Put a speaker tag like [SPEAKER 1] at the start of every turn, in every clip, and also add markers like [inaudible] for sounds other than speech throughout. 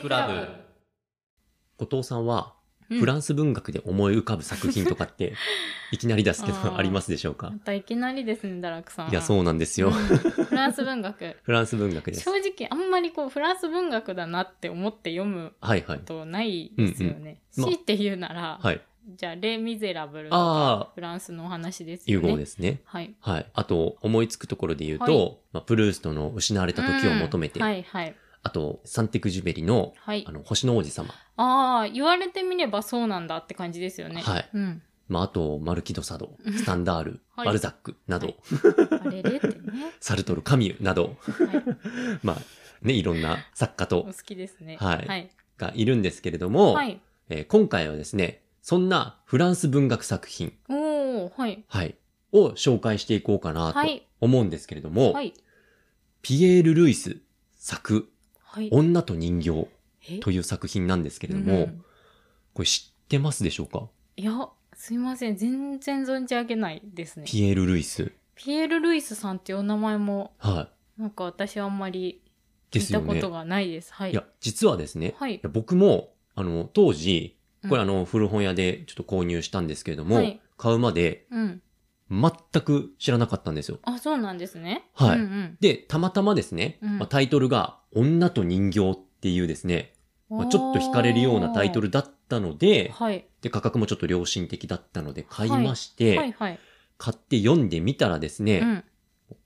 [SPEAKER 1] クラブ。
[SPEAKER 2] 後藤さんは、
[SPEAKER 1] うん
[SPEAKER 2] フランス文学で思い浮かぶ作品とか
[SPEAKER 1] [laughs]
[SPEAKER 2] って、いきなり出すけ
[SPEAKER 1] あー
[SPEAKER 2] ど、ありますでしょうか
[SPEAKER 1] またいきなりですね、ダラクさんは。
[SPEAKER 2] いや、そうなんです
[SPEAKER 1] うん
[SPEAKER 2] よ。
[SPEAKER 1] フランス文学。
[SPEAKER 2] フランス文学 [laughs] です
[SPEAKER 1] 正。直、あんまりこう、フランス文学だなって思って読む
[SPEAKER 2] はいはい
[SPEAKER 1] こ。とないですよね。
[SPEAKER 2] うんうんまあ
[SPEAKER 1] 強いて言うなら、
[SPEAKER 2] はい。
[SPEAKER 1] じゃあ、レ・ミゼラブルとか、
[SPEAKER 2] ああ、
[SPEAKER 1] フランスのお話です
[SPEAKER 2] 融
[SPEAKER 1] よね。
[SPEAKER 2] 合ですね。
[SPEAKER 1] はい。
[SPEAKER 2] はい。あと、思いつくところで言うと、
[SPEAKER 1] はい
[SPEAKER 2] まあ、プルーストの失われた時を求めて、
[SPEAKER 1] うんはいはい。
[SPEAKER 2] あと、サンテクジュベリの、
[SPEAKER 1] はい
[SPEAKER 2] あ。の、星の王子様。
[SPEAKER 1] ああ、言われてみればそうなんだって感じですよね。
[SPEAKER 2] はい。
[SPEAKER 1] うん。
[SPEAKER 2] まあ、あと、マルキドサド、スタンダール、
[SPEAKER 1] [laughs] はい
[SPEAKER 2] バルザックなど、
[SPEAKER 1] はいあれれってね。
[SPEAKER 2] サルトル、カミュなど、
[SPEAKER 1] はい。
[SPEAKER 2] まあ、ね、いろんな作家
[SPEAKER 1] お
[SPEAKER 2] と
[SPEAKER 1] 好、きですね。
[SPEAKER 2] はい
[SPEAKER 1] はい。
[SPEAKER 2] がいるんですけれども、
[SPEAKER 1] はい。
[SPEAKER 2] えー今回はですね、そんなフランス文学作品、
[SPEAKER 1] おー、はい。
[SPEAKER 2] はい、を紹介していこうかなと
[SPEAKER 1] はい
[SPEAKER 2] 思うんですけれども、
[SPEAKER 1] はい。
[SPEAKER 2] ピエール・ルイス作、
[SPEAKER 1] はい。
[SPEAKER 2] 女と人形
[SPEAKER 1] え
[SPEAKER 2] という作品なんですけれど
[SPEAKER 1] う
[SPEAKER 2] も、
[SPEAKER 1] ん
[SPEAKER 2] これ知ってますでしょうか
[SPEAKER 1] いや、すいません。全然存じ上げないですね。
[SPEAKER 2] ピエール・ルイス。
[SPEAKER 1] ピエール・ルイスさんっていうお名前も、
[SPEAKER 2] は
[SPEAKER 1] なんか私あんまり
[SPEAKER 2] い。で
[SPEAKER 1] 聞い
[SPEAKER 2] す
[SPEAKER 1] た
[SPEAKER 2] よ
[SPEAKER 1] こ
[SPEAKER 2] ね。
[SPEAKER 1] とがないです。はいい。
[SPEAKER 2] や、実はですね、
[SPEAKER 1] はい
[SPEAKER 2] や僕も、あの、当時、
[SPEAKER 1] うん
[SPEAKER 2] これあの、古本屋でちょっと購入したんですけれども、
[SPEAKER 1] はい
[SPEAKER 2] 買うまで
[SPEAKER 1] うん。
[SPEAKER 2] 全く知らなかったんですよ。
[SPEAKER 1] あ、そうなんですね。
[SPEAKER 2] はい
[SPEAKER 1] うん
[SPEAKER 2] で、たまたまですね、
[SPEAKER 1] うん
[SPEAKER 2] まあ、タイトルが、女と人形っていうですね、
[SPEAKER 1] うん
[SPEAKER 2] まあ、ちょっと惹かれるようなタイトルだったので、
[SPEAKER 1] はい。
[SPEAKER 2] で、価格もちょっと良心的だったので買いまして、
[SPEAKER 1] はいはい。
[SPEAKER 2] 買って読んでみたらですね、
[SPEAKER 1] うん。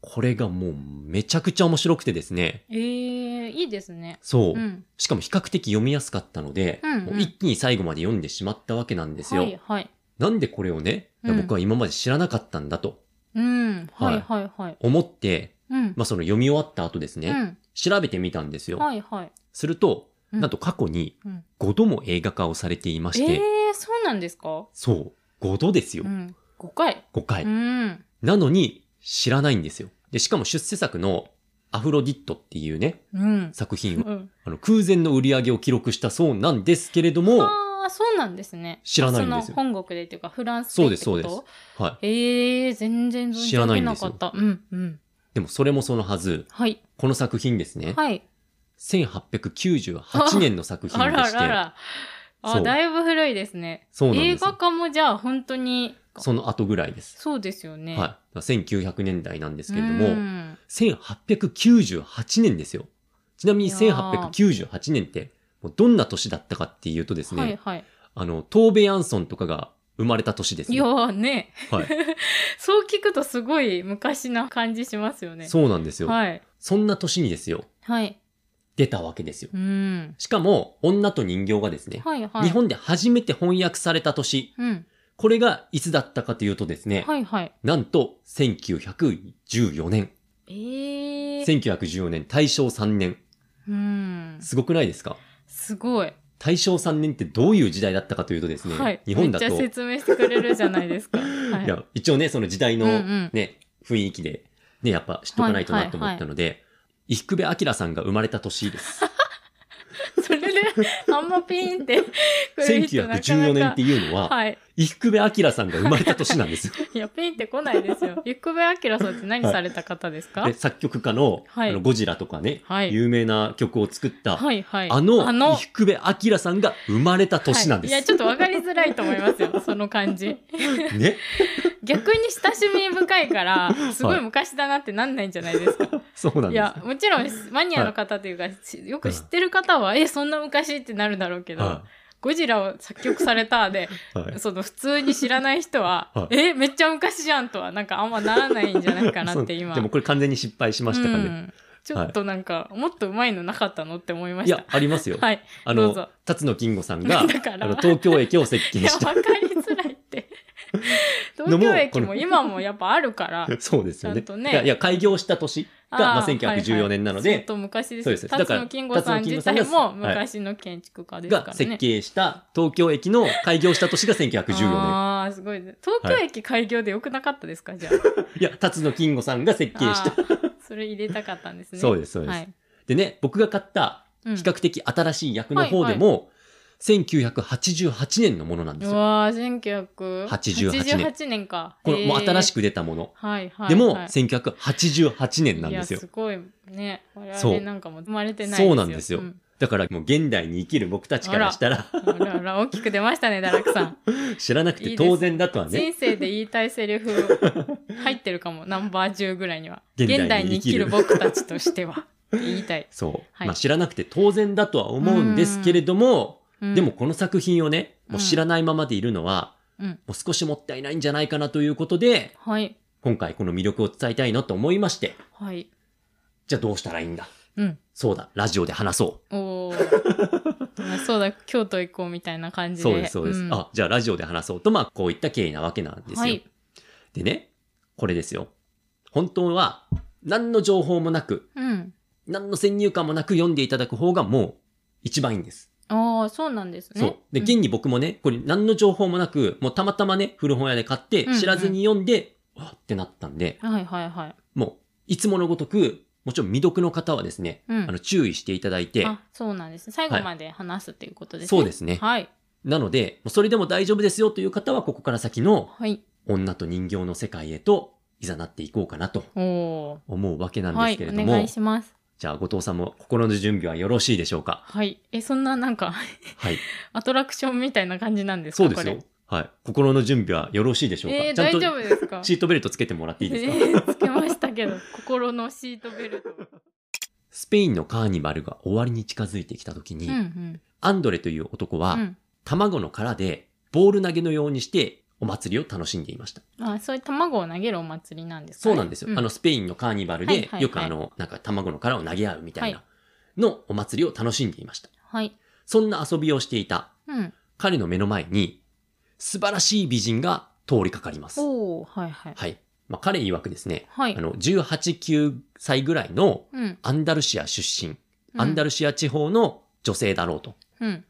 [SPEAKER 2] これがもうめちゃくちゃ面白くてですね、
[SPEAKER 1] えー、いいですね。
[SPEAKER 2] そう、
[SPEAKER 1] うん。
[SPEAKER 2] しかも比較的読みやすかったので、
[SPEAKER 1] うんうん
[SPEAKER 2] もう一気に最後まで読んでしまったわけなんですよ。
[SPEAKER 1] はいはい。
[SPEAKER 2] なんでこれをね、
[SPEAKER 1] うん
[SPEAKER 2] 僕は今まで知らなかったんだと
[SPEAKER 1] うん。
[SPEAKER 2] は
[SPEAKER 1] はいいはいはい。
[SPEAKER 2] 思って、
[SPEAKER 1] うん。
[SPEAKER 2] まあその読み終わった後ですね、
[SPEAKER 1] うん。
[SPEAKER 2] 調べてみたんですよ。
[SPEAKER 1] はいはい。
[SPEAKER 2] すると、
[SPEAKER 1] うん
[SPEAKER 2] なんと過去に
[SPEAKER 1] うん
[SPEAKER 2] 5度も映画化をされていまし
[SPEAKER 1] え
[SPEAKER 2] て、
[SPEAKER 1] ー、そうなんですか
[SPEAKER 2] そう、5度ですよ、
[SPEAKER 1] うん。5回。
[SPEAKER 2] 5回。
[SPEAKER 1] うん。
[SPEAKER 2] なのに知らないんですよ。で、しかも出世作のアフロディットっていうね、
[SPEAKER 1] うん。
[SPEAKER 2] 作品
[SPEAKER 1] う
[SPEAKER 2] は、
[SPEAKER 1] ん。
[SPEAKER 2] あの空前の売り上げを記録したそうなんですけれども、
[SPEAKER 1] ああ、そうなんですね。
[SPEAKER 2] 知らないんですよ
[SPEAKER 1] その本国でっていうか、フランスで
[SPEAKER 2] そう
[SPEAKER 1] っ
[SPEAKER 2] で
[SPEAKER 1] てこ
[SPEAKER 2] す、そ
[SPEAKER 1] と
[SPEAKER 2] うです。はい。
[SPEAKER 1] ええー、全然存じ上げなかった。うん、うん。
[SPEAKER 2] でもそれもそのはず、
[SPEAKER 1] はい。
[SPEAKER 2] この作品ですね、
[SPEAKER 1] はい。
[SPEAKER 2] 1898年の作
[SPEAKER 1] あ
[SPEAKER 2] 品で
[SPEAKER 1] ら
[SPEAKER 2] して、
[SPEAKER 1] らら。
[SPEAKER 2] そ
[SPEAKER 1] あ、
[SPEAKER 2] う
[SPEAKER 1] だいぶ古いですね。
[SPEAKER 2] そうなん
[SPEAKER 1] 映
[SPEAKER 2] です
[SPEAKER 1] 画
[SPEAKER 2] よ。
[SPEAKER 1] 化もじゃあ本当に、
[SPEAKER 2] その後ぐらいです。
[SPEAKER 1] そうですよね。
[SPEAKER 2] はい。1900年代なんです
[SPEAKER 1] う
[SPEAKER 2] け
[SPEAKER 1] ん。
[SPEAKER 2] れども、1898年ですよ。ちなみに
[SPEAKER 1] いやー
[SPEAKER 2] 1898年って、もうどんな年だったかっていうとですね、
[SPEAKER 1] はいはい。
[SPEAKER 2] あの、トーベ・ヤンソンとかが生まれた年です
[SPEAKER 1] い
[SPEAKER 2] ね。
[SPEAKER 1] や
[SPEAKER 2] は
[SPEAKER 1] ーね、 [laughs]
[SPEAKER 2] い。
[SPEAKER 1] そう聞くとすごい昔な感じしますよね。
[SPEAKER 2] そうなんですよ。
[SPEAKER 1] はい。
[SPEAKER 2] そんな年にですよ、
[SPEAKER 1] はい。
[SPEAKER 2] 出たわけですよ
[SPEAKER 1] う。ん。
[SPEAKER 2] しかも、女と人形がですね、
[SPEAKER 1] はいはい。
[SPEAKER 2] 日本で初めて翻訳された年、
[SPEAKER 1] うん。
[SPEAKER 2] これがいつだったかというとですね、
[SPEAKER 1] はいはい。
[SPEAKER 2] なんと、1914年。
[SPEAKER 1] ええー。
[SPEAKER 2] 1914年、大正3年。
[SPEAKER 1] うん。
[SPEAKER 2] すごくないですか
[SPEAKER 1] すごい。
[SPEAKER 2] 大正3年ってどういう時代だったかというとですね、
[SPEAKER 1] はい。
[SPEAKER 2] 日本だと、
[SPEAKER 1] めっちゃ
[SPEAKER 2] い
[SPEAKER 1] 説明してくれるじゃないです
[SPEAKER 2] [laughs]
[SPEAKER 1] か。はい。
[SPEAKER 2] や、一応ね、その時代の
[SPEAKER 1] うん
[SPEAKER 2] ね、
[SPEAKER 1] うん
[SPEAKER 2] 雰囲気で、ね、やっぱ知っとかないとなと思ったので、伊福部明さんが生まれた年
[SPEAKER 1] [laughs]
[SPEAKER 2] です。
[SPEAKER 1] それで、あんまピーンって来る人なかなか。
[SPEAKER 2] 1914年っていうのは、
[SPEAKER 1] はい。
[SPEAKER 2] 伊福部明さんが生まれた年なんですよ。
[SPEAKER 1] いや、ピーンって来ないです
[SPEAKER 2] [laughs]
[SPEAKER 1] よ。ゆくべあきらさんって何された方です [laughs] か、は
[SPEAKER 2] で
[SPEAKER 1] い、
[SPEAKER 2] 作曲家の,、
[SPEAKER 1] はい
[SPEAKER 2] あのゴジラとかね、
[SPEAKER 1] はい
[SPEAKER 2] 有名な曲を作った、
[SPEAKER 1] はいはい
[SPEAKER 2] あの伊福部明さんが生まれた年なんです。
[SPEAKER 1] はいいや、ちょっとわかりづらいと思いますよ。その
[SPEAKER 2] [laughs]
[SPEAKER 1] 感じ。
[SPEAKER 2] ね、
[SPEAKER 1] 逆に親しみ深いから、すごい昔だなってなんないんじゃないですか。
[SPEAKER 2] そうなんで
[SPEAKER 1] い
[SPEAKER 2] す。
[SPEAKER 1] や、もちろんマニアの方というか、しよく知ってる方は、え、そんな昔ってなるだろうけど、
[SPEAKER 2] は
[SPEAKER 1] ゴジラを作曲されたで、
[SPEAKER 2] いはい
[SPEAKER 1] その普通に知らない人は、
[SPEAKER 2] は
[SPEAKER 1] え、めっちゃ昔じゃんとは、なんかあんまならないんじゃないかなって
[SPEAKER 2] そう
[SPEAKER 1] 今。
[SPEAKER 2] でもこれ完全に失敗しましたか
[SPEAKER 1] う
[SPEAKER 2] ね。
[SPEAKER 1] んちょっとなんか、もっと上手いのなかったのって思いま
[SPEAKER 2] い
[SPEAKER 1] した。
[SPEAKER 2] や、ありますよ。
[SPEAKER 1] はい。
[SPEAKER 2] あ
[SPEAKER 1] どう
[SPEAKER 2] の
[SPEAKER 1] ぞ、
[SPEAKER 2] 辰野金吾さんが、あ
[SPEAKER 1] [laughs] だから
[SPEAKER 2] の、東京駅を席
[SPEAKER 1] い
[SPEAKER 2] 巻
[SPEAKER 1] や、
[SPEAKER 2] し
[SPEAKER 1] わ
[SPEAKER 2] た。
[SPEAKER 1] かりづらいって。
[SPEAKER 2] [laughs]
[SPEAKER 1] 東京駅も今もやっぱあるから。
[SPEAKER 2] [laughs] そうですよね。
[SPEAKER 1] ちゃんとね
[SPEAKER 2] いやいや、開業した年が、まあ、
[SPEAKER 1] ー
[SPEAKER 2] 1914年なの
[SPEAKER 1] はいは
[SPEAKER 2] で
[SPEAKER 1] い相、当昔です
[SPEAKER 2] そうで
[SPEAKER 1] よ。
[SPEAKER 2] すだ
[SPEAKER 1] 辰
[SPEAKER 2] から
[SPEAKER 1] 野金吾
[SPEAKER 2] 辰
[SPEAKER 1] さん
[SPEAKER 2] 野金吾
[SPEAKER 1] 自
[SPEAKER 2] さんが
[SPEAKER 1] 体も昔の建築家ですから
[SPEAKER 2] が設
[SPEAKER 1] ね。
[SPEAKER 2] 計した東京駅の開業した年が1914
[SPEAKER 1] ああ、すごいね。東京駅開業でよくなかったですか、じゃあ。
[SPEAKER 2] 年。いや、辰野金吾さんが設計し
[SPEAKER 1] あ
[SPEAKER 2] た。
[SPEAKER 1] ーそれ入れたかったんですね。
[SPEAKER 2] そうです、そうで
[SPEAKER 1] は
[SPEAKER 2] す
[SPEAKER 1] い。。
[SPEAKER 2] でね、僕が買った
[SPEAKER 1] うん
[SPEAKER 2] 比較的新しい役の方でも、1988年のものなんで
[SPEAKER 1] う
[SPEAKER 2] すよ。
[SPEAKER 1] わー、1988
[SPEAKER 2] 88年
[SPEAKER 1] 年か。
[SPEAKER 2] このもう新し
[SPEAKER 1] く。
[SPEAKER 2] く出たもの。
[SPEAKER 1] はいはい、はい。
[SPEAKER 2] でも、1988年なん
[SPEAKER 1] い
[SPEAKER 2] で
[SPEAKER 1] や
[SPEAKER 2] すよ
[SPEAKER 1] す。ごいね。我
[SPEAKER 2] そ
[SPEAKER 1] 々
[SPEAKER 2] う
[SPEAKER 1] なんかも生まれてない
[SPEAKER 2] そうなんですよ
[SPEAKER 1] ん
[SPEAKER 2] だからもう現代に生きる僕たちからしたら
[SPEAKER 1] あらあら、大きく出ましたね、堕
[SPEAKER 2] [laughs]
[SPEAKER 1] 落さん。
[SPEAKER 2] 知らなくて当然だとはね。
[SPEAKER 1] 人生で言いたいセリフ入ってるかも、ナンバー10ぐらいには。現代に生きる僕たちとしては。言いたい。
[SPEAKER 2] そう。
[SPEAKER 1] はい
[SPEAKER 2] まあ知らなくて当然だとは思うんですけれども、
[SPEAKER 1] うん
[SPEAKER 2] でも、この作品をね、
[SPEAKER 1] うん
[SPEAKER 2] もう知らないままでいるのは、
[SPEAKER 1] うん。
[SPEAKER 2] もう少しもったいないんじゃないかなということで、
[SPEAKER 1] はい。
[SPEAKER 2] 今回この魅力を伝えたいなと思いまして、
[SPEAKER 1] はい。
[SPEAKER 2] じゃあどうしたらいいんだ
[SPEAKER 1] うん。
[SPEAKER 2] そうだ、ラジオで話そ
[SPEAKER 1] おー
[SPEAKER 2] [laughs]
[SPEAKER 1] そうだ、京都行こうみたいな感
[SPEAKER 2] う。
[SPEAKER 1] じで。
[SPEAKER 2] そうです、そうです。
[SPEAKER 1] ん、
[SPEAKER 2] あ、じゃあラジオで話そうと、まあこういった経緯なわけなんですよ。
[SPEAKER 1] はい。
[SPEAKER 2] でね、これですよ。本当は、何の情報もなく、
[SPEAKER 1] うん。
[SPEAKER 2] 何の先入観もなく読んでいただく方がもう一番いいんです。
[SPEAKER 1] ああ、そうなんですね。
[SPEAKER 2] そう。で、
[SPEAKER 1] ん
[SPEAKER 2] 現に僕もね、これ何の情報もなく、もうたまたまね、古本屋で買って
[SPEAKER 1] うんう、ん
[SPEAKER 2] 知らずに読んで、わーってなったんで、
[SPEAKER 1] はいはいはい。
[SPEAKER 2] もう、いつものごとく、もちろん未読の方はですね、
[SPEAKER 1] うん
[SPEAKER 2] あの、注意していただいて、
[SPEAKER 1] あ、そうなんですね。最後まで話すっていうことですね。
[SPEAKER 2] そうですね。
[SPEAKER 1] はい。
[SPEAKER 2] なので、もうそれでも大丈夫ですよという方は、ここから先の
[SPEAKER 1] はい。
[SPEAKER 2] 女と人形の世界へと、いざなっていこうかなと
[SPEAKER 1] おお
[SPEAKER 2] 思うわけな
[SPEAKER 1] ー。
[SPEAKER 2] ん
[SPEAKER 1] は
[SPEAKER 2] で
[SPEAKER 1] い
[SPEAKER 2] すけ。れど
[SPEAKER 1] お
[SPEAKER 2] も、
[SPEAKER 1] 願いします。
[SPEAKER 2] じゃあ、後藤さんも心の準備はよろしいでしょうか
[SPEAKER 1] はい。え、そんななんか、
[SPEAKER 2] はい。
[SPEAKER 1] [laughs] アトラクションみたいな感じなんですか
[SPEAKER 2] そうですよ
[SPEAKER 1] こ。
[SPEAKER 2] はい。心の準備はよろしいでしょうか、
[SPEAKER 1] れえー、
[SPEAKER 2] ちゃん
[SPEAKER 1] 大
[SPEAKER 2] と
[SPEAKER 1] 丈夫ですか
[SPEAKER 2] シートベルトつけてもらっていいですか、
[SPEAKER 1] えーつけましたけど、 [laughs] 心のシートベルト。
[SPEAKER 2] スペインのカーニバルが終わりに近づいてきた時に、
[SPEAKER 1] うんうん。
[SPEAKER 2] アンドレという男は、
[SPEAKER 1] うん。
[SPEAKER 2] 卵の殻でボール投げのようにしてお祭りを楽しんでいました。
[SPEAKER 1] あ、そういう卵を投げるお祭りなんですか
[SPEAKER 2] そうなんですよ。あの、スペインのカーニバルで、
[SPEAKER 1] はいはいはい
[SPEAKER 2] よくあの、なんか卵の殻を投げ合うみたい
[SPEAKER 1] は
[SPEAKER 2] なのお祭りを楽しんでいました。
[SPEAKER 1] はい。
[SPEAKER 2] そんな遊びをしていた
[SPEAKER 1] うん。
[SPEAKER 2] 彼の目の前に素晴らしい美人が通りかかります。
[SPEAKER 1] おおはいはい。
[SPEAKER 2] はい。まあ、彼曰くですね、
[SPEAKER 1] はい
[SPEAKER 2] あ。の、18、9歳ぐらいの
[SPEAKER 1] うん。
[SPEAKER 2] アンダルシア出身、アンダルシア地方の女性だろうと。
[SPEAKER 1] うん。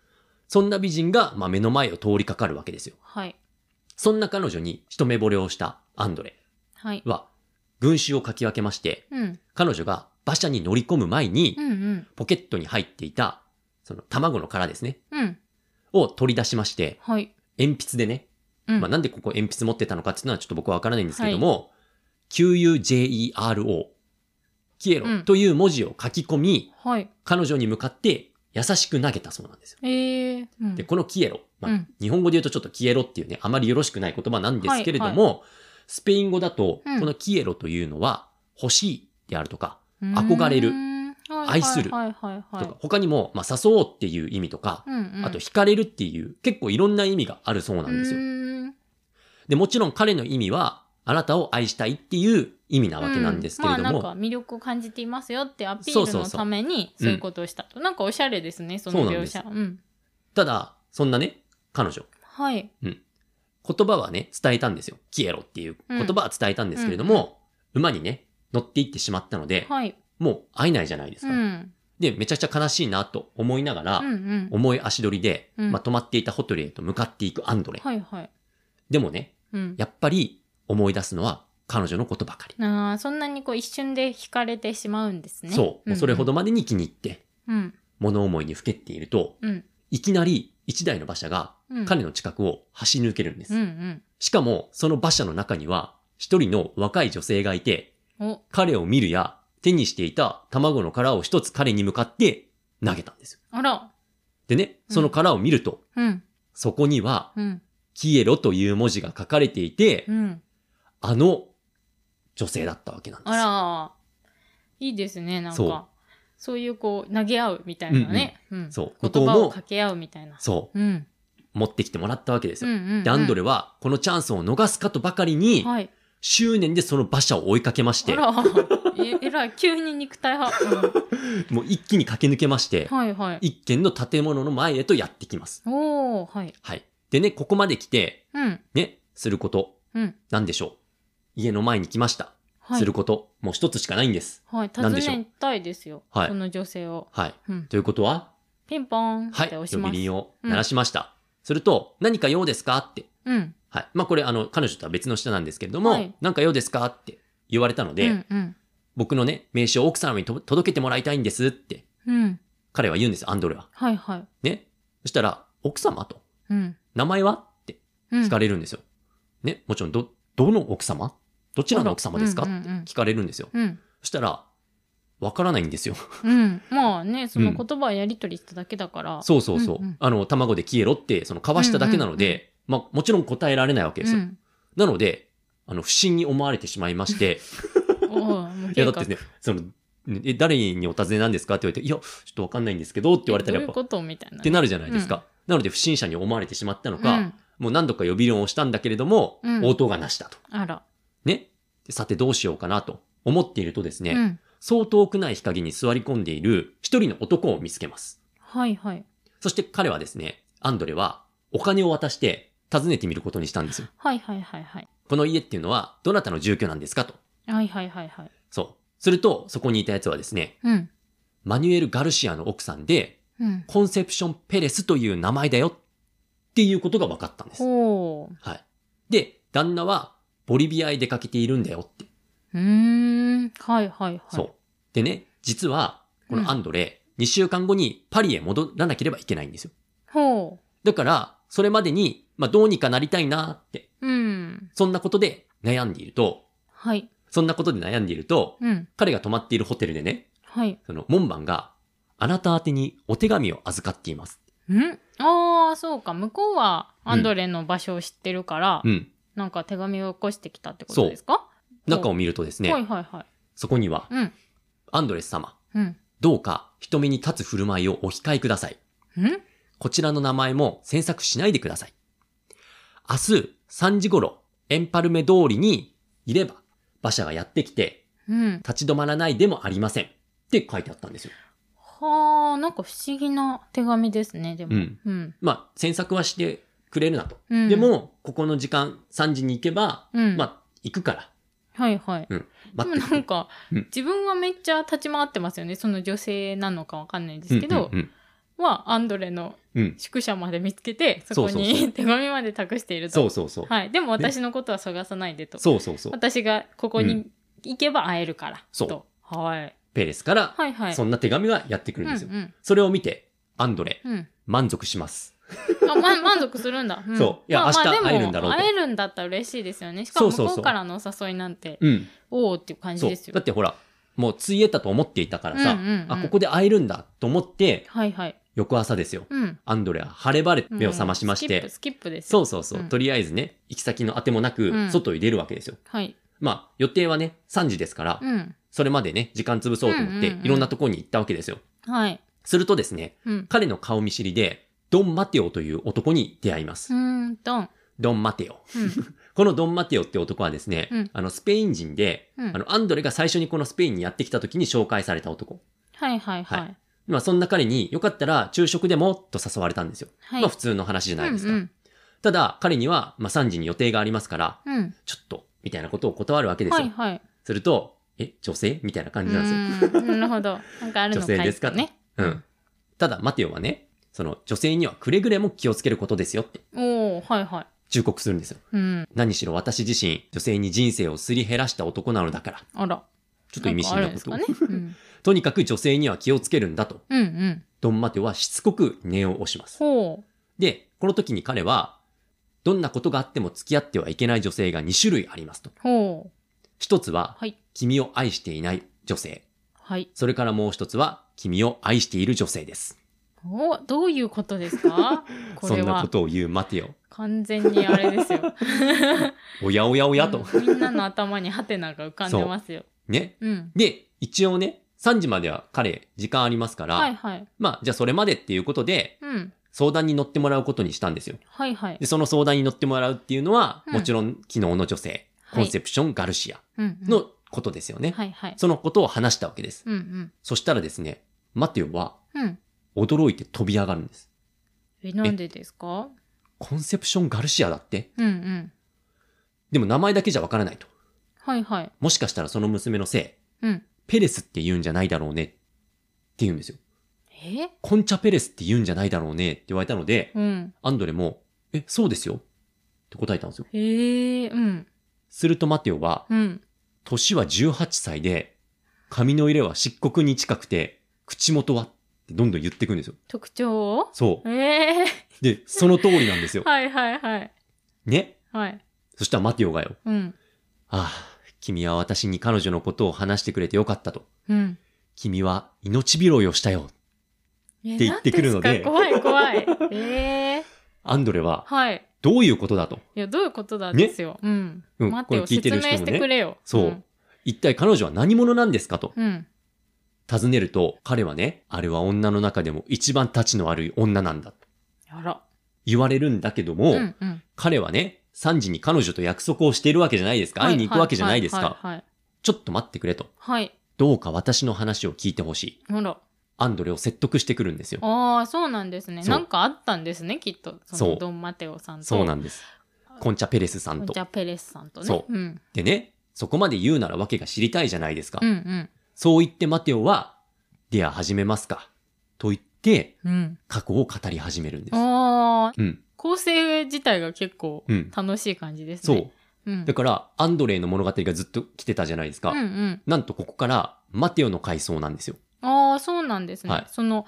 [SPEAKER 2] そんな美人が、まあ、目の前を通りかかるわけですよ。
[SPEAKER 1] はい。
[SPEAKER 2] そんな彼女に一目惚れをしたアンドレ
[SPEAKER 1] はい。
[SPEAKER 2] は、群衆をかき分けまして、
[SPEAKER 1] うん。
[SPEAKER 2] 彼女が馬車に乗り込む前に
[SPEAKER 1] う、んうん。
[SPEAKER 2] ポケットに入っていた、その卵の殻ですね、
[SPEAKER 1] うん。
[SPEAKER 2] を取り出しまして、
[SPEAKER 1] はい。
[SPEAKER 2] 鉛筆でね、
[SPEAKER 1] うん。
[SPEAKER 2] まあ、なんでここ鉛筆持ってたのかっていうのはちょっと僕はわからないんですけども、QUJERO、キエ
[SPEAKER 1] う
[SPEAKER 2] ロ
[SPEAKER 1] ん
[SPEAKER 2] という文字を書き込み、
[SPEAKER 1] はい。
[SPEAKER 2] 彼女に向かって優しく投げたそうなんですよ。
[SPEAKER 1] ええー。うん
[SPEAKER 2] で、このキエロ、まあ
[SPEAKER 1] うん
[SPEAKER 2] 日本語で言うとちょっとキエロっていうね、あまりよろしくない言葉なんですけれども、スペイン語だと、
[SPEAKER 1] うん
[SPEAKER 2] このキエロというのは、欲しいであるとか、憧
[SPEAKER 1] 憧
[SPEAKER 2] れる愛
[SPEAKER 1] 愛
[SPEAKER 2] する
[SPEAKER 1] はいはいはい
[SPEAKER 2] と
[SPEAKER 1] はい
[SPEAKER 2] か。他にも、まあ、誘おうっていう意味とか、
[SPEAKER 1] うんうん
[SPEAKER 2] あと惹かれるっていう、結構いろんな意味があるそうなんです
[SPEAKER 1] う
[SPEAKER 2] よ。
[SPEAKER 1] ーん
[SPEAKER 2] で、もちろん彼の意味は、あなたを愛したいっていう意味なわけなんですけれど
[SPEAKER 1] まあ、なん
[SPEAKER 2] も、
[SPEAKER 1] か魅力を感じていますよってアピ
[SPEAKER 2] そう
[SPEAKER 1] ール
[SPEAKER 2] そう
[SPEAKER 1] の
[SPEAKER 2] そう
[SPEAKER 1] ためにそういうことをしたとなんかおしゃれですねその描写うん
[SPEAKER 2] ただ、そんなね、彼女、
[SPEAKER 1] はい
[SPEAKER 2] 言葉はね、伝えたんですよ。キエロっていう言葉は伝えたんですけれども、馬にね、乗っていってしまったので、
[SPEAKER 1] はい、
[SPEAKER 2] もう会えないじゃないです
[SPEAKER 1] う
[SPEAKER 2] か。
[SPEAKER 1] ん、
[SPEAKER 2] で、めちゃくちゃ悲しいなと思いながら、
[SPEAKER 1] うんうん
[SPEAKER 2] 重い足取りで、
[SPEAKER 1] うん
[SPEAKER 2] まあ、泊まっていたホテルへと向かっていくアンドレ。
[SPEAKER 1] はいはい
[SPEAKER 2] でもね、
[SPEAKER 1] うん
[SPEAKER 2] やっぱり思い出すのは彼女のことばかり。
[SPEAKER 1] あーそんなにこう一瞬で惹かれてしまうんですね
[SPEAKER 2] そう。もうそれほどまでに気に入って、
[SPEAKER 1] うん
[SPEAKER 2] 物思いにふけっていると、
[SPEAKER 1] うん
[SPEAKER 2] いきなり一台の馬車が
[SPEAKER 1] うん
[SPEAKER 2] 彼の近くを走り抜けるんです。
[SPEAKER 1] うんうん
[SPEAKER 2] しかも、その馬車の中には、一人の若い女性がいて、
[SPEAKER 1] お
[SPEAKER 2] 彼を見るや、手にしていた卵の殻を一つ彼に向かって投げたんですよ。
[SPEAKER 1] あら
[SPEAKER 2] でね、その殻を見ると、
[SPEAKER 1] うん
[SPEAKER 2] そこには、
[SPEAKER 1] うん
[SPEAKER 2] キエロという文字が書かれていて、
[SPEAKER 1] うん
[SPEAKER 2] あの女性だったわけなんですよ。
[SPEAKER 1] あらいいですねなんか
[SPEAKER 2] そう
[SPEAKER 1] そういうこう投げ合うみたいなね、うん
[SPEAKER 2] そう
[SPEAKER 1] 言葉
[SPEAKER 2] こと
[SPEAKER 1] を
[SPEAKER 2] も
[SPEAKER 1] 掛け合うみたいな
[SPEAKER 2] そう、
[SPEAKER 1] うん
[SPEAKER 2] 持ってきてもらったわけです
[SPEAKER 1] う
[SPEAKER 2] よ。
[SPEAKER 1] んうんうん
[SPEAKER 2] で、アンドレは、このチャンスを逃すかとばかりに、
[SPEAKER 1] はい
[SPEAKER 2] 執念でその馬車を追いかけまして
[SPEAKER 1] あ、らええらい急に肉体
[SPEAKER 2] [laughs]
[SPEAKER 1] 派、うん
[SPEAKER 2] もう一気に駆け抜けまして、
[SPEAKER 1] はいはい。
[SPEAKER 2] 一軒の建物の前へとやってきます。
[SPEAKER 1] おおはい。
[SPEAKER 2] はい。でね、ここまで来て、
[SPEAKER 1] うん。
[SPEAKER 2] ね、すること、
[SPEAKER 1] うん。
[SPEAKER 2] なんでしょう。家の前に来ました。
[SPEAKER 1] はい。
[SPEAKER 2] すること、もう一つしかないんです。
[SPEAKER 1] はい。訪
[SPEAKER 2] なんでしょう
[SPEAKER 1] ねたいですよ。
[SPEAKER 2] はい
[SPEAKER 1] その女性を。
[SPEAKER 2] はい。
[SPEAKER 1] うん。
[SPEAKER 2] ということは、
[SPEAKER 1] ピンポーンっ
[SPEAKER 2] はい。
[SPEAKER 1] て
[SPEAKER 2] 呼
[SPEAKER 1] 押しま
[SPEAKER 2] び鈴
[SPEAKER 1] す。
[SPEAKER 2] を鳴らしました。すると、何か用ですかって。
[SPEAKER 1] うん。
[SPEAKER 2] はい。まあこれ、あの、彼女とは別の人なんですけれども、
[SPEAKER 1] はい
[SPEAKER 2] 何か用ですかって言われたので、
[SPEAKER 1] うんうん。
[SPEAKER 2] 僕のね、名刺を奥様にと届けてもらいたいんですって、
[SPEAKER 1] うん。
[SPEAKER 2] 彼は言うんですよ、アンドレは。
[SPEAKER 1] はいはい。
[SPEAKER 2] ね。そしたら、奥様と、
[SPEAKER 1] うん。
[SPEAKER 2] 名前はって
[SPEAKER 1] うん。
[SPEAKER 2] 聞かれるんですよ。ね。もちろん、ど、どの奥様どちらの奥様ですかっ
[SPEAKER 1] あ
[SPEAKER 2] て
[SPEAKER 1] らうんうんうん
[SPEAKER 2] 聞かれるんですよ。
[SPEAKER 1] うん。
[SPEAKER 2] そしたら、わからないんですよ。
[SPEAKER 1] うん。まあね、その言葉をやり取りしただけだから。
[SPEAKER 2] そうそうそう。
[SPEAKER 1] うんうん
[SPEAKER 2] あの、卵で消えろって、その、かわしただけなので、まあ、もちろん答えられないわけですよ。
[SPEAKER 1] うん。
[SPEAKER 2] なので、あの、不審に思われてしまいまして、
[SPEAKER 1] おうも
[SPEAKER 2] い
[SPEAKER 1] う
[SPEAKER 2] や、だってね、その、え、誰にお尋ねなんですかって言われて、いや、ちょっとわかんないんですけど、って言われたらやっ
[SPEAKER 1] どういう
[SPEAKER 2] ぱ、っ
[SPEAKER 1] ことみたいな。
[SPEAKER 2] てなるじゃないですか。なので、不審者に思われてしまったのか、
[SPEAKER 1] うん
[SPEAKER 2] もう何度か呼び鈴を押したんだけれども、
[SPEAKER 1] うん
[SPEAKER 2] 応答がなしだと。
[SPEAKER 1] あら。
[SPEAKER 2] ね。でさて、どうしようかなと思っているとですね、
[SPEAKER 1] うん。
[SPEAKER 2] そう遠くない日陰に座り込んでいる一人の男を見つけます。
[SPEAKER 1] はいはい。
[SPEAKER 2] そして彼はですね、アンドレはお金を渡して訪ねてみることにしたんですよ。
[SPEAKER 1] はいはいはいはい。
[SPEAKER 2] この家っていうのはどなたの住居なんですかと。
[SPEAKER 1] はいはいはいはい。
[SPEAKER 2] そう。すると、そこにいた奴はですね、
[SPEAKER 1] うん。
[SPEAKER 2] マニュエル・ガルシアの奥さんで、
[SPEAKER 1] うん。
[SPEAKER 2] コンセプション・ペレスという名前だよっていうことが分かったんです。
[SPEAKER 1] ほう。
[SPEAKER 2] はい。で、旦那はボリビアへ出かけているんだよって。
[SPEAKER 1] うーん。はいはいはい。
[SPEAKER 2] そう。でね、実は、このアンドレ、2週間後にパリへ戻らなければいけないんですよ。
[SPEAKER 1] ほ
[SPEAKER 2] だから、それまでに、まあ、どうにかなりたいなって、
[SPEAKER 1] う。うん。
[SPEAKER 2] そんなことで悩んでいると、
[SPEAKER 1] はい。
[SPEAKER 2] そんなことで悩んでいると、
[SPEAKER 1] うん。
[SPEAKER 2] 彼が泊まっているホテルでね、
[SPEAKER 1] はい。
[SPEAKER 2] その、門番が、あなた宛てにお手紙を預かっています。
[SPEAKER 1] んああ、そうか。向こうはアンドレの場所を知ってるから、
[SPEAKER 2] うん。
[SPEAKER 1] なんか手紙を起こしてきたってことですか
[SPEAKER 2] 中を見るとです
[SPEAKER 1] はい
[SPEAKER 2] ね、
[SPEAKER 1] はいはい。
[SPEAKER 2] そこには、
[SPEAKER 1] うん。
[SPEAKER 2] アンドレス様、
[SPEAKER 1] うん。
[SPEAKER 2] どうか人目に立つ振る舞いをお控えください。
[SPEAKER 1] うん
[SPEAKER 2] こちらの名前も詮索しないでください。明日3時頃、エンパルメ通りにいれば、馬車がやってきて、
[SPEAKER 1] うん。
[SPEAKER 2] 立ち止まらないでもありません。って書いてあったんですよ。
[SPEAKER 1] はあ、なんか不思議な手紙ですね、でも。
[SPEAKER 2] うん。
[SPEAKER 1] うん。
[SPEAKER 2] まあ、詮索はしてくれるなと。
[SPEAKER 1] うん
[SPEAKER 2] でも、ここの時間、3時に行けば、
[SPEAKER 1] うん
[SPEAKER 2] まあ、行くから、
[SPEAKER 1] はいはい。で
[SPEAKER 2] 待
[SPEAKER 1] も
[SPEAKER 2] って
[SPEAKER 1] なんか、
[SPEAKER 2] うん
[SPEAKER 1] 自分はめっちゃ立ち回ってますよね。その女性なのかわかんないですけど、
[SPEAKER 2] うんうん
[SPEAKER 1] はアンドレの
[SPEAKER 2] うんうん
[SPEAKER 1] 宿舎まで見つけて、そ
[SPEAKER 2] そう
[SPEAKER 1] こ
[SPEAKER 2] そうそう
[SPEAKER 1] に手紙まで託していると。
[SPEAKER 2] そうそうそう。
[SPEAKER 1] はい。でも私のことは探さないでと。
[SPEAKER 2] そうそうそう。
[SPEAKER 1] 私がここ
[SPEAKER 2] う
[SPEAKER 1] に行けば会えるから。
[SPEAKER 2] そう
[SPEAKER 1] と。はい。
[SPEAKER 2] ペレスから、
[SPEAKER 1] はいはい。
[SPEAKER 2] そんな手紙がやってくるんですよ。
[SPEAKER 1] うんうん
[SPEAKER 2] それを見て、アンドレ、
[SPEAKER 1] うん、
[SPEAKER 2] 満足します。
[SPEAKER 1] あま [laughs] 満足するんだ。ん
[SPEAKER 2] そういや
[SPEAKER 1] まあまあ
[SPEAKER 2] 明日
[SPEAKER 1] でも
[SPEAKER 2] 会えるんだろうと
[SPEAKER 1] 会えるんだったら嬉しいですよね。しかも
[SPEAKER 2] そうそう
[SPEAKER 1] 向こ
[SPEAKER 2] そう
[SPEAKER 1] うからのお誘いなんて、
[SPEAKER 2] うん。
[SPEAKER 1] おおっていう感じ
[SPEAKER 2] そう
[SPEAKER 1] です。よ
[SPEAKER 2] だっ。てほら、もうついえたと思っていたからさ、
[SPEAKER 1] うんうんうん
[SPEAKER 2] あ、ここで会えるんだと思って、
[SPEAKER 1] はいはい。
[SPEAKER 2] 翌朝ですよ。
[SPEAKER 1] うん。
[SPEAKER 2] アンドレは晴れ晴れ目を覚ましまし
[SPEAKER 1] うん
[SPEAKER 2] て、
[SPEAKER 1] スキップ、スキップです。
[SPEAKER 2] そうそうそう、
[SPEAKER 1] うん
[SPEAKER 2] とりあえずね、行き先の当てもなく、
[SPEAKER 1] うん
[SPEAKER 2] 外に出るわけですよ。
[SPEAKER 1] はい。
[SPEAKER 2] まあ、予定はね、3時ですから、
[SPEAKER 1] うん。
[SPEAKER 2] それまでね、時間潰そうと思って、
[SPEAKER 1] うんうんうん
[SPEAKER 2] いろんなところに行ったわけですよ。
[SPEAKER 1] はい。
[SPEAKER 2] するとですね、
[SPEAKER 1] うん。
[SPEAKER 2] 彼の顔見知りで、ドン・マテオという男に出会います。
[SPEAKER 1] うーんと。
[SPEAKER 2] ドン・マテオ。
[SPEAKER 1] うん。
[SPEAKER 2] このドン・マテオって男はですね、
[SPEAKER 1] うん
[SPEAKER 2] あの、スペイン人で、
[SPEAKER 1] うん
[SPEAKER 2] [laughs] あの、アンドレが最初にこのスペインにやってきた時に紹介された男。
[SPEAKER 1] はいはいは。
[SPEAKER 2] はいまあ、そんな彼に、よかったら昼食でもと誘われたんですよ。
[SPEAKER 1] はい。
[SPEAKER 2] まあ、普通の話じゃないですか。
[SPEAKER 1] うん
[SPEAKER 2] ただ、彼には、まあ、3時に予定がありますから、
[SPEAKER 1] うん。うん
[SPEAKER 2] ちょっと、みたいなことを断るわけですよ。
[SPEAKER 1] はいはい。
[SPEAKER 2] すると、え、女性みたいな
[SPEAKER 1] う
[SPEAKER 2] 感じなんですよ。
[SPEAKER 1] ーんなるほど。なんかある
[SPEAKER 2] 女
[SPEAKER 1] のかい
[SPEAKER 2] 性ですか
[SPEAKER 1] ね。
[SPEAKER 2] とうん。ただ、マテオはね、その、女性にはくれぐれも気をつけることですよって
[SPEAKER 1] おおはいはい。
[SPEAKER 2] 忠告するんですよ。
[SPEAKER 1] うん。
[SPEAKER 2] 何しろ私自身、女性に人生をすり減らした男なのだから、
[SPEAKER 1] あら。
[SPEAKER 2] ちょっと意味深なことを。
[SPEAKER 1] んかあるんですかね。うん。
[SPEAKER 2] とにかく女性には気をつけるんだと、
[SPEAKER 1] うんうん。
[SPEAKER 2] ドンマテオはしつこく念を押します。
[SPEAKER 1] ほ
[SPEAKER 2] で、この時に彼は、どんなことがあっても付き合ってはいけない女性が2種類ありますと。
[SPEAKER 1] う。ほう。
[SPEAKER 2] 一つは、
[SPEAKER 1] はい。
[SPEAKER 2] 君を愛していない女性。
[SPEAKER 1] はい。
[SPEAKER 2] それからもう一つは、君を愛している女性です。
[SPEAKER 1] おどういうことですかこ
[SPEAKER 2] [laughs] そ
[SPEAKER 1] れ
[SPEAKER 2] んなこ
[SPEAKER 1] は
[SPEAKER 2] とを言うマテオ。
[SPEAKER 1] 完全にあれですよ。
[SPEAKER 2] おやお [laughs] やおやと。
[SPEAKER 1] うんみんなの頭にハテナが浮かんでますよ。
[SPEAKER 2] ね。
[SPEAKER 1] うん。
[SPEAKER 2] で、一応ね、3時までは彼、時間ありますから、
[SPEAKER 1] はいはい。
[SPEAKER 2] まあ、じゃあそれまでっていうことで、
[SPEAKER 1] うん。
[SPEAKER 2] 相談に乗ってもらうことにしたんですよ。
[SPEAKER 1] はいはい
[SPEAKER 2] で、。その相談に乗ってもらうっていうのは、
[SPEAKER 1] うん
[SPEAKER 2] もちろん昨日の女性、
[SPEAKER 1] は
[SPEAKER 2] コ
[SPEAKER 1] い
[SPEAKER 2] ンセプション・ガルシア
[SPEAKER 1] うん、うん。
[SPEAKER 2] のことですよね。
[SPEAKER 1] はいはい。
[SPEAKER 2] そのことを話したわけです。
[SPEAKER 1] うんうん。
[SPEAKER 2] そしたらですね、マテオは
[SPEAKER 1] うん。
[SPEAKER 2] 驚いて飛び上がるんです。
[SPEAKER 1] え、なんでですか
[SPEAKER 2] コンセプション・ガルシアだって
[SPEAKER 1] うんうん。
[SPEAKER 2] でも名前だけじゃわからないと。
[SPEAKER 1] はいはい。
[SPEAKER 2] もしかしたらその娘のせい、
[SPEAKER 1] うん。
[SPEAKER 2] ペレスって言うんじゃないだろうねって言うんですよ。
[SPEAKER 1] え
[SPEAKER 2] コンチャペレスって言うんじゃないだろうねって言われたので、
[SPEAKER 1] うん。
[SPEAKER 2] アンドレも、え、そうですよって答えたんですよ。
[SPEAKER 1] へえうん。
[SPEAKER 2] するとマテオは、
[SPEAKER 1] うん。
[SPEAKER 2] 年は18歳で、髪の色は漆黒に近くて、口元はってどんどん言ってくんですよ。
[SPEAKER 1] 特徴を
[SPEAKER 2] そ
[SPEAKER 1] ええ。
[SPEAKER 2] う。で、その通りなんですよ
[SPEAKER 1] はいはいはい。
[SPEAKER 2] ね。
[SPEAKER 1] はい。
[SPEAKER 2] そしたらマテオがよ、
[SPEAKER 1] うん。
[SPEAKER 2] ああ、君は私に彼女のことを話してくれてよかったと。
[SPEAKER 1] うん。
[SPEAKER 2] 君は命拾いをしたよ。
[SPEAKER 1] え
[SPEAKER 2] って言ってくるので
[SPEAKER 1] なんすか怖い怖い。えー、
[SPEAKER 2] アンドレは、
[SPEAKER 1] はい。
[SPEAKER 2] どういうことだと。
[SPEAKER 1] いや、どういうことだですよ。うん。
[SPEAKER 2] うん
[SPEAKER 1] 待ってよ、
[SPEAKER 2] これ聞いてる
[SPEAKER 1] 説明
[SPEAKER 2] 人もね
[SPEAKER 1] してくれよ。
[SPEAKER 2] そう。一体彼女は何者なんですかと。
[SPEAKER 1] うん。うん。
[SPEAKER 2] 尋ねると、彼はね、あれは女の中でも一番立ちの悪い女なんだ。
[SPEAKER 1] やら。
[SPEAKER 2] 言われるんだけども、
[SPEAKER 1] うんうん。
[SPEAKER 2] 彼はね、3時に彼女と約束をしているわけじゃないですか。会いに行くわけじゃないですか。
[SPEAKER 1] はいはい
[SPEAKER 2] ちょっと待ってくれと。
[SPEAKER 1] はいはい。
[SPEAKER 2] どうか私の話を聞いてほしい。
[SPEAKER 1] はい。ほら。
[SPEAKER 2] アンドレを説得してくるんですよ。
[SPEAKER 1] ああ、そうなんですね。
[SPEAKER 2] そう
[SPEAKER 1] なんかあったんですね、きっと。そ
[SPEAKER 2] そ
[SPEAKER 1] の
[SPEAKER 2] う
[SPEAKER 1] ドン・マテオさんと。
[SPEAKER 2] そうなんんです。コンチャ・ペレスさんと
[SPEAKER 1] じ。ゃあペレスさんとね。。
[SPEAKER 2] そう
[SPEAKER 1] ん。
[SPEAKER 2] でね、そこまで言うなら訳が知りたいじゃないですか。
[SPEAKER 1] うんうん。
[SPEAKER 2] そう言ってマテオは、では始めますか。と言って、
[SPEAKER 1] うん。
[SPEAKER 2] 過去を語り始めるんです。
[SPEAKER 1] ああ、
[SPEAKER 2] うん。
[SPEAKER 1] 構成自体が結構
[SPEAKER 2] うん
[SPEAKER 1] 楽しい感じです
[SPEAKER 2] そ
[SPEAKER 1] ね。
[SPEAKER 2] う。
[SPEAKER 1] そう。うん。
[SPEAKER 2] だから、アンドレイの物語がずっと来てたじゃないですか。
[SPEAKER 1] うんうん。
[SPEAKER 2] なんとここから、マテオの回想なんですよ。
[SPEAKER 1] ああ、そうなんですね。
[SPEAKER 2] はい
[SPEAKER 1] その、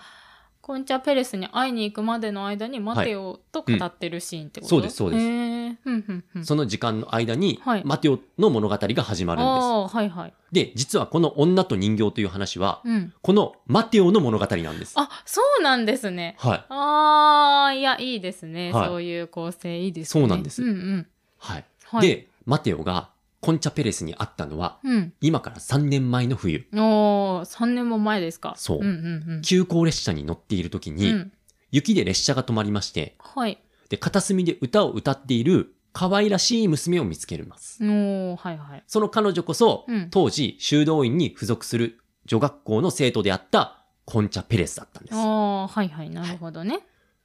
[SPEAKER 1] コンチャ・ペレスに会いに行くまでの間にマテオと語ってるシーンってこと、
[SPEAKER 2] はいうんそうですそうです
[SPEAKER 1] へーふんふんふん。
[SPEAKER 2] その時間の間に、
[SPEAKER 1] はい
[SPEAKER 2] マテオの物語が始まるん
[SPEAKER 1] ああ、はいはい。
[SPEAKER 2] です。で、実はこの女と人形という話は、
[SPEAKER 1] うん。
[SPEAKER 2] このマテオの物語なんです。
[SPEAKER 1] あ、そうなんですね。
[SPEAKER 2] はい。
[SPEAKER 1] ああ、いや、いいですね、
[SPEAKER 2] はい
[SPEAKER 1] そういう構成、いいですね。
[SPEAKER 2] そうなんです
[SPEAKER 1] うんうん。
[SPEAKER 2] はい。
[SPEAKER 1] はい、、
[SPEAKER 2] で、マテオがコンチャペレスに会ったのは、
[SPEAKER 1] うん。
[SPEAKER 2] 今から3年前の冬、
[SPEAKER 1] おー、3年も前ですか。
[SPEAKER 2] そう
[SPEAKER 1] うんうんうん。
[SPEAKER 2] 急行列車に乗っている時に、
[SPEAKER 1] うん、
[SPEAKER 2] 雪で列車が止まりまして、
[SPEAKER 1] はい。
[SPEAKER 2] で、片隅で歌を歌っている可愛らしい娘を見つけます。
[SPEAKER 1] おー、はいはい。
[SPEAKER 2] その彼女こそ、
[SPEAKER 1] うん
[SPEAKER 2] 当時修道院に付属する女学校の生徒であったコンチャペレスだったんです。
[SPEAKER 1] ああ、はいはい、なるほどね。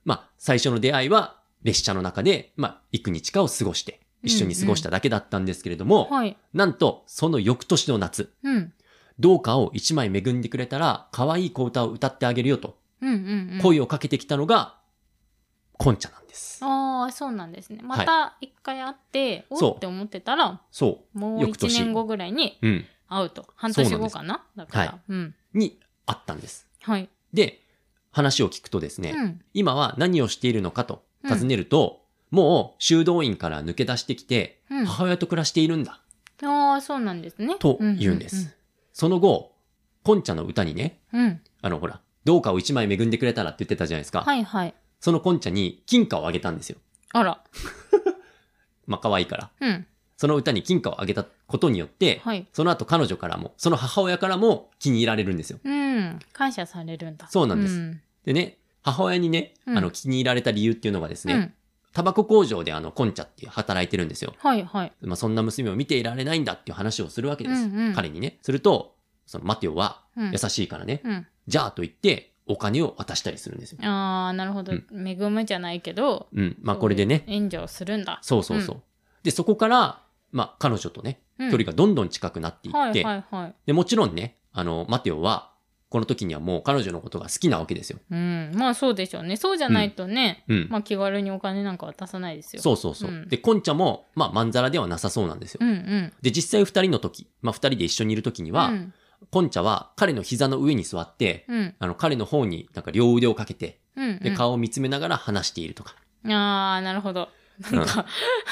[SPEAKER 2] まあ、最初の出会いは列車の中で、まあ、幾日かを過ごして、一緒に過ごしただけだったんですけれども、
[SPEAKER 1] はい。
[SPEAKER 2] なんと、その翌年の夏、
[SPEAKER 1] うん。
[SPEAKER 2] どうかを一枚恵んでくれたら、可愛い子歌を歌ってあげるよと、
[SPEAKER 1] うんうんうん。
[SPEAKER 2] 声をかけてきたのが、コンチャなんです。
[SPEAKER 1] ああ、そうなんですね。また一回会って、
[SPEAKER 2] そ
[SPEAKER 1] お
[SPEAKER 2] う
[SPEAKER 1] って思ってたら、
[SPEAKER 2] そ
[SPEAKER 1] もう
[SPEAKER 2] 翌
[SPEAKER 1] 一
[SPEAKER 2] 年
[SPEAKER 1] 年後ぐらいに
[SPEAKER 2] う。うん。
[SPEAKER 1] 会うと。半
[SPEAKER 2] そう
[SPEAKER 1] 年
[SPEAKER 2] なんで
[SPEAKER 1] 後
[SPEAKER 2] す
[SPEAKER 1] かなだから、
[SPEAKER 2] はい
[SPEAKER 1] うん。
[SPEAKER 2] にあったんです。
[SPEAKER 1] はい。
[SPEAKER 2] で、話を聞くとですね、
[SPEAKER 1] うん。
[SPEAKER 2] 今は何をしているのかと尋ねると、もう修道院から抜け出してきて、
[SPEAKER 1] うん
[SPEAKER 2] 母親と暮らしているんだ、
[SPEAKER 1] ああ、そうなんですね。
[SPEAKER 2] と言うんです。その後、コンチャの歌にね、
[SPEAKER 1] うん。うんうん。うん
[SPEAKER 2] あのほら、どうかを一枚恵んでくれたらって言ってたじゃないですか。
[SPEAKER 1] はいはい。
[SPEAKER 2] そのコンチャに金貨をあげたんですよ。
[SPEAKER 1] あら。
[SPEAKER 2] まあ可愛いから。
[SPEAKER 1] うん。
[SPEAKER 2] その歌に金貨をあげたことによって、
[SPEAKER 1] はい。
[SPEAKER 2] その後彼女からも、その母親からも気に入られるんですよ。
[SPEAKER 1] うん。感謝されるんだ。
[SPEAKER 2] そうなんです
[SPEAKER 1] うん。
[SPEAKER 2] でね、母親にね、
[SPEAKER 1] うん
[SPEAKER 2] あの気に入られた理由っていうのがですね、
[SPEAKER 1] うん
[SPEAKER 2] タバコ工場であのコンチャっていう働いてるんですよ。
[SPEAKER 1] はいはい。
[SPEAKER 2] まあ、そんな娘を見ていられないんだっていう話をするわけです。
[SPEAKER 1] うんうん
[SPEAKER 2] 彼にね。すると、そのマテオは
[SPEAKER 1] うん
[SPEAKER 2] 優しいからね、
[SPEAKER 1] うん。
[SPEAKER 2] じゃあと言ってお金を渡したりするんですよ。
[SPEAKER 1] ああ、なるほど。
[SPEAKER 2] うん
[SPEAKER 1] 恵むじゃないけど、
[SPEAKER 2] うん。まあ
[SPEAKER 1] そう
[SPEAKER 2] これでね、
[SPEAKER 1] 援助をするんだ。
[SPEAKER 2] そうそうそう。で、そこから、まあ彼女とね、
[SPEAKER 1] うん
[SPEAKER 2] 距離がどんどん近くなってい
[SPEAKER 1] は
[SPEAKER 2] っ
[SPEAKER 1] い
[SPEAKER 2] て、
[SPEAKER 1] はいはい。
[SPEAKER 2] で、もちろんね、あの、マテオは、この時にはもう彼女のことが好きなわけですよ。
[SPEAKER 1] うん。まあそうでしょうね。そうじゃないとね、
[SPEAKER 2] うん。
[SPEAKER 1] まあ気軽にお金なんか渡さないですよ。
[SPEAKER 2] そうそうそう。
[SPEAKER 1] うん
[SPEAKER 2] で、コンチャも、まあまんざらではなさそうなんですよ。
[SPEAKER 1] うんうん。
[SPEAKER 2] で、実際二人の時、まあ二人で一緒にいる時には、
[SPEAKER 1] うん
[SPEAKER 2] コンチャは彼の膝の上に座って、
[SPEAKER 1] うん
[SPEAKER 2] あの、彼の方になんか両腕をかけて、
[SPEAKER 1] うんうん
[SPEAKER 2] で、顔を見つめながら話しているとか。
[SPEAKER 1] ああなるほどなんか、 [laughs]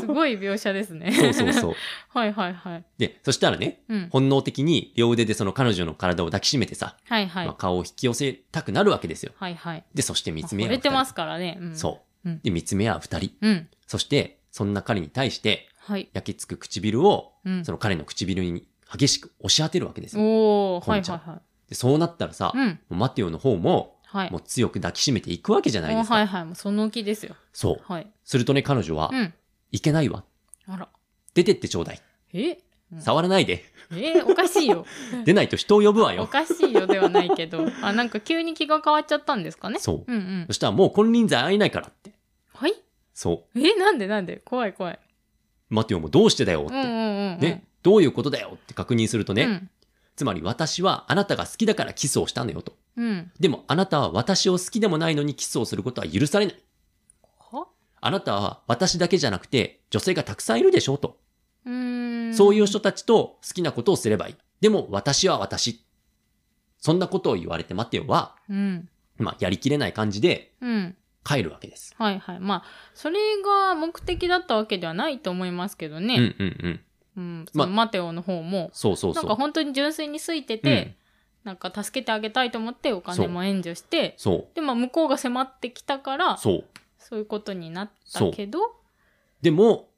[SPEAKER 1] すごい描写ですね
[SPEAKER 2] そうそうそうう。
[SPEAKER 1] [laughs] はいはいはい、
[SPEAKER 2] で、そしたらね、
[SPEAKER 1] うん、
[SPEAKER 2] 本能的に両腕でその彼女の体を抱きしめてさ、
[SPEAKER 1] はいはい、
[SPEAKER 2] まあ、顔を引き寄せたくなるわけですよ。
[SPEAKER 1] はいはい
[SPEAKER 2] で、そして見つめ合う
[SPEAKER 1] まあ惚
[SPEAKER 2] 二
[SPEAKER 1] れ
[SPEAKER 2] 人。
[SPEAKER 1] てますからね、うん、
[SPEAKER 2] そう
[SPEAKER 1] うん。
[SPEAKER 2] で、見つめ合う二人。
[SPEAKER 1] ううん
[SPEAKER 2] そして、そんな彼に対して、
[SPEAKER 1] はい、
[SPEAKER 2] 焼き付く唇を、
[SPEAKER 1] うん、
[SPEAKER 2] その彼の唇に激しく押し当てるわけですよ。
[SPEAKER 1] おおは
[SPEAKER 2] こ
[SPEAKER 1] い
[SPEAKER 2] んちゃ
[SPEAKER 1] は
[SPEAKER 2] ん
[SPEAKER 1] いは
[SPEAKER 2] で、そうなったらさ、
[SPEAKER 1] いうん
[SPEAKER 2] もうマテオの方も、
[SPEAKER 1] はい
[SPEAKER 2] もう強く抱きしめていくわけじゃない
[SPEAKER 1] も
[SPEAKER 2] で
[SPEAKER 1] う
[SPEAKER 2] すか。
[SPEAKER 1] はいはいもうその気ですよ
[SPEAKER 2] そう。
[SPEAKER 1] はい
[SPEAKER 2] するとね、彼女は、
[SPEAKER 1] うん
[SPEAKER 2] いけないわ。
[SPEAKER 1] あら
[SPEAKER 2] 出てってちょうだい。
[SPEAKER 1] えうん
[SPEAKER 2] 触らないで。
[SPEAKER 1] えおかしいよ
[SPEAKER 2] 出ないと人を呼ぶわ
[SPEAKER 1] お
[SPEAKER 2] よ。
[SPEAKER 1] かしいよではない
[SPEAKER 2] [laughs]
[SPEAKER 1] けどあなんか急に気が変わっちゃったんですかね
[SPEAKER 2] そう。
[SPEAKER 1] うんうん
[SPEAKER 2] そしたらもう金輪際会えないからって。
[SPEAKER 1] はい
[SPEAKER 2] そ。
[SPEAKER 1] えなんでなんで怖い怖いう
[SPEAKER 2] マテオもどうしてだよっ
[SPEAKER 1] うん
[SPEAKER 2] て。
[SPEAKER 1] うんうんうん
[SPEAKER 2] ね。どういうことだよって確認するとね、
[SPEAKER 1] うん
[SPEAKER 2] つまり私はあなたが好きだからキスをしたのよと。
[SPEAKER 1] うん
[SPEAKER 2] でもあなたは私を好きでもないのにキスをすることは許されない。
[SPEAKER 1] は
[SPEAKER 2] あなたは私だけじゃなくて女性がたくさんいるでしょうと。
[SPEAKER 1] うーん
[SPEAKER 2] そういう人たちと好きなことをすればいい。でも私は私。そんなことを言われてマテオは、
[SPEAKER 1] うん
[SPEAKER 2] まあやりきれない感じで
[SPEAKER 1] うん
[SPEAKER 2] 帰るわけです。
[SPEAKER 1] はいはいまあそれが目的だったわけではないと思いますけどね、
[SPEAKER 2] うんうんうん。
[SPEAKER 1] うん、そ
[SPEAKER 2] ま
[SPEAKER 1] のマテオの方も、
[SPEAKER 2] そうそう
[SPEAKER 1] なん
[SPEAKER 2] そ
[SPEAKER 1] か
[SPEAKER 2] う。
[SPEAKER 1] 本当に純粋に好いて
[SPEAKER 2] う
[SPEAKER 1] て
[SPEAKER 2] ん、
[SPEAKER 1] なんか助けてあげたいと思ってお金も援助して、
[SPEAKER 2] そう。
[SPEAKER 1] で、まあ向こうが迫ってきたから、
[SPEAKER 2] そう。
[SPEAKER 1] そういうことになったけど、っ
[SPEAKER 2] でも、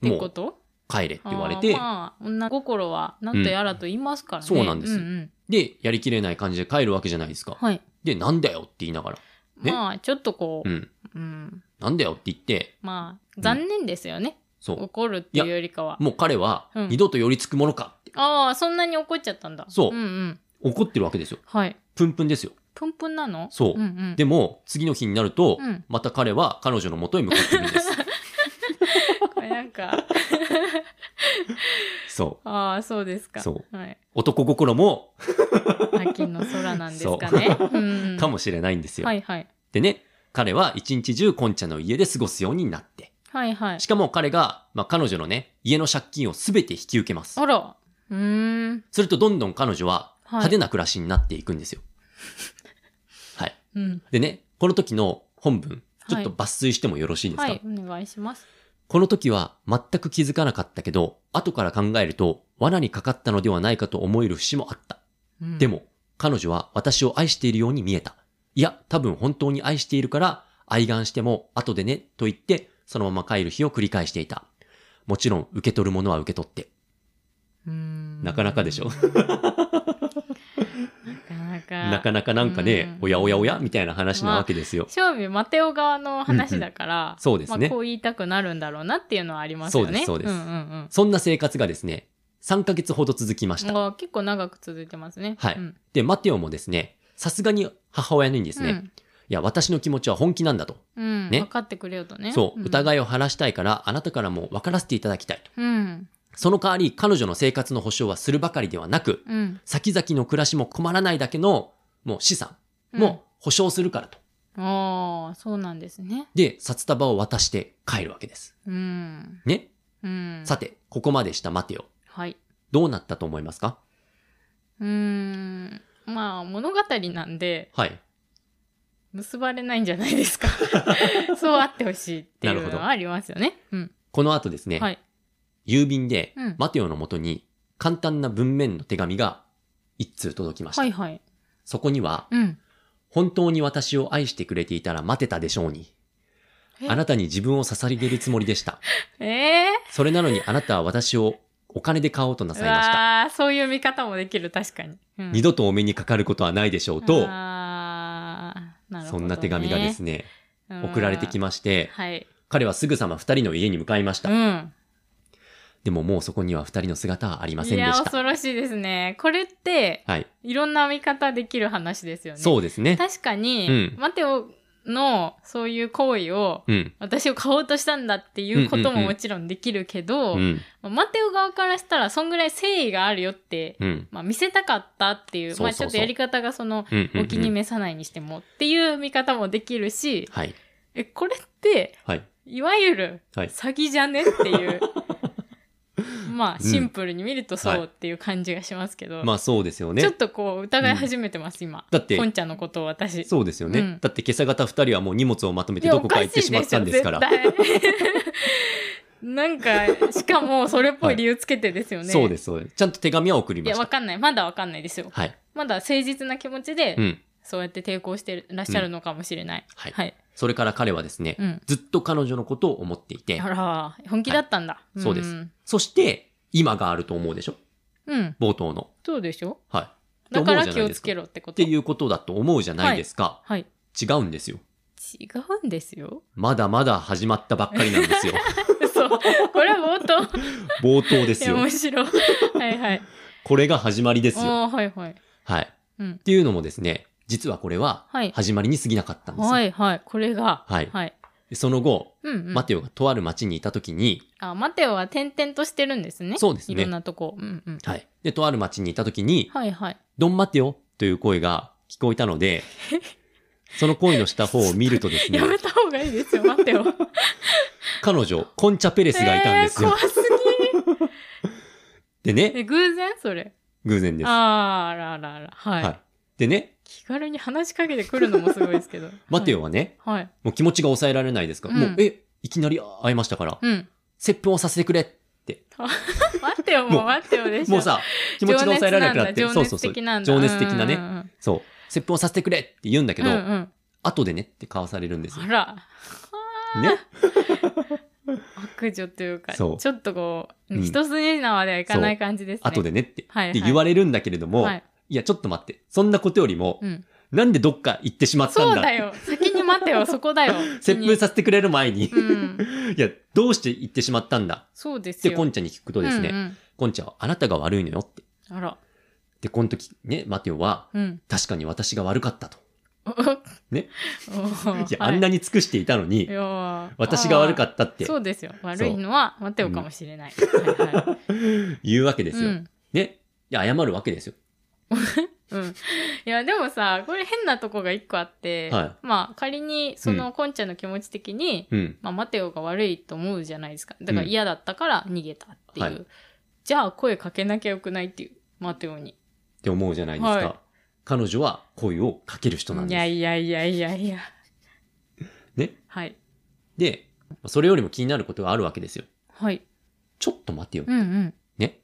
[SPEAKER 1] て
[SPEAKER 2] も
[SPEAKER 1] こ
[SPEAKER 2] う
[SPEAKER 1] と
[SPEAKER 2] 帰れって言われ
[SPEAKER 1] あ
[SPEAKER 2] て
[SPEAKER 1] ー、まあ、女心はなんとやらと言いますからね。
[SPEAKER 2] うんそうなんです
[SPEAKER 1] ん
[SPEAKER 2] で、やりきれない感じで帰るわけじゃないですか。
[SPEAKER 1] はい。
[SPEAKER 2] で、なんだよって言いながら。ね
[SPEAKER 1] まあ、ちょっとこ
[SPEAKER 2] う
[SPEAKER 1] う、
[SPEAKER 2] ん。
[SPEAKER 1] うん、
[SPEAKER 2] なんだよって言って、
[SPEAKER 1] まあ、残念ですよね。
[SPEAKER 2] そう。
[SPEAKER 1] 怒るっていうよりかは。
[SPEAKER 2] もう彼は
[SPEAKER 1] う、ん
[SPEAKER 2] 二度と寄りつくものかって
[SPEAKER 1] ああ、そんなに怒っちゃったんだ。
[SPEAKER 2] そう
[SPEAKER 1] うんうん。
[SPEAKER 2] 怒ってるわけですよ。
[SPEAKER 1] はい。
[SPEAKER 2] プンプンですよ。
[SPEAKER 1] プンプンなの
[SPEAKER 2] そう
[SPEAKER 1] うんうん。
[SPEAKER 2] でも、次の日になると、
[SPEAKER 1] うん
[SPEAKER 2] また彼は彼女の元へ向かってい
[SPEAKER 1] [laughs]
[SPEAKER 2] るんです。
[SPEAKER 1] これなんか、
[SPEAKER 2] そ
[SPEAKER 1] ああ、そうですか。。
[SPEAKER 2] そう
[SPEAKER 1] はい。
[SPEAKER 2] う。男心も、
[SPEAKER 1] 秋の空なんですかね。うん
[SPEAKER 2] かもしれないんですよ。
[SPEAKER 1] はいはい。
[SPEAKER 2] でね、彼は一日中コンチャの家で過ごすようになって。
[SPEAKER 1] はいはい
[SPEAKER 2] し。かも彼が、まあ、彼女のね、家の借金をすべて引き受けます
[SPEAKER 1] あ。ら。うーん。
[SPEAKER 2] するとどんどん彼女は
[SPEAKER 1] はい
[SPEAKER 2] 派手な暮らしになっていくん
[SPEAKER 1] [laughs]
[SPEAKER 2] ですよ。はい。
[SPEAKER 1] うん。
[SPEAKER 2] でね、この時の本文、ちょっと
[SPEAKER 1] は
[SPEAKER 2] 抜粋してもよろしいですか、
[SPEAKER 1] はい、お願いします。
[SPEAKER 2] この時は全く気づかなかったけど、後から考えると罠にかかったのではないかと思える節もあった。
[SPEAKER 1] うん
[SPEAKER 2] で、も、彼女は私を愛しているように見えた。いや、多分本当に愛しているから、愛願しても後でね、と言って、そのまま帰る日を繰り返していた。もちろん、受け取るものは受け取って。な
[SPEAKER 1] な
[SPEAKER 2] かなかでしょ
[SPEAKER 1] なかなか。
[SPEAKER 2] なかなかなんかね、
[SPEAKER 1] うん
[SPEAKER 2] おやおやおやみたいな話なわけですよ。
[SPEAKER 1] 正味マテオ側の話だから、
[SPEAKER 2] そうです
[SPEAKER 1] ま
[SPEAKER 2] ね
[SPEAKER 1] あ、こ。う言いたくなるんだろうなっていうのはありますよね。
[SPEAKER 2] そうですそうです
[SPEAKER 1] んうん
[SPEAKER 2] そんな生活がですね、3ヶ月ほど続きまし
[SPEAKER 1] うん
[SPEAKER 2] た。
[SPEAKER 1] あ結構長く続いてますね。
[SPEAKER 2] はい
[SPEAKER 1] うん
[SPEAKER 2] で、マテオもですね、さすがに母親にですね、いや、私の気持ちは本気なんだと。
[SPEAKER 1] うんうん
[SPEAKER 2] ね
[SPEAKER 1] 分かってくれよとね。
[SPEAKER 2] そう、
[SPEAKER 1] い。
[SPEAKER 2] 疑いを晴らしたいから、あなたからも分からせていただきたいと。
[SPEAKER 1] うん。
[SPEAKER 2] その代わり、彼女の生活の保障はするばかりではなく、
[SPEAKER 1] うん。
[SPEAKER 2] 先々の暮らしも困らないだけの、もう資産も保証するからと。
[SPEAKER 1] うん。ああ、そうなんですね。
[SPEAKER 2] で、札束を渡して帰るわけです。
[SPEAKER 1] うん。
[SPEAKER 2] ね。
[SPEAKER 1] うん。
[SPEAKER 2] さて、ここまでしたマテオ。
[SPEAKER 1] はい。
[SPEAKER 2] どうなったと思いますか
[SPEAKER 1] うーん。まあ、物語なんで、
[SPEAKER 2] はい。
[SPEAKER 1] 結ばれないんじゃないで
[SPEAKER 2] [laughs]
[SPEAKER 1] すか。そうあってほしいってい
[SPEAKER 2] なる
[SPEAKER 1] う
[SPEAKER 2] ほ
[SPEAKER 1] の
[SPEAKER 2] ど
[SPEAKER 1] はありますよね。うん。
[SPEAKER 2] この後ですね、
[SPEAKER 1] はい。
[SPEAKER 2] 郵便で
[SPEAKER 1] うん、
[SPEAKER 2] マテオのもとに簡単な文面の手紙が一通届きました。
[SPEAKER 1] はいはい。
[SPEAKER 2] そこには、
[SPEAKER 1] うん。
[SPEAKER 2] 本当に私を愛してくれていたら待てたでしょうに。
[SPEAKER 1] え
[SPEAKER 2] あなたに自分を捧げるつもりでした。
[SPEAKER 1] ええ
[SPEAKER 2] それなのにあなたは私をお金で買おうとな
[SPEAKER 1] ー。
[SPEAKER 2] さいました。
[SPEAKER 1] あ、そういう見方もできる、確かに。うん
[SPEAKER 2] 二度とお目にかかることはないでしょうと、
[SPEAKER 1] あーなるほ
[SPEAKER 2] そ
[SPEAKER 1] どね
[SPEAKER 2] んな手紙がですね、
[SPEAKER 1] うん
[SPEAKER 2] 送られてきまして、
[SPEAKER 1] はい。
[SPEAKER 2] 彼はすぐさま二人の家に向かいまし
[SPEAKER 1] う
[SPEAKER 2] た。
[SPEAKER 1] ん。
[SPEAKER 2] でももうそこには二人の姿はありませ
[SPEAKER 1] い
[SPEAKER 2] んで
[SPEAKER 1] や、
[SPEAKER 2] した。
[SPEAKER 1] 恐ろしいですね。これって、
[SPEAKER 2] はい。
[SPEAKER 1] いろんな見方できる話ですよね。
[SPEAKER 2] そうですね。
[SPEAKER 1] 確かに、
[SPEAKER 2] うん
[SPEAKER 1] マテオのそういう行為を、
[SPEAKER 2] うん。
[SPEAKER 1] 私を買おうとしたんだっていうこと
[SPEAKER 2] うんうん
[SPEAKER 1] も
[SPEAKER 2] うん
[SPEAKER 1] もちろんできるけど、
[SPEAKER 2] うん。
[SPEAKER 1] まあマテオ側からしたら、そんぐらい誠意があるよって、
[SPEAKER 2] うん。
[SPEAKER 1] まあ見せたかったっていう、
[SPEAKER 2] そうそうそう
[SPEAKER 1] まあちょっとやり方がその、
[SPEAKER 2] うん。うん
[SPEAKER 1] お気に。召さないにしてもっていう見方もできるし、
[SPEAKER 2] はい。
[SPEAKER 1] え、これって、
[SPEAKER 2] はい。
[SPEAKER 1] いわゆる
[SPEAKER 2] はい。
[SPEAKER 1] 詐欺じゃねっ
[SPEAKER 2] [laughs]
[SPEAKER 1] ていう、まあ
[SPEAKER 2] ん
[SPEAKER 1] シンプルに見ると
[SPEAKER 2] は
[SPEAKER 1] そ
[SPEAKER 2] いう
[SPEAKER 1] っていう感じがしますけ [laughs] ど、
[SPEAKER 2] まあそうですよね
[SPEAKER 1] ちょっ。とこう疑い始めてます、今。
[SPEAKER 2] だって
[SPEAKER 1] こんちゃんのことを私。
[SPEAKER 2] そうですよね。
[SPEAKER 1] うん
[SPEAKER 2] だって今朝方二人はもう荷物をまとめ
[SPEAKER 1] い
[SPEAKER 2] て
[SPEAKER 1] や
[SPEAKER 2] ど
[SPEAKER 1] お
[SPEAKER 2] こか
[SPEAKER 1] か
[SPEAKER 2] 行ってしまったんですから。
[SPEAKER 1] しいでしょ絶対 [laughs] なんか、しかもそれっぽい理由つけてですよね。
[SPEAKER 2] そうです、そうです。ちゃんと手紙は送り
[SPEAKER 1] い
[SPEAKER 2] ま
[SPEAKER 1] や、
[SPEAKER 2] し
[SPEAKER 1] わ
[SPEAKER 2] た。
[SPEAKER 1] かんない。まだわかんないですよ。
[SPEAKER 2] はい。
[SPEAKER 1] まだ誠実な気持ちで、
[SPEAKER 2] うん。
[SPEAKER 1] そうやって抵抗してらっしゃるのかもしれない。
[SPEAKER 2] はい
[SPEAKER 1] はい。
[SPEAKER 2] それから彼はですね、
[SPEAKER 1] うん
[SPEAKER 2] ずっと彼女のことを思っていて
[SPEAKER 1] あ、ら、本気だったんだ。ん
[SPEAKER 2] そうです。そして、今があると思うでしょ
[SPEAKER 1] うん。
[SPEAKER 2] 冒頭の。
[SPEAKER 1] そうでしょ
[SPEAKER 2] はい。
[SPEAKER 1] だから
[SPEAKER 2] って思うじゃない
[SPEAKER 1] 気を
[SPEAKER 2] です
[SPEAKER 1] つ
[SPEAKER 2] か
[SPEAKER 1] けろってこ
[SPEAKER 2] っ
[SPEAKER 1] と。
[SPEAKER 2] ていうことだと思うじゃないですか。
[SPEAKER 1] はい。
[SPEAKER 2] 違うんですよ。
[SPEAKER 1] 違うんですよ。 [laughs]
[SPEAKER 2] まだまだ始まったばっかりなんですよ。
[SPEAKER 1] そう。これは冒頭。
[SPEAKER 2] 冒頭で
[SPEAKER 1] い
[SPEAKER 2] す
[SPEAKER 1] や、
[SPEAKER 2] よ
[SPEAKER 1] 面。白い。はいはい。
[SPEAKER 2] これが始まりですよ。
[SPEAKER 1] ああ、はいはい。
[SPEAKER 2] はい。っ
[SPEAKER 1] うん。
[SPEAKER 2] ていうのもですね、実はこれは
[SPEAKER 1] はい
[SPEAKER 2] 始まりに過ぎなかったんですよ。
[SPEAKER 1] はいはい。これが。
[SPEAKER 2] はい
[SPEAKER 1] はい。
[SPEAKER 2] でその後、
[SPEAKER 1] うんうん。
[SPEAKER 2] マテオがとある町にいた時に、
[SPEAKER 1] あ、待てよは転々としてるんですね。
[SPEAKER 2] そうですね
[SPEAKER 1] いろんなとこ。うんうん。
[SPEAKER 2] はい。で、とある町にいた時に、
[SPEAKER 1] はいはい。
[SPEAKER 2] ドンマテオという声が聞こえたの
[SPEAKER 1] [laughs]
[SPEAKER 2] で、その声のした方を見るとですね
[SPEAKER 1] や、めた方がいいですよ、待てよ。
[SPEAKER 2] 彼女、コンチャペレスがいたんです
[SPEAKER 1] えー
[SPEAKER 2] よ
[SPEAKER 1] 怖。すぎ。
[SPEAKER 2] でね、
[SPEAKER 1] え、偶然それ。
[SPEAKER 2] 偶然です。は
[SPEAKER 1] あーあらあらあら。はい。
[SPEAKER 2] い。でね、
[SPEAKER 1] 気軽に話しかけてくるのもすごいで
[SPEAKER 2] [laughs]
[SPEAKER 1] すけど。
[SPEAKER 2] マテオはね、
[SPEAKER 1] はい。はい。
[SPEAKER 2] もう気持ちが抑えられないですから、
[SPEAKER 1] うん
[SPEAKER 2] もう、え、いきなり会えましたから、
[SPEAKER 1] うん。
[SPEAKER 2] 接吻をさせてくれって
[SPEAKER 1] あ。ってよ、もう待ってよでしょ。
[SPEAKER 2] もうさ、気持ちが抑えられなくなって、
[SPEAKER 1] 情
[SPEAKER 2] そうそ
[SPEAKER 1] 熱
[SPEAKER 2] うそう。
[SPEAKER 1] 的なんだ。
[SPEAKER 2] 情熱的な
[SPEAKER 1] うんう
[SPEAKER 2] ね。
[SPEAKER 1] んうん
[SPEAKER 2] そう。切符をさせてくれって言うんだけど、
[SPEAKER 1] うんうん
[SPEAKER 2] 後でねって買わされるんですよ。
[SPEAKER 1] あ
[SPEAKER 2] ね。
[SPEAKER 1] ら、悪女というか、ち
[SPEAKER 2] そ
[SPEAKER 1] ょ
[SPEAKER 2] う
[SPEAKER 1] っとこう、
[SPEAKER 2] うん
[SPEAKER 1] 一筋縄ではいかない感じですね。
[SPEAKER 2] 後でねって。
[SPEAKER 1] はいはい
[SPEAKER 2] って言われるんだけれども、
[SPEAKER 1] はい
[SPEAKER 2] い、や、ちょっと待って。そんなことよりも、
[SPEAKER 1] うん
[SPEAKER 2] なんでどっか行ってしまった
[SPEAKER 1] そうん
[SPEAKER 2] だ
[SPEAKER 1] だよ。先に待てよ、そこだよ。
[SPEAKER 2] [laughs] 切符させてくれる前に、
[SPEAKER 1] うん。
[SPEAKER 2] いや、どうして行ってしまったんだ
[SPEAKER 1] そうで
[SPEAKER 2] っ
[SPEAKER 1] す
[SPEAKER 2] て
[SPEAKER 1] よ。
[SPEAKER 2] こんちゃんに聞くとですね、
[SPEAKER 1] うんうん
[SPEAKER 2] こんちゃんはあなたが悪いのよって。
[SPEAKER 1] あら、
[SPEAKER 2] で、この時ね、マテオは、
[SPEAKER 1] うん。
[SPEAKER 2] 確かに私が悪かったと。ね
[SPEAKER 1] [laughs] おー。
[SPEAKER 2] いや、
[SPEAKER 1] は
[SPEAKER 2] あ
[SPEAKER 1] い
[SPEAKER 2] んなに尽くしていたのに、私が悪か
[SPEAKER 1] っ
[SPEAKER 2] ったって
[SPEAKER 1] そうですよ。悪いのは、待てよかもしれない。はいはい
[SPEAKER 2] 言うわけですよ。
[SPEAKER 1] うん
[SPEAKER 2] ね。いや、謝るわけですよ。
[SPEAKER 1] うん。いや、でもさ、これ変なとこが一個あって、
[SPEAKER 2] は
[SPEAKER 1] まあ、仮に、そうの、こんちゃんの気持ち的に、
[SPEAKER 2] うん。
[SPEAKER 1] まあ、マテオが悪いと思うじゃないですか。だから
[SPEAKER 2] うん
[SPEAKER 1] 嫌だったから逃げたっていう。
[SPEAKER 2] はい
[SPEAKER 1] じゃあ、声かけなきゃよくないっていう、マテオに。
[SPEAKER 2] って思うじゃないですか。
[SPEAKER 1] はい
[SPEAKER 2] 彼女は声をかける人なん
[SPEAKER 1] い
[SPEAKER 2] で
[SPEAKER 1] や
[SPEAKER 2] す。
[SPEAKER 1] いやいやいやいや。
[SPEAKER 2] ね。
[SPEAKER 1] はい。
[SPEAKER 2] で、それよりも気になることがあるわけですよ。
[SPEAKER 1] はい。
[SPEAKER 2] ちょっと待てよ。
[SPEAKER 1] うんうん。
[SPEAKER 2] ね。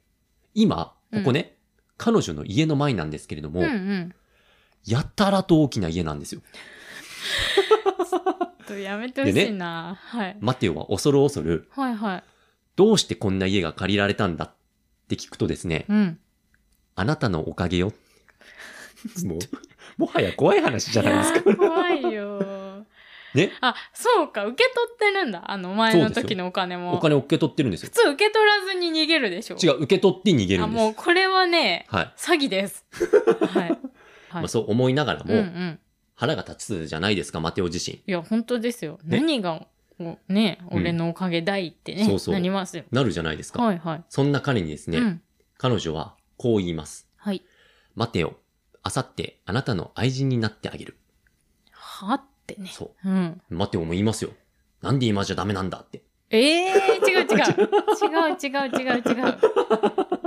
[SPEAKER 2] 今、ここね、彼女の家の前なんですけれども、
[SPEAKER 1] うんうん。
[SPEAKER 2] やたらと大きな家なんですよ。
[SPEAKER 1] ちょっとやめてほしいな、はい。
[SPEAKER 2] マテオは恐る恐る、
[SPEAKER 1] はいはい。
[SPEAKER 2] どうしてこんな家が借りられたんだって聞くとですね、
[SPEAKER 1] うん。
[SPEAKER 2] あなたのおかげよ。もう、 [laughs] もはや怖い話じゃないですか。
[SPEAKER 1] いやー怖いよ。
[SPEAKER 2] ね。
[SPEAKER 1] あ、そうか、受け取ってるんだ。あの、前の時のお金も。
[SPEAKER 2] お金を受け取ってるんですよ
[SPEAKER 1] 普。通受け取らずに逃げるでしょ。
[SPEAKER 2] 違う、受け取って逃げる
[SPEAKER 1] あ、
[SPEAKER 2] んで
[SPEAKER 1] もう
[SPEAKER 2] す。
[SPEAKER 1] これはね、
[SPEAKER 2] はい。
[SPEAKER 1] 詐欺
[SPEAKER 2] [laughs]
[SPEAKER 1] です。はい。はい。
[SPEAKER 2] まあ、そう思いながら
[SPEAKER 1] うんう
[SPEAKER 2] も、
[SPEAKER 1] ん。
[SPEAKER 2] 腹が立つじゃないですか、マテオ自身。
[SPEAKER 1] いや、本当ですよ。
[SPEAKER 2] ね
[SPEAKER 1] 何が、もうね、
[SPEAKER 2] うん
[SPEAKER 1] 俺のおかげだいってね、
[SPEAKER 2] そうそう
[SPEAKER 1] なりますよ。
[SPEAKER 2] なるじゃないですか。
[SPEAKER 1] はいはい。
[SPEAKER 2] そんな彼にですね、
[SPEAKER 1] うん。
[SPEAKER 2] 彼女はこう言います。
[SPEAKER 1] はい。
[SPEAKER 2] マテオ、あさってあなたの愛人になってあげる。
[SPEAKER 1] はってね。
[SPEAKER 2] そ
[SPEAKER 1] うん。
[SPEAKER 2] う。マテオも言いますよ。なんで今じゃダメなんだって。
[SPEAKER 1] ええー、違う違う。
[SPEAKER 2] [laughs]
[SPEAKER 1] 違う違う違う違う。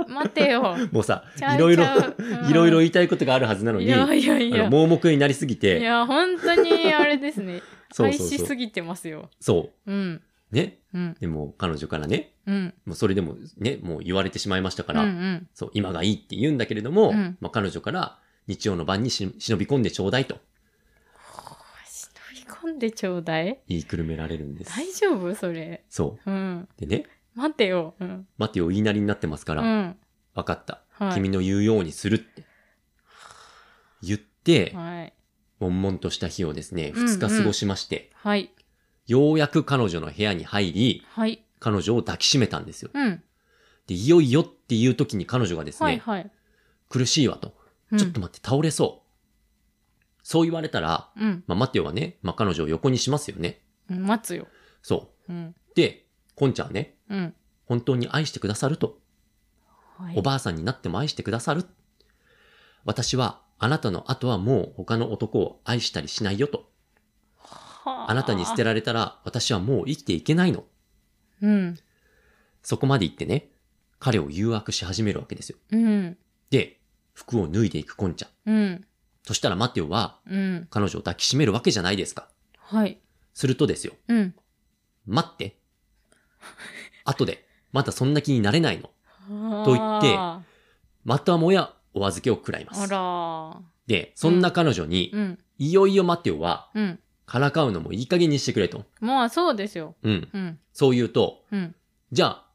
[SPEAKER 1] 待てよ。
[SPEAKER 2] もうさ
[SPEAKER 1] ちゃ、う
[SPEAKER 2] いろいろ
[SPEAKER 1] ちゃうう、ん
[SPEAKER 2] いろいろ言いたいことがあるはずなの
[SPEAKER 1] い
[SPEAKER 2] に、
[SPEAKER 1] やいやい
[SPEAKER 2] あの
[SPEAKER 1] や。
[SPEAKER 2] 盲目になりすぎ
[SPEAKER 1] い
[SPEAKER 2] て、
[SPEAKER 1] や、本当にあれですね。
[SPEAKER 2] [laughs] そう
[SPEAKER 1] 愛
[SPEAKER 2] そう
[SPEAKER 1] し
[SPEAKER 2] そ
[SPEAKER 1] す
[SPEAKER 2] う。
[SPEAKER 1] ぎてますよ。
[SPEAKER 2] そ
[SPEAKER 1] うん。
[SPEAKER 2] う。ね。
[SPEAKER 1] うん。
[SPEAKER 2] でも、彼女からね、
[SPEAKER 1] うん。
[SPEAKER 2] もうそれでもね、もう言われてしまいましたか
[SPEAKER 1] うんう
[SPEAKER 2] ら、
[SPEAKER 1] ん。
[SPEAKER 2] そう、今がいいって言うんだけれども、
[SPEAKER 1] うん
[SPEAKER 2] まあ、彼女から日曜の晩にし忍び込んでちょうだいと
[SPEAKER 1] 忍び込んでちょうだい
[SPEAKER 2] 言いくるめられるんです。
[SPEAKER 1] 大丈夫それ。
[SPEAKER 2] そ
[SPEAKER 1] うん。
[SPEAKER 2] う。でね、
[SPEAKER 1] 待てよ。うん。
[SPEAKER 2] 待てよ、言いなりになってますか
[SPEAKER 1] う
[SPEAKER 2] ら、
[SPEAKER 1] ん。
[SPEAKER 2] わかった。
[SPEAKER 1] はい。
[SPEAKER 2] 君の言うようにするって。言って、
[SPEAKER 1] はい。
[SPEAKER 2] 悶々とした日をですね、
[SPEAKER 1] うんうん
[SPEAKER 2] 2日過ごしまして、
[SPEAKER 1] はい。
[SPEAKER 2] ようやく彼女の部屋に入り、
[SPEAKER 1] はい。
[SPEAKER 2] 彼女を抱きしめたんですよ。
[SPEAKER 1] うん。
[SPEAKER 2] で、いよいよっていう時に彼女がですね、
[SPEAKER 1] はいはい。
[SPEAKER 2] 苦しいわと。ちょっと待って、倒れそう。そう言われたら、
[SPEAKER 1] うん。
[SPEAKER 2] まあ、マテオはね、まあ、彼女を横にしますよね。
[SPEAKER 1] うん。待つよ。
[SPEAKER 2] そ
[SPEAKER 1] うん。
[SPEAKER 2] う。で、コンちゃんはね、
[SPEAKER 1] うん。
[SPEAKER 2] 本当に愛してくださると。
[SPEAKER 1] はい
[SPEAKER 2] おばあさんになっても愛してくださる。私は、あなたの後はもう他の男を愛したりしないよと。あなたに捨て
[SPEAKER 1] ら
[SPEAKER 2] られたら、私はもう生きていけないの。
[SPEAKER 1] うん。
[SPEAKER 2] そこまで言ってね、彼を誘惑し始めるわけですよ。
[SPEAKER 1] うん。
[SPEAKER 2] で、服を脱いでいくコンちゃん。
[SPEAKER 1] うん。
[SPEAKER 2] そしたらマテオは、
[SPEAKER 1] うん。
[SPEAKER 2] 彼女を抱きしめるわけじゃないですか。
[SPEAKER 1] はい。
[SPEAKER 2] するとですよ、
[SPEAKER 1] うん。
[SPEAKER 2] 待って。後で、またそんな気になれないの。と言って
[SPEAKER 1] あ
[SPEAKER 2] またもやお預けを食らいま
[SPEAKER 1] ーあ
[SPEAKER 2] す。
[SPEAKER 1] ら
[SPEAKER 2] で、そんな彼女に
[SPEAKER 1] ー。、うん。
[SPEAKER 2] いよいよマテオは、
[SPEAKER 1] うん。
[SPEAKER 2] からかうのもいい加減にしてくれと。
[SPEAKER 1] まあそうですよ。
[SPEAKER 2] うん。
[SPEAKER 1] うん。
[SPEAKER 2] そう言うと、
[SPEAKER 1] うん。
[SPEAKER 2] じゃあ、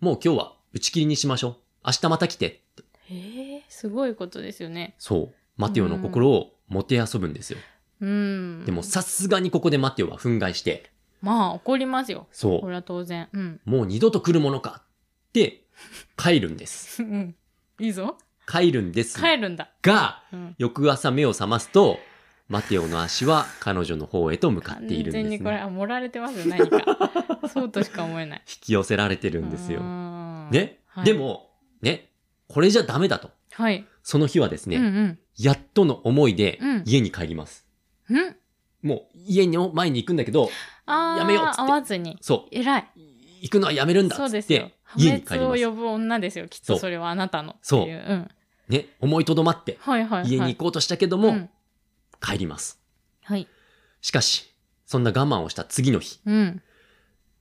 [SPEAKER 2] もう今日は打ち切りにしましょう。明日また来て。
[SPEAKER 1] へえ、すごいことですよね。
[SPEAKER 2] そう。マテオの心をもてあそぶんですよ。
[SPEAKER 1] うん。
[SPEAKER 2] でもさすがにここでマテオは憤慨して、
[SPEAKER 1] まあ怒りますよ。
[SPEAKER 2] そ
[SPEAKER 1] これは当然。
[SPEAKER 2] [laughs]
[SPEAKER 1] うん。
[SPEAKER 2] う。もう二度と来るものかって、帰るんです。
[SPEAKER 1] うん。いいぞ。
[SPEAKER 2] 帰るんです
[SPEAKER 1] 帰るんだ。
[SPEAKER 2] が、
[SPEAKER 1] うん。
[SPEAKER 2] 翌朝目を覚ますと、マテオの足は彼女の方へと向かっ
[SPEAKER 1] 完
[SPEAKER 2] ているんです、
[SPEAKER 1] 全
[SPEAKER 2] ね。
[SPEAKER 1] にこれ
[SPEAKER 2] 引
[SPEAKER 1] は盛られてますよ、何か。
[SPEAKER 2] [laughs]
[SPEAKER 1] そうとしか思えない。
[SPEAKER 2] き寄せられてるんです
[SPEAKER 1] う
[SPEAKER 2] よ
[SPEAKER 1] ー。ん
[SPEAKER 2] ね、
[SPEAKER 1] はい
[SPEAKER 2] でも、ね、これじゃダメだと。
[SPEAKER 1] はい。
[SPEAKER 2] その日はですね、
[SPEAKER 1] うんうん。
[SPEAKER 2] やっとの思いで
[SPEAKER 1] うん
[SPEAKER 2] 家に帰ります。
[SPEAKER 1] ん
[SPEAKER 2] もう家の前に行くんだけど、
[SPEAKER 1] ああ、
[SPEAKER 2] やめようっつって
[SPEAKER 1] 会わずに。
[SPEAKER 2] そ
[SPEAKER 1] 偉い。
[SPEAKER 2] う、行くのはやめるんだ
[SPEAKER 1] そう
[SPEAKER 2] っつ
[SPEAKER 1] で
[SPEAKER 2] っ
[SPEAKER 1] すよ
[SPEAKER 2] て。
[SPEAKER 1] 破
[SPEAKER 2] 家に帰りま
[SPEAKER 1] 滅
[SPEAKER 2] す
[SPEAKER 1] を。呼ぶ女ですよ、きっ
[SPEAKER 2] そ
[SPEAKER 1] と
[SPEAKER 2] う
[SPEAKER 1] それはあなたの。
[SPEAKER 2] そう
[SPEAKER 1] っていう。うん。
[SPEAKER 2] ね、思いとどまって
[SPEAKER 1] はいはいはい。
[SPEAKER 2] 家に行こうとしたけど
[SPEAKER 1] う
[SPEAKER 2] も、
[SPEAKER 1] ん。
[SPEAKER 2] 帰ります。
[SPEAKER 1] はい。
[SPEAKER 2] しかし、そんな我慢をした次の日、
[SPEAKER 1] うん。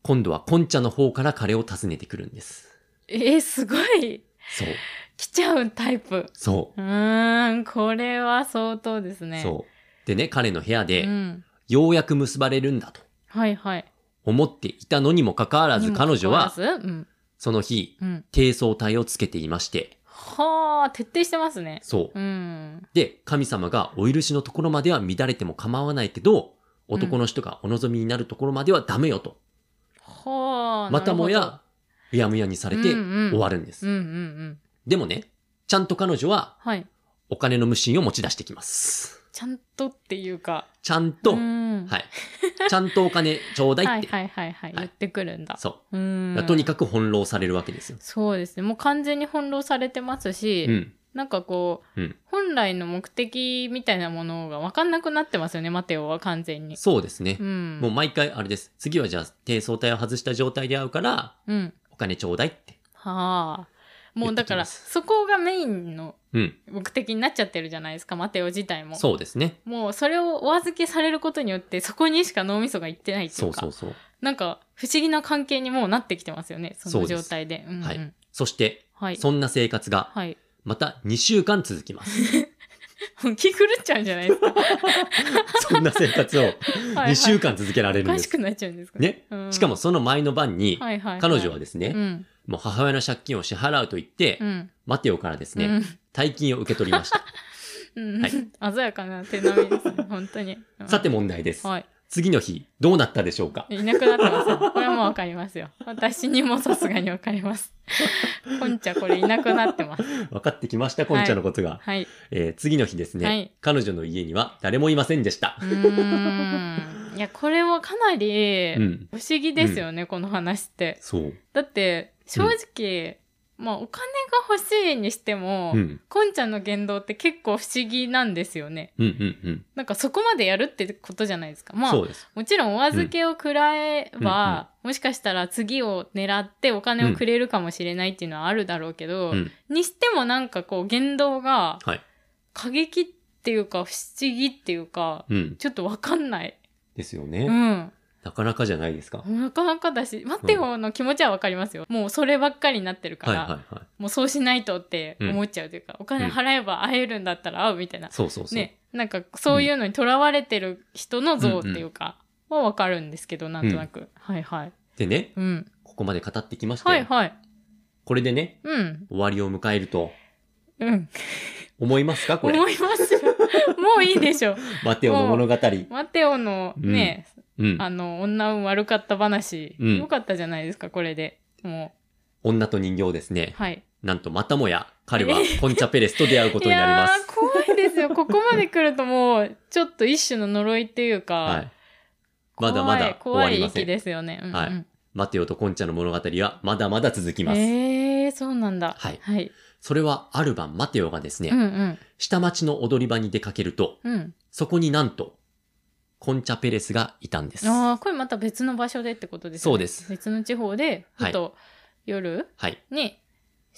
[SPEAKER 2] 今度はコンチャの方から彼を訪ねてくるんです。
[SPEAKER 1] えー、すごい。
[SPEAKER 2] そう。
[SPEAKER 1] 来ちゃうタイプ。
[SPEAKER 2] そう
[SPEAKER 1] ーん、これは相当です
[SPEAKER 2] う。
[SPEAKER 1] ね。
[SPEAKER 2] そう。でね、彼の部屋
[SPEAKER 1] う
[SPEAKER 2] で、
[SPEAKER 1] ん。
[SPEAKER 2] ようやく結ばれるんだと
[SPEAKER 1] はいはい。
[SPEAKER 2] 思っていたのにもかかわらず、彼女は
[SPEAKER 1] に、もかかわらずうん。
[SPEAKER 2] その日、
[SPEAKER 1] うん。
[SPEAKER 2] 低層体をつけていまして、
[SPEAKER 1] はあ、徹底してますね。
[SPEAKER 2] そう。
[SPEAKER 1] うん。
[SPEAKER 2] で、神様がお許しのところまでは乱れても構わないけど、男の人がお望みになるところまではダメよと。
[SPEAKER 1] はあ。
[SPEAKER 2] またも
[SPEAKER 1] なるほ
[SPEAKER 2] や、うやむやにされて
[SPEAKER 1] うんうん
[SPEAKER 2] 終わるんです。
[SPEAKER 1] ど。うんうんうん。
[SPEAKER 2] でもね、ちゃんと彼女は
[SPEAKER 1] はい。
[SPEAKER 2] お金の無心を持ち出してきます。
[SPEAKER 1] ちゃんとっていうか。
[SPEAKER 2] ちゃんと、
[SPEAKER 1] う
[SPEAKER 2] は
[SPEAKER 1] ん
[SPEAKER 2] い。ちゃんとお金ちょうだ
[SPEAKER 1] はい
[SPEAKER 2] っ
[SPEAKER 1] い
[SPEAKER 2] て。
[SPEAKER 1] はいはいはい。言ってくるんだ。
[SPEAKER 2] そうう。
[SPEAKER 1] ん
[SPEAKER 2] だから。とにかく翻弄されるわけですよ。
[SPEAKER 1] そうですね。もう完全に翻弄されてますし、
[SPEAKER 2] うん。
[SPEAKER 1] なんかこう、
[SPEAKER 2] うん
[SPEAKER 1] 本来の目的みたいなものが分かんなくなってますよね、マテオは完全に。
[SPEAKER 2] そうですね
[SPEAKER 1] う。ん。
[SPEAKER 2] もう毎回あれです。次はじゃあ低層体を外した状態で会うから、
[SPEAKER 1] うん。
[SPEAKER 2] お金ちょうだいって。
[SPEAKER 1] はあ。もう
[SPEAKER 2] 言
[SPEAKER 1] だか
[SPEAKER 2] ってきま
[SPEAKER 1] ら、
[SPEAKER 2] す
[SPEAKER 1] そこがメインの
[SPEAKER 2] うん。
[SPEAKER 1] 目的になっちゃってるじゃないですか、マテオ自体も。
[SPEAKER 2] そうですね。
[SPEAKER 1] もうそれをお預けされることによって、そこにしか脳みそがいってないってい
[SPEAKER 2] そうう
[SPEAKER 1] か。
[SPEAKER 2] そうそう。
[SPEAKER 1] なんか、不思議な関係にもうなってきてますよね、そ
[SPEAKER 2] そ
[SPEAKER 1] の
[SPEAKER 2] うで
[SPEAKER 1] 状
[SPEAKER 2] す
[SPEAKER 1] 態で。うんうん、
[SPEAKER 2] はい。そして、
[SPEAKER 1] はい。
[SPEAKER 2] そんな生活が
[SPEAKER 1] はい。
[SPEAKER 2] また2週間続き
[SPEAKER 1] [laughs]
[SPEAKER 2] ます。
[SPEAKER 1] 気狂っちゃうんじゃな
[SPEAKER 2] [laughs]
[SPEAKER 1] いですか。
[SPEAKER 2] そんな生活を
[SPEAKER 1] はい
[SPEAKER 2] 2週間続けられ
[SPEAKER 1] お
[SPEAKER 2] るん
[SPEAKER 1] か
[SPEAKER 2] で
[SPEAKER 1] し
[SPEAKER 2] す。
[SPEAKER 1] くなっちゃうんですか
[SPEAKER 2] ね。
[SPEAKER 1] うん
[SPEAKER 2] しかもその前の晩に、
[SPEAKER 1] はいはいい
[SPEAKER 2] 彼女はですね、
[SPEAKER 1] うん。
[SPEAKER 2] もう母親の借金を支払うと言って、
[SPEAKER 1] うん。
[SPEAKER 2] マテオからです
[SPEAKER 1] う
[SPEAKER 2] ね、
[SPEAKER 1] ん
[SPEAKER 2] 大金を受け取りま
[SPEAKER 1] [laughs]
[SPEAKER 2] した。
[SPEAKER 1] うん
[SPEAKER 2] はい
[SPEAKER 1] 鮮やかな手並みですね、本当に。うん
[SPEAKER 2] さて、問題です。
[SPEAKER 1] はい。
[SPEAKER 2] 次の日、どうなったでしょうか
[SPEAKER 1] いなくなってますよ。これはもうわかりますよ。私にもさすがにわかります。こんちゃんこれいなくなってます。
[SPEAKER 2] 分かってきました、こんちゃんのことが。
[SPEAKER 1] はい。
[SPEAKER 2] えー次の日ですね、
[SPEAKER 1] はい
[SPEAKER 2] 彼女の家には誰もいませんでした
[SPEAKER 1] う。ーん。いや、これはかなり
[SPEAKER 2] う、ん。
[SPEAKER 1] 不思議ですよね、この話って。
[SPEAKER 2] そう。
[SPEAKER 1] だって、正直、まあ、お金が欲しいにしても
[SPEAKER 2] う、ん。
[SPEAKER 1] こんちゃんの言動って結構不思議なんですよね。
[SPEAKER 2] うんうん
[SPEAKER 1] なんかそこまでやるってことじゃないですか。
[SPEAKER 2] うん。
[SPEAKER 1] まあ
[SPEAKER 2] そ、うです。
[SPEAKER 1] もちろんお預けを食らえば、もしかしたら次を狙ってお金をくれるかもしれないっていうのはあるだろうけど、
[SPEAKER 2] うん。
[SPEAKER 1] にしてもなんかこう言動が
[SPEAKER 2] はい。
[SPEAKER 1] 過激っていうか不思議っていうか、
[SPEAKER 2] うん。
[SPEAKER 1] ちょっとわかんない。
[SPEAKER 2] ですよね。
[SPEAKER 1] うん。
[SPEAKER 2] なかなかじゃないですか。
[SPEAKER 1] なかなかだし、待ってよの気持ちはわかりますよ。もうそればっかりになってるか
[SPEAKER 2] はい
[SPEAKER 1] ら、
[SPEAKER 2] はいはい。
[SPEAKER 1] もうそうしないとって思っちゃうというか、お金払えば会えるんだったら会うみたいな。
[SPEAKER 2] そうそうそう。
[SPEAKER 1] ね。なんかそういうのにとらわれてる人の像っていうか、はわかるんですけど、なんとなく。はいはい。
[SPEAKER 2] でね、
[SPEAKER 1] うん。
[SPEAKER 2] ここまで語ってきましたよ。
[SPEAKER 1] はいはい。
[SPEAKER 2] これでね、
[SPEAKER 1] うん。
[SPEAKER 2] 終わりを迎えると
[SPEAKER 1] うん。
[SPEAKER 2] 思いますかこれ。
[SPEAKER 1] 思いますよ。もういいでしょ。
[SPEAKER 2] マテオの物語。
[SPEAKER 1] マテオのね、
[SPEAKER 2] うん。
[SPEAKER 1] あの、女運悪かった話、
[SPEAKER 2] うん
[SPEAKER 1] よかったじゃないですか、これで。も
[SPEAKER 2] 女と人形ですね
[SPEAKER 1] う、。はい。
[SPEAKER 2] なんとまたもや、彼はコンチャペレスと出会うことになりま
[SPEAKER 1] いやー怖
[SPEAKER 2] [laughs]
[SPEAKER 1] いですよ。ここまで来るともう、ちょっと一種の呪いっていうか、
[SPEAKER 2] す。はい。まだまだ終
[SPEAKER 1] 怖
[SPEAKER 2] わ
[SPEAKER 1] い
[SPEAKER 2] りま
[SPEAKER 1] 怖い
[SPEAKER 2] せ
[SPEAKER 1] 息
[SPEAKER 2] ん。
[SPEAKER 1] ですよね。うんうん、
[SPEAKER 2] はいマテオとコンチャの物語はまだまだ続きます。
[SPEAKER 1] えー、そうなんだ。
[SPEAKER 2] はい
[SPEAKER 1] はい。
[SPEAKER 2] それはある晩マテオがですね、
[SPEAKER 1] うんうん。
[SPEAKER 2] 下町の踊り場に出かけると、
[SPEAKER 1] うん。
[SPEAKER 2] そこになんと、コンチャペレスがいたんです。は
[SPEAKER 1] ああ、これまた別の場所でってことですよね。
[SPEAKER 2] そうです
[SPEAKER 1] 別の地方で、
[SPEAKER 2] はい
[SPEAKER 1] ふと夜
[SPEAKER 2] い、
[SPEAKER 1] に、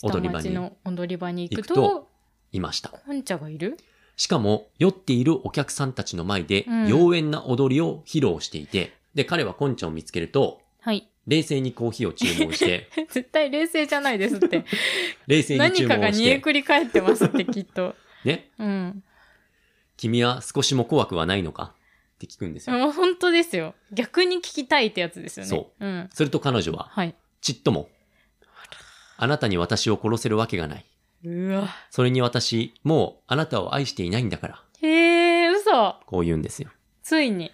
[SPEAKER 2] 踊
[SPEAKER 1] 下
[SPEAKER 2] り場に
[SPEAKER 1] 町の踊り場に行く
[SPEAKER 2] 行
[SPEAKER 1] と、
[SPEAKER 2] いました。
[SPEAKER 1] コンチャがいる
[SPEAKER 2] しかも、酔っているお客さんたちの前で、
[SPEAKER 1] うん
[SPEAKER 2] 妖艶な踊りを披露していて、で、彼はコンチャを見つけると、
[SPEAKER 1] はい。 [laughs]
[SPEAKER 2] 冷静にコーヒーを注文して、
[SPEAKER 1] 絶対冷静じゃないですって。
[SPEAKER 2] 冷静に
[SPEAKER 1] [laughs] 何
[SPEAKER 2] 注
[SPEAKER 1] か
[SPEAKER 2] 文
[SPEAKER 1] が
[SPEAKER 2] をし
[SPEAKER 1] 煮え
[SPEAKER 2] て、
[SPEAKER 1] くり返ってますって、きっ
[SPEAKER 2] [laughs]
[SPEAKER 1] と。
[SPEAKER 2] ね、
[SPEAKER 1] うん。
[SPEAKER 2] 君は少しも怖くはないのかって聞くんですよ。
[SPEAKER 1] もう本当ですよ。逆に聞きたいってやつですよね。。
[SPEAKER 2] そう
[SPEAKER 1] うん。
[SPEAKER 2] すると彼女は、
[SPEAKER 1] はい。
[SPEAKER 2] ちっとも、あなたに私を殺せるわけがない。
[SPEAKER 1] うわ。
[SPEAKER 2] それに私、もうあなたを愛していないんだから、
[SPEAKER 1] へえ、嘘。
[SPEAKER 2] こう言うんですよ。
[SPEAKER 1] ついに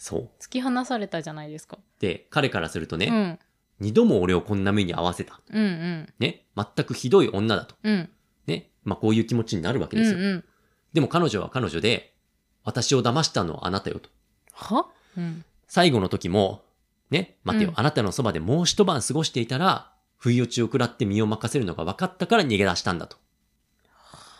[SPEAKER 2] そう。
[SPEAKER 1] 突き放されたじゃないですか。
[SPEAKER 2] で、彼からするとね、
[SPEAKER 1] うん。
[SPEAKER 2] 二度も俺をこんな目に遭わせた。
[SPEAKER 1] うんうん。
[SPEAKER 2] ね、全くひどい女だと。
[SPEAKER 1] うん。
[SPEAKER 2] ね、まあこういう気持ちになるわけ
[SPEAKER 1] う
[SPEAKER 2] で
[SPEAKER 1] ん
[SPEAKER 2] すよ。
[SPEAKER 1] うん。
[SPEAKER 2] でも彼女は彼女で、私を騙したのはあなたよと。
[SPEAKER 1] はうん。
[SPEAKER 2] 最後の時も、ね、待てよ、
[SPEAKER 1] うん
[SPEAKER 2] あなたのそばでもう一晩過ごしていたら、不意打ちを食らって身を任せるのが分かったから逃げ出したんだと。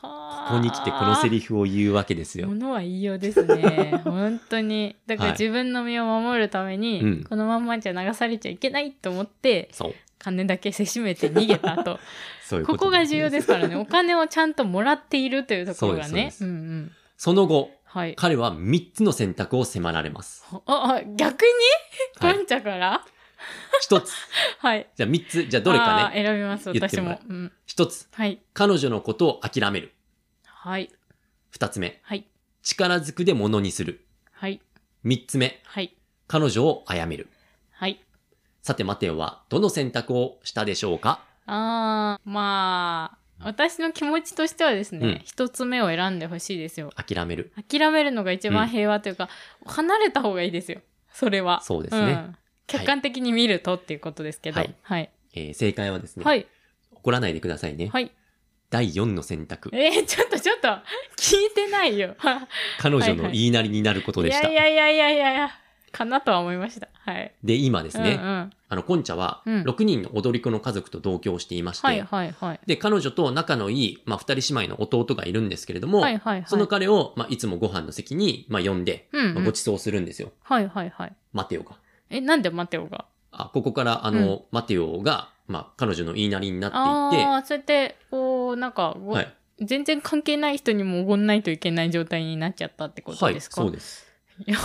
[SPEAKER 2] こ
[SPEAKER 1] こ
[SPEAKER 2] こに来てこのセリフを言うわけですよ
[SPEAKER 1] も。のは言いようで
[SPEAKER 2] [laughs]
[SPEAKER 1] すね。本当に。だから
[SPEAKER 2] はい
[SPEAKER 1] 自分の身を守るために、
[SPEAKER 2] うん
[SPEAKER 1] このまんまじゃ流されちゃいけないと思って、
[SPEAKER 2] そう。
[SPEAKER 1] 金だけせしめて逃げたと。
[SPEAKER 2] そういうこ。
[SPEAKER 1] ことこが重要ですからね。お金をちゃんともらっているというところが
[SPEAKER 2] そうで
[SPEAKER 1] ね。
[SPEAKER 2] すそ
[SPEAKER 1] うんうん。
[SPEAKER 2] その後、
[SPEAKER 1] はい。
[SPEAKER 2] 彼は3つの選択を迫られます。
[SPEAKER 1] あ、あ逆に
[SPEAKER 2] はい
[SPEAKER 1] ゴンチャから、
[SPEAKER 2] 一つ。
[SPEAKER 1] はい。
[SPEAKER 2] じゃあ三つ。じゃあどれか
[SPEAKER 1] あー
[SPEAKER 2] ね。
[SPEAKER 1] 選びます、
[SPEAKER 2] 言って
[SPEAKER 1] 私
[SPEAKER 2] もらう
[SPEAKER 1] も。うん。
[SPEAKER 2] 一つ。
[SPEAKER 1] はい。
[SPEAKER 2] 彼女のことを諦める。
[SPEAKER 1] はい。
[SPEAKER 2] 二つ目。
[SPEAKER 1] はい。
[SPEAKER 2] 力ずくで物にする。
[SPEAKER 1] はい。
[SPEAKER 2] 三つ目。
[SPEAKER 1] はい。
[SPEAKER 2] 彼女を殺める。
[SPEAKER 1] はい。
[SPEAKER 2] さて、マテオはどの選択をしたでしょうか
[SPEAKER 1] あー、まあ、私の気持ちとしてはです
[SPEAKER 2] うん
[SPEAKER 1] ね、一、つ目を選んでほしいですよ。
[SPEAKER 2] 諦める。
[SPEAKER 1] 諦めるのが一番平和というか、離れた方がいいですよ。それは。
[SPEAKER 2] そうですね
[SPEAKER 1] ん客観的に見るとっていうことですけど。
[SPEAKER 2] は
[SPEAKER 1] はいい。はい。
[SPEAKER 2] えー正解はですね、
[SPEAKER 1] はい。
[SPEAKER 2] 怒らないでくださいね。
[SPEAKER 1] はい
[SPEAKER 2] 第4の選択。
[SPEAKER 1] えー、ちょっとちょっと、聞いてないよ。
[SPEAKER 2] 彼女
[SPEAKER 1] はい
[SPEAKER 2] の
[SPEAKER 1] はい
[SPEAKER 2] 言いなりになること
[SPEAKER 1] い
[SPEAKER 2] でした。
[SPEAKER 1] やいやいやいやいやいや、かなとは思いました。はい。
[SPEAKER 2] で、今ですね、
[SPEAKER 1] うんうん。
[SPEAKER 2] あの、コンチャは、
[SPEAKER 1] うん
[SPEAKER 2] 6人の踊り子の家族と同居をしていまして、
[SPEAKER 1] はいはいはい。
[SPEAKER 2] で、彼女と仲のいい、まあ、二人姉妹の弟がいるんですけれども、
[SPEAKER 1] はいはいはい。
[SPEAKER 2] その彼を、まあ、いつもご飯の席に、まあ、呼んで、
[SPEAKER 1] うんうん
[SPEAKER 2] まあご馳走するんですよ。
[SPEAKER 1] はいはいはい。
[SPEAKER 2] マテオが。
[SPEAKER 1] え、なんでマテオが
[SPEAKER 2] あ、ここから、あの、マテオが、まあ、彼女の言いなりにな
[SPEAKER 1] あ
[SPEAKER 2] っていって、
[SPEAKER 1] あー、そうやって、こう、なんか、ご
[SPEAKER 2] はい。
[SPEAKER 1] 全然関係ない人にもおごんないといけない状態になっちゃったってこと
[SPEAKER 2] は
[SPEAKER 1] で
[SPEAKER 2] い、
[SPEAKER 1] すか、
[SPEAKER 2] そうです。
[SPEAKER 1] いや、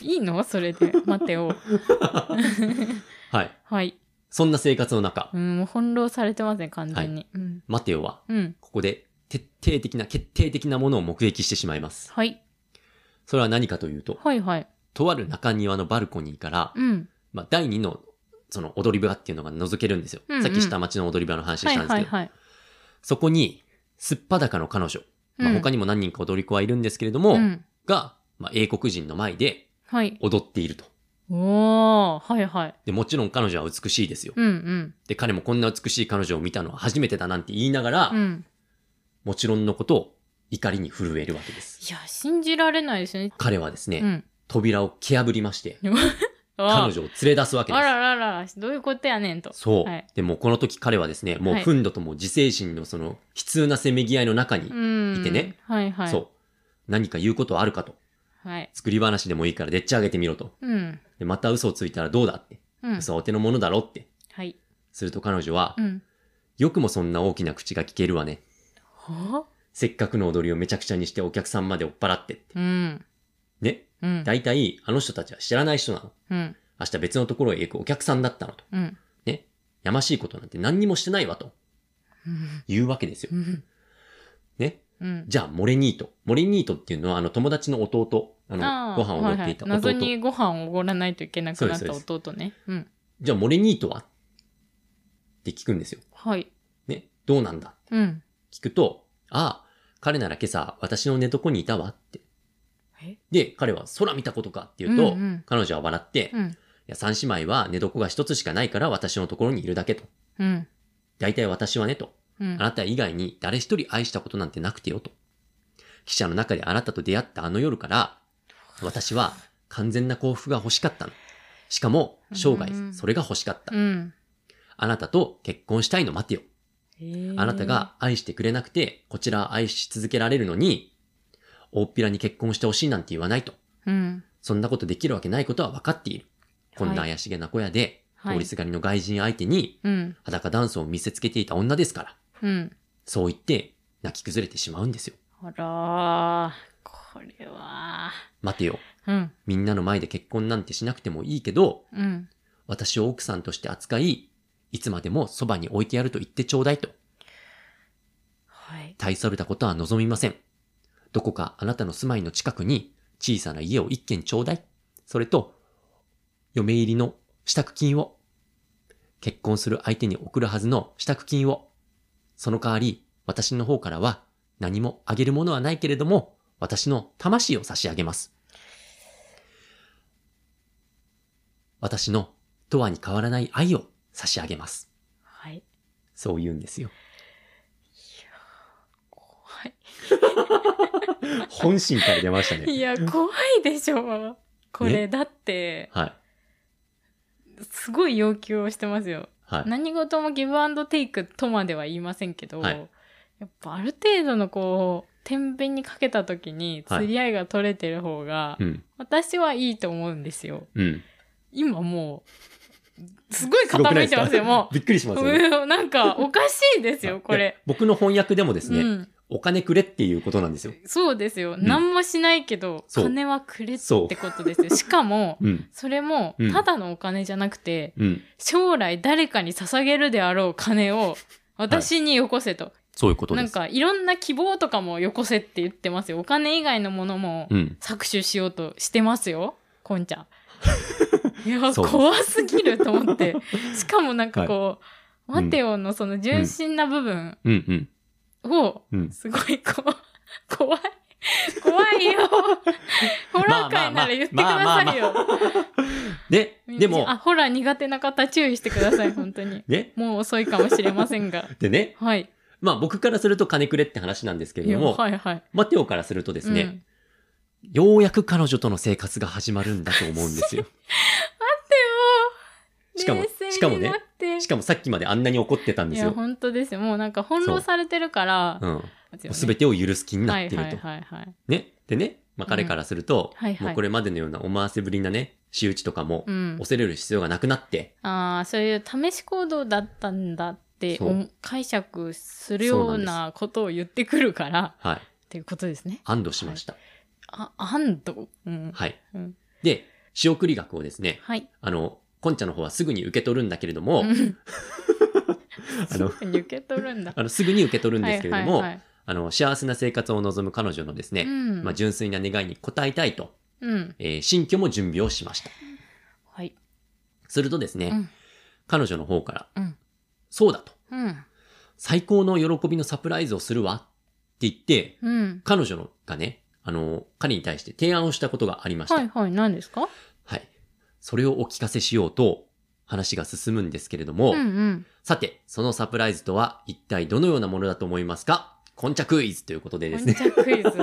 [SPEAKER 1] いいのそれで、マテオ。
[SPEAKER 2] [laughs] はい。
[SPEAKER 1] はい。
[SPEAKER 2] そんな生活の中、
[SPEAKER 1] うん、もう翻弄されてますね、完全に。うん。
[SPEAKER 2] マテオは、
[SPEAKER 1] うん。
[SPEAKER 2] ここで、徹底的な、決定的なものを目撃してしまいます。
[SPEAKER 1] はい。
[SPEAKER 2] それは何かというと、
[SPEAKER 1] はいはい。
[SPEAKER 2] とある中庭のバルコニーから、
[SPEAKER 1] うん。
[SPEAKER 2] まあ、第2の、その踊り場っていうのが覗けるんですよ。
[SPEAKER 1] うんうん
[SPEAKER 2] さっき下町の踊り場の話
[SPEAKER 1] は
[SPEAKER 2] し
[SPEAKER 1] い
[SPEAKER 2] たんですけど、
[SPEAKER 1] はいはい。
[SPEAKER 2] そこに、すっぱだかの彼女、まあ、
[SPEAKER 1] うん
[SPEAKER 2] 他にも何人か踊り子はいるんですけれども、
[SPEAKER 1] うん。
[SPEAKER 2] が、まあ、英国人の前で
[SPEAKER 1] はい。
[SPEAKER 2] 踊っていると。
[SPEAKER 1] おー、はいはい。
[SPEAKER 2] で、もちろん彼女は美しいですよ。
[SPEAKER 1] うんうん。
[SPEAKER 2] で、彼もこんな美しい彼女を見たのは初めてだなんて言いながら、
[SPEAKER 1] うん。
[SPEAKER 2] もちろんのことを怒りに震えるわけです。
[SPEAKER 1] いや、信じられないですね。
[SPEAKER 2] 彼はですね、
[SPEAKER 1] うん。
[SPEAKER 2] 扉を蹴破りまして、
[SPEAKER 1] あ
[SPEAKER 2] 彼女を連れ出すわけで
[SPEAKER 1] あ
[SPEAKER 2] す。
[SPEAKER 1] らららら、どういうことやねんと。
[SPEAKER 2] そう。
[SPEAKER 1] はい
[SPEAKER 2] でもうこの時彼はですね、もう
[SPEAKER 1] はい
[SPEAKER 2] 憤怒とも自制心のその悲痛なせめぎ合いの中に、
[SPEAKER 1] うん。
[SPEAKER 2] いてね。
[SPEAKER 1] はいはい。
[SPEAKER 2] そう。何か言うことはあるかと。
[SPEAKER 1] はい。
[SPEAKER 2] 作り話でもいいからでっち上げてみろと。
[SPEAKER 1] うん。
[SPEAKER 2] でまた嘘をついたらどうだって。
[SPEAKER 1] うん。
[SPEAKER 2] 嘘はお手の物だろって。
[SPEAKER 1] はい。
[SPEAKER 2] すると彼女は、
[SPEAKER 1] うん。
[SPEAKER 2] よくもそんな大きな口が聞けるわね。
[SPEAKER 1] は
[SPEAKER 2] せっかくの踊りをめちゃくちゃにしてお客さんまで追っ払ってって。
[SPEAKER 1] うん。
[SPEAKER 2] ね。
[SPEAKER 1] うん。
[SPEAKER 2] 大体、あの人たちは知らない人なの。
[SPEAKER 1] うん。
[SPEAKER 2] 明日別のところへ行くお客さんだったのと。
[SPEAKER 1] うん。
[SPEAKER 2] ね。やましいことなんて何にもしてないわと。
[SPEAKER 1] うん
[SPEAKER 2] いうわけですよ
[SPEAKER 1] う。ん。
[SPEAKER 2] ね。
[SPEAKER 1] うん。
[SPEAKER 2] じゃあ、モレニート。モレニートっていうのは、あの、友達の弟。あ
[SPEAKER 1] あ
[SPEAKER 2] の、
[SPEAKER 1] ー
[SPEAKER 2] ご飯を持っていた弟。
[SPEAKER 1] はは謎にご飯をおごらないといけなくなっ
[SPEAKER 2] そうで
[SPEAKER 1] た
[SPEAKER 2] すそ
[SPEAKER 1] 弟ね。うん。
[SPEAKER 2] じゃあ、モレニートはって聞くんですよ。
[SPEAKER 1] はい。
[SPEAKER 2] ね。どうなんだ
[SPEAKER 1] うん。
[SPEAKER 2] 聞くと、ああ、彼なら今朝、私の寝床にいたわって
[SPEAKER 1] え。
[SPEAKER 2] で、彼は空見たことかって言うと、
[SPEAKER 1] うんうん
[SPEAKER 2] 彼女は笑って、
[SPEAKER 1] う
[SPEAKER 2] い
[SPEAKER 1] ん。
[SPEAKER 2] や、三姉妹は寝床が一つしかないから私のところにいるだけと。
[SPEAKER 1] うん。
[SPEAKER 2] 大体私はねと。
[SPEAKER 1] う
[SPEAKER 2] あ
[SPEAKER 1] ん。
[SPEAKER 2] なた以外に誰一人愛したことなんてなくてよと。記者の中であなたと出会ったあの夜から、私は完全な幸福が欲しかったの。しかも、生
[SPEAKER 1] う
[SPEAKER 2] 涯
[SPEAKER 1] ん
[SPEAKER 2] それが欲しかった
[SPEAKER 1] う。ん。
[SPEAKER 2] あなたと結婚したいの待てよ。
[SPEAKER 1] えー
[SPEAKER 2] あなたが愛してくれなくて、こちらは愛し続けられるのに、大っぴらに結婚してほしいなんて言わないと。
[SPEAKER 1] うん。
[SPEAKER 2] そんなことできるわけないことは分かっている。こんな怪しげな小屋で、
[SPEAKER 1] はい
[SPEAKER 2] 通りすがりの外人相手に
[SPEAKER 1] うん。
[SPEAKER 2] 裸ダンスを見せつけていた女ですから。
[SPEAKER 1] うん。
[SPEAKER 2] そう言って、泣き崩れてしまうんですよ。
[SPEAKER 1] あらー。これは。
[SPEAKER 2] 待てよ。
[SPEAKER 1] うん。
[SPEAKER 2] みんなの前で結婚なんてしなくてもいいけど、
[SPEAKER 1] うん。
[SPEAKER 2] 私を奥さんとして扱い、いつまでもそばに置いてやると言ってちょうだいと。
[SPEAKER 1] はい。
[SPEAKER 2] 大それたことは望みません。どこかあなたの住まいの近くに小さな家を一軒ちょうだい。それと、嫁入りの支度金を、結婚する相手に送るはずの支度金を、その代わり私の方からは何もあげるものはないけれども、私の魂を差し上げます。私の永遠に変わらない愛を差し上げます。
[SPEAKER 1] はい。
[SPEAKER 2] そう言うんですよ。
[SPEAKER 1] 怖
[SPEAKER 2] 本心から出ました
[SPEAKER 1] [laughs] い。
[SPEAKER 2] ね。
[SPEAKER 1] いや、怖いでしょ。こ
[SPEAKER 2] ね
[SPEAKER 1] れ、だって、
[SPEAKER 2] はい。
[SPEAKER 1] すごい要求をしてますよ。
[SPEAKER 2] はい。
[SPEAKER 1] 何事もギブアンドテイクとまでは言いませんけど、
[SPEAKER 2] はい
[SPEAKER 1] やっぱある程度のこう天秤にかけた時に
[SPEAKER 2] はい
[SPEAKER 1] 釣り合いが取れてる方が、
[SPEAKER 2] うん。
[SPEAKER 1] 私はいいと思うんですよ
[SPEAKER 2] うん。
[SPEAKER 1] 今もうすごい傾いてますよも
[SPEAKER 2] [laughs] びっくりしま
[SPEAKER 1] う [laughs]
[SPEAKER 2] すよね。
[SPEAKER 1] うんなんかおかしいですよこ
[SPEAKER 2] いや
[SPEAKER 1] れ。。
[SPEAKER 2] 僕の翻訳でもですね、
[SPEAKER 1] うん
[SPEAKER 2] お金くれっていうことなんですよ。
[SPEAKER 1] そうですよ。
[SPEAKER 2] ん
[SPEAKER 1] 何もしないけど、
[SPEAKER 2] そう
[SPEAKER 1] 金はくれっ
[SPEAKER 2] そう
[SPEAKER 1] てことです
[SPEAKER 2] [laughs]
[SPEAKER 1] よ。しかも、
[SPEAKER 2] うん。
[SPEAKER 1] それも
[SPEAKER 2] うん、
[SPEAKER 1] ただのお金じゃなくて、
[SPEAKER 2] うん。
[SPEAKER 1] 将来誰かに捧げるであろう金を、私によこせと。
[SPEAKER 2] そういうことで
[SPEAKER 1] な
[SPEAKER 2] す。
[SPEAKER 1] んか、いろんな希望とかもよこせって言ってますよ。お金以外のものも
[SPEAKER 2] うん。
[SPEAKER 1] 搾取しようとしてますよ、こん
[SPEAKER 2] [laughs]
[SPEAKER 1] ちゃん。いや、
[SPEAKER 2] そう
[SPEAKER 1] 怖すぎると思
[SPEAKER 2] [laughs]
[SPEAKER 1] って。しかもなんかこう、
[SPEAKER 2] はい
[SPEAKER 1] 待てよのその純真な部分
[SPEAKER 2] うんうん。
[SPEAKER 1] を、
[SPEAKER 2] うん
[SPEAKER 1] すごいこう、 [laughs] 怖い。怖い
[SPEAKER 2] [laughs]
[SPEAKER 1] よ。ホラー界なら言ってくださいよ。
[SPEAKER 2] で、で
[SPEAKER 1] あ、
[SPEAKER 2] も、
[SPEAKER 1] ホラー苦手な方注意してく
[SPEAKER 2] [laughs]
[SPEAKER 1] ださい、本当に。
[SPEAKER 2] ね、
[SPEAKER 1] もう遅いかもしれませんが。
[SPEAKER 2] でね、
[SPEAKER 1] はい。
[SPEAKER 2] まあ僕からすると金くれって話なんですけ
[SPEAKER 1] い
[SPEAKER 2] れ
[SPEAKER 1] や
[SPEAKER 2] ども、
[SPEAKER 1] はいはい。
[SPEAKER 2] マテオからするとですね、ようやく彼女との生活が始まるんだと思うんです
[SPEAKER 1] [laughs]
[SPEAKER 2] よ。
[SPEAKER 1] うん。
[SPEAKER 2] しかも
[SPEAKER 1] 冷静に
[SPEAKER 2] しかもね
[SPEAKER 1] なって
[SPEAKER 2] しかもさっきまであんなに怒ってたんで
[SPEAKER 1] い
[SPEAKER 2] す
[SPEAKER 1] や、
[SPEAKER 2] よ。
[SPEAKER 1] 本当ですよ。もうなんか翻弄されてるから
[SPEAKER 2] う、ん。すべ
[SPEAKER 1] 全
[SPEAKER 2] てを許す気になってると。
[SPEAKER 1] はいはいはいはい。
[SPEAKER 2] ね。でね、まあ彼からすると、
[SPEAKER 1] うんはいはい
[SPEAKER 2] もうこれまでのような思わせぶりなね、仕打ちとかも、
[SPEAKER 1] うん。
[SPEAKER 2] 恐れる必要がなくなって、
[SPEAKER 1] ああ、そういう試し行動だったんだって
[SPEAKER 2] そう
[SPEAKER 1] お解釈するようなことを言ってくるから、
[SPEAKER 2] はい。
[SPEAKER 1] っていうことですね。
[SPEAKER 2] 安堵しました。
[SPEAKER 1] あ、安堵うん。
[SPEAKER 2] はい。
[SPEAKER 1] うん
[SPEAKER 2] で、仕送り額をですね、
[SPEAKER 1] はい。
[SPEAKER 2] あの、コンチャの方はすぐに受け取るんだけれど
[SPEAKER 1] [laughs]
[SPEAKER 2] も、
[SPEAKER 1] うん
[SPEAKER 2] あの、
[SPEAKER 1] そう受け取るんだ。
[SPEAKER 2] あのすぐに受け取るんですけれど
[SPEAKER 1] はいは
[SPEAKER 2] も、
[SPEAKER 1] いはい
[SPEAKER 2] あの、幸せな生活を望む彼女のですね、
[SPEAKER 1] うん
[SPEAKER 2] まあ、純粋な願いに応えたいと、
[SPEAKER 1] うん。
[SPEAKER 2] えー新居も準備をしました。
[SPEAKER 1] はい。
[SPEAKER 2] するとですね、
[SPEAKER 1] うん
[SPEAKER 2] 彼女の方から、
[SPEAKER 1] うん
[SPEAKER 2] そうだと、
[SPEAKER 1] うん。
[SPEAKER 2] 最高の喜びのサプライズをするわって言って、
[SPEAKER 1] うん。
[SPEAKER 2] 彼女のがね、あの、彼に対して提案をしたことがありました。
[SPEAKER 1] はいはい。何ですか
[SPEAKER 2] はい。それをお聞かせしようと話が進むんですけれども、
[SPEAKER 1] うんうん。
[SPEAKER 2] さて、そのサプライズとは一体どのようなものだと思いますかこんちゃクイズということでです
[SPEAKER 1] こん
[SPEAKER 2] ね。
[SPEAKER 1] ちゃクイズ。 [laughs]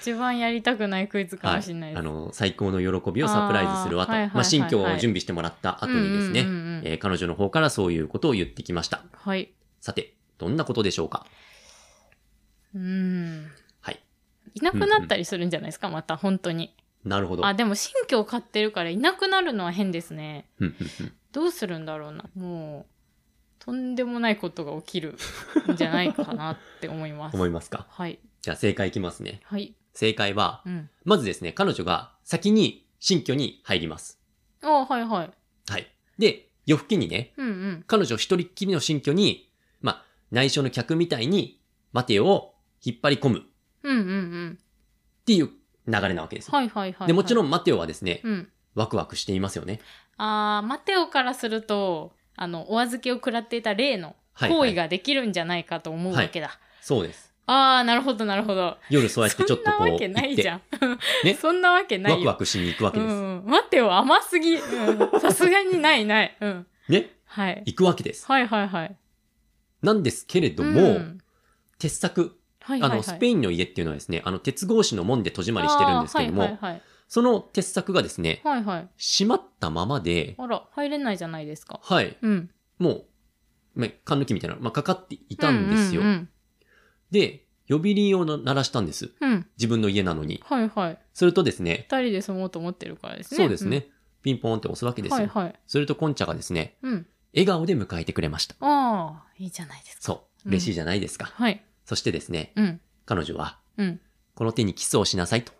[SPEAKER 1] 一番やりたくないクイズかもしれない
[SPEAKER 2] あ
[SPEAKER 1] です。
[SPEAKER 2] の、最高の喜びをサプライズするわと、
[SPEAKER 1] あーはいはいはいはい
[SPEAKER 2] まあ、新居を準備してもらった後にですね、
[SPEAKER 1] うんうんうんうん
[SPEAKER 2] えー彼女の方からそういうことを言ってきました。
[SPEAKER 1] はい。
[SPEAKER 2] さて、どんなことでしょうか
[SPEAKER 1] うん。
[SPEAKER 2] はい。
[SPEAKER 1] いなくなったりするんじゃないですか、また、本当に。
[SPEAKER 2] なるほど。
[SPEAKER 1] あ、でも新居を買ってるからいなくなるのは変ですね。
[SPEAKER 2] うんうんうん
[SPEAKER 1] どうするんだろうな。もう、とんでもないことが起きるんじゃないかなって思います。
[SPEAKER 2] 思いますか
[SPEAKER 1] はい。
[SPEAKER 2] じゃあ正解いきますね。
[SPEAKER 1] はい。
[SPEAKER 2] 正解は、
[SPEAKER 1] うん。
[SPEAKER 2] まずですね、彼女が先に新居に入ります。
[SPEAKER 1] あはいはい。
[SPEAKER 2] はい。で、夜更けにね、
[SPEAKER 1] うんうん。
[SPEAKER 2] 彼女一人っきりの新居に、まあ、内緒の客みたいに、待てよを引っ張り込むっ
[SPEAKER 1] うんうんうん。
[SPEAKER 2] ていう流れなわけですよ。
[SPEAKER 1] はいはいはい。
[SPEAKER 2] で、もちろ
[SPEAKER 1] ん。
[SPEAKER 2] ん待てよはですね、
[SPEAKER 1] うん。
[SPEAKER 2] ワクワクしていますよね。
[SPEAKER 1] あー、マテオからすると、あの、お預けを食らっていた例の
[SPEAKER 2] はいはい
[SPEAKER 1] 行為ができるんじゃないかと思うわけだ。
[SPEAKER 2] そうです。
[SPEAKER 1] あー、なるほどなるほど。
[SPEAKER 2] 夜そうやってち
[SPEAKER 1] そ
[SPEAKER 2] ょっ
[SPEAKER 1] ん
[SPEAKER 2] と
[SPEAKER 1] な
[SPEAKER 2] こう、
[SPEAKER 1] わけな
[SPEAKER 2] 行っ
[SPEAKER 1] い
[SPEAKER 2] て
[SPEAKER 1] じゃん。
[SPEAKER 2] ね
[SPEAKER 1] [laughs] そんなわけないよ。
[SPEAKER 2] ワクワクしに行くわけです。
[SPEAKER 1] うん、待てよ、甘すぎ。うんさすがにないない。うん。
[SPEAKER 2] ね
[SPEAKER 1] はい。
[SPEAKER 2] 行くわけです。
[SPEAKER 1] はいはいはい。
[SPEAKER 2] なんですけれども、
[SPEAKER 1] うん
[SPEAKER 2] 鉄柵、
[SPEAKER 1] はい
[SPEAKER 2] あ
[SPEAKER 1] はいはい、
[SPEAKER 2] の、スペインの家っていうのはですね、あの、鉄格子の門で戸締まりしてるんですけども、
[SPEAKER 1] あーはいはい
[SPEAKER 2] その鉄柵がですね、
[SPEAKER 1] はい。はいはい。
[SPEAKER 2] 閉まったままで、
[SPEAKER 1] あら、入れないじゃないですか。
[SPEAKER 2] はい、
[SPEAKER 1] うん。
[SPEAKER 2] もう、まあ、缶抜きみたいなの、まあ、かかっていたんですよ。
[SPEAKER 1] うん
[SPEAKER 2] で、呼び鈴を鳴らしたんです。
[SPEAKER 1] うんうん。うん。
[SPEAKER 2] 自分の家なのに。
[SPEAKER 1] はいはい。
[SPEAKER 2] するとですね、
[SPEAKER 1] 二人で住もうと思ってるからですね。
[SPEAKER 2] そうですね、ピンポーンって押すわけ
[SPEAKER 1] うん。
[SPEAKER 2] ですよ。
[SPEAKER 1] はいはい。
[SPEAKER 2] すると、コンチャがですね、
[SPEAKER 1] うん。
[SPEAKER 2] 笑顔で迎えてくれました。
[SPEAKER 1] ああ、いいじゃないですか。
[SPEAKER 2] そう、
[SPEAKER 1] うん
[SPEAKER 2] 嬉しいじゃないですか。
[SPEAKER 1] はい。
[SPEAKER 2] そしてですね、
[SPEAKER 1] うん。
[SPEAKER 2] 彼女は、
[SPEAKER 1] うん。
[SPEAKER 2] この手にキスをしなさいと。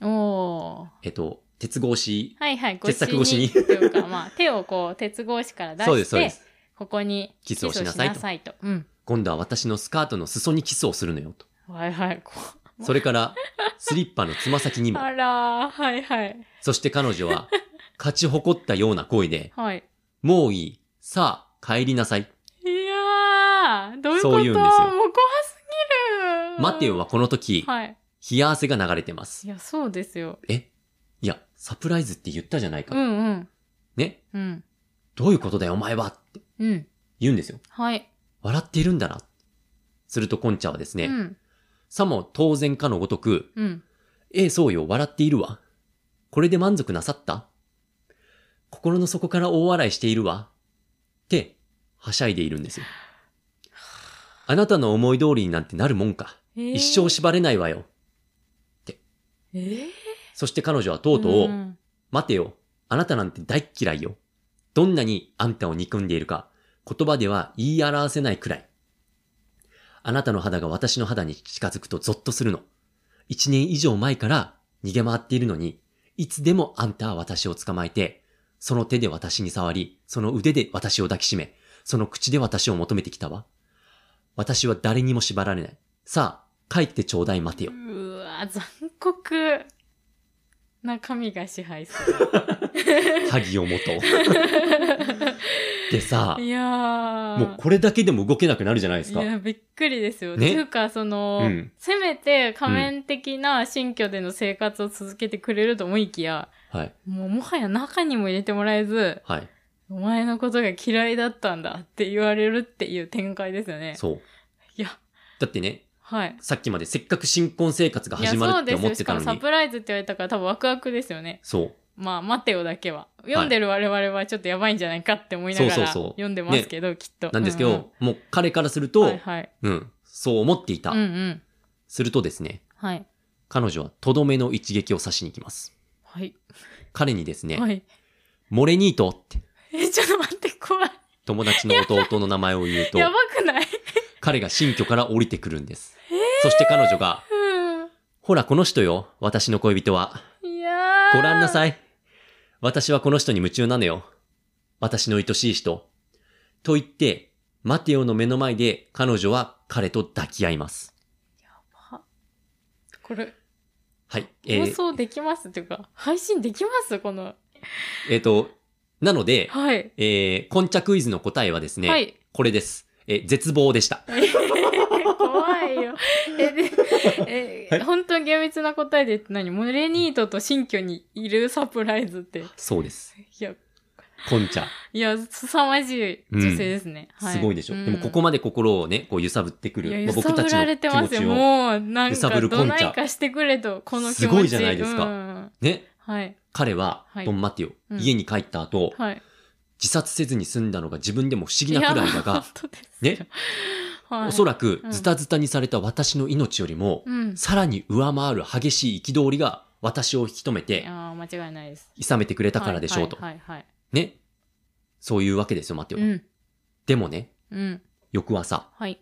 [SPEAKER 1] おー。
[SPEAKER 2] えっと、鉄格子、
[SPEAKER 1] はいはい。
[SPEAKER 2] 鉄柵越しに
[SPEAKER 1] ごっていうか、まあ、手をこう、鉄格子から出して、
[SPEAKER 2] そうです、そうです。
[SPEAKER 1] ここに
[SPEAKER 2] キスをしなさいと
[SPEAKER 1] キスをいと。うん。
[SPEAKER 2] 今度は私のスカートの裾にキスをするのよと。
[SPEAKER 1] はいはい。こう
[SPEAKER 2] それから、スリッパのつま先にも。
[SPEAKER 1] あらー、はいはい。
[SPEAKER 2] そして彼女は、勝ち誇ったような声で、
[SPEAKER 1] はい。
[SPEAKER 2] もういい。さあ、帰りなさい。
[SPEAKER 1] いやー、どういうこと
[SPEAKER 2] そう言うんですよ
[SPEAKER 1] もう怖すぎる。
[SPEAKER 2] マテオはこの時、
[SPEAKER 1] はい。
[SPEAKER 2] 冷や汗が流れてます
[SPEAKER 1] い。や、そうですよ。
[SPEAKER 2] えいや、サプライズって言ったじゃないか。
[SPEAKER 1] うんうん。
[SPEAKER 2] ね
[SPEAKER 1] うん。
[SPEAKER 2] どういうことだよ、お前はって
[SPEAKER 1] うん。
[SPEAKER 2] 言うんですよ。
[SPEAKER 1] はい。
[SPEAKER 2] 笑っているんだな。するとコンチャはですね、
[SPEAKER 1] うん。
[SPEAKER 2] さも当然かのごとく、
[SPEAKER 1] うん。
[SPEAKER 2] ええ、そうよ、笑っているわ。これで満足なさった心の底から大笑いしているわ。って、はしゃいでいるんです
[SPEAKER 1] [sighs]
[SPEAKER 2] よ。あなたの思い通りになんてなるもんか。
[SPEAKER 1] えー
[SPEAKER 2] 一生縛れないわよ。
[SPEAKER 1] えー、
[SPEAKER 2] そして彼女はとうとう、
[SPEAKER 1] ん
[SPEAKER 2] 待てよ。あなたなんて大っ嫌いよ。どんなにあんたを憎んでいるか、言葉では言い表せないくらい。あなたの肌が私の肌に近づくとゾッとするの。一年以上前から逃げ回っているのに、いつでもあんたは私を捕まえて、その手で私に触り、その腕で私を抱きしめ、その口で私を求めてきたわ。私は誰にも縛られない。さあ、帰ってちょうだい待
[SPEAKER 1] [laughs]
[SPEAKER 2] てよ。
[SPEAKER 1] うわ、残酷な神が支配する。
[SPEAKER 2] 萩尾元。 [laughs] でさ、
[SPEAKER 1] いやー。
[SPEAKER 2] もうこれだけでも動けなくなるじゃないですか
[SPEAKER 1] い。や、びっくりですよ。
[SPEAKER 2] ね
[SPEAKER 1] っていうか、その、
[SPEAKER 2] うん
[SPEAKER 1] せめて仮面的な新居での生活を続けてくれると思いきや、
[SPEAKER 2] はい。
[SPEAKER 1] もうもはや中にも入れてもらえず、
[SPEAKER 2] はい。
[SPEAKER 1] お前のことが嫌いだったんだって言われるっていう展開ですよね。
[SPEAKER 2] そう。
[SPEAKER 1] いや、
[SPEAKER 2] だってね、
[SPEAKER 1] はい。
[SPEAKER 2] さっきまでせっかく新婚生活が
[SPEAKER 1] いや、
[SPEAKER 2] 始ま
[SPEAKER 1] そ
[SPEAKER 2] る
[SPEAKER 1] う
[SPEAKER 2] って
[SPEAKER 1] で
[SPEAKER 2] 思っ
[SPEAKER 1] すして
[SPEAKER 2] た
[SPEAKER 1] かも
[SPEAKER 2] の
[SPEAKER 1] サ
[SPEAKER 2] に。
[SPEAKER 1] プライズって言われたから多分ワクワクですよね。
[SPEAKER 2] そう。
[SPEAKER 1] まあ、待てよだけは。読んでる我々はちょっとやばいんじゃないかって思いなが
[SPEAKER 2] そう
[SPEAKER 1] ら
[SPEAKER 2] そうそう
[SPEAKER 1] 読んでますけど、きっと。
[SPEAKER 2] なんですけ
[SPEAKER 1] うんうん
[SPEAKER 2] ど、もう彼からすると、
[SPEAKER 1] はいはい。
[SPEAKER 2] うん、そう思っていた。
[SPEAKER 1] うんうん。
[SPEAKER 2] するとですね、
[SPEAKER 1] はい。
[SPEAKER 2] 彼女はとどめの一撃を刺しに行きます。
[SPEAKER 1] はい。
[SPEAKER 2] 彼にですね、
[SPEAKER 1] はい。 [laughs]
[SPEAKER 2] モレニートって
[SPEAKER 1] え、ちょっと待って、怖い。
[SPEAKER 2] 友達の弟の名前を言うと、
[SPEAKER 1] やばくない
[SPEAKER 2] 彼が新居から降りてくるんです。そして彼女が、
[SPEAKER 1] う
[SPEAKER 2] ほらこの人よ、私の恋人は。
[SPEAKER 1] んいやー。
[SPEAKER 2] ご覧なさ
[SPEAKER 1] い。
[SPEAKER 2] い。私はこの人に夢中なのよ。私の愛しい人。と言って、マテオの目の前で彼女は彼と抱き合います。
[SPEAKER 1] これ、
[SPEAKER 2] はい。え
[SPEAKER 1] 放
[SPEAKER 2] ー
[SPEAKER 1] 送できますっていうか、配信できますこの。
[SPEAKER 2] えーと、なので、
[SPEAKER 1] はい。
[SPEAKER 2] えー、今茶クイズの答えはですね、
[SPEAKER 1] はい。
[SPEAKER 2] これです。えー絶望でした。
[SPEAKER 1] 怖
[SPEAKER 2] [laughs]
[SPEAKER 1] いよ。え、で、え、
[SPEAKER 2] はい
[SPEAKER 1] 本当に厳密な答えで言って何モレニートと新居にいるサプライズって。い
[SPEAKER 2] そうです。
[SPEAKER 1] や、
[SPEAKER 2] 今茶。
[SPEAKER 1] いや、凄まじい女性ですね。は
[SPEAKER 2] すごいでしょ。
[SPEAKER 1] うん
[SPEAKER 2] でもここまで心をね、こう揺さぶってくる。
[SPEAKER 1] いや、
[SPEAKER 2] ま
[SPEAKER 1] 揺
[SPEAKER 2] あ僕
[SPEAKER 1] さ
[SPEAKER 2] た
[SPEAKER 1] ぶ
[SPEAKER 2] ち
[SPEAKER 1] ら
[SPEAKER 2] の
[SPEAKER 1] れて
[SPEAKER 2] 気
[SPEAKER 1] ま
[SPEAKER 2] 持
[SPEAKER 1] すよ。
[SPEAKER 2] ちを。
[SPEAKER 1] もう、なん
[SPEAKER 2] 揺さぶ
[SPEAKER 1] か、
[SPEAKER 2] る
[SPEAKER 1] ど
[SPEAKER 2] こんちゃ
[SPEAKER 1] ないかしてくれと、この気持ち。
[SPEAKER 2] すごいじゃないですか
[SPEAKER 1] うん
[SPEAKER 2] ね。
[SPEAKER 1] はい。
[SPEAKER 2] 彼は、
[SPEAKER 1] はい
[SPEAKER 2] ドンマテオ、
[SPEAKER 1] うん
[SPEAKER 2] 家に帰った後、
[SPEAKER 1] はい。
[SPEAKER 2] 自殺せずに済んだのが自分でも不思
[SPEAKER 1] い
[SPEAKER 2] 議なくらい
[SPEAKER 1] や
[SPEAKER 2] だが
[SPEAKER 1] 本、当ですよ
[SPEAKER 2] ね、
[SPEAKER 1] はい、
[SPEAKER 2] おそらく
[SPEAKER 1] うん
[SPEAKER 2] ズタズタにされた私の命よりも、
[SPEAKER 1] うん。
[SPEAKER 2] さらに上回る激しい憤りが私を引き止めて、
[SPEAKER 1] ああ、間違いないです。
[SPEAKER 2] 諌めてくれたからでしょうと。
[SPEAKER 1] はいはい
[SPEAKER 2] ね。そういうわけですよ、マテオ
[SPEAKER 1] はい、
[SPEAKER 2] は。
[SPEAKER 1] うん。
[SPEAKER 2] でもね、
[SPEAKER 1] うん。
[SPEAKER 2] 翌朝、
[SPEAKER 1] はい。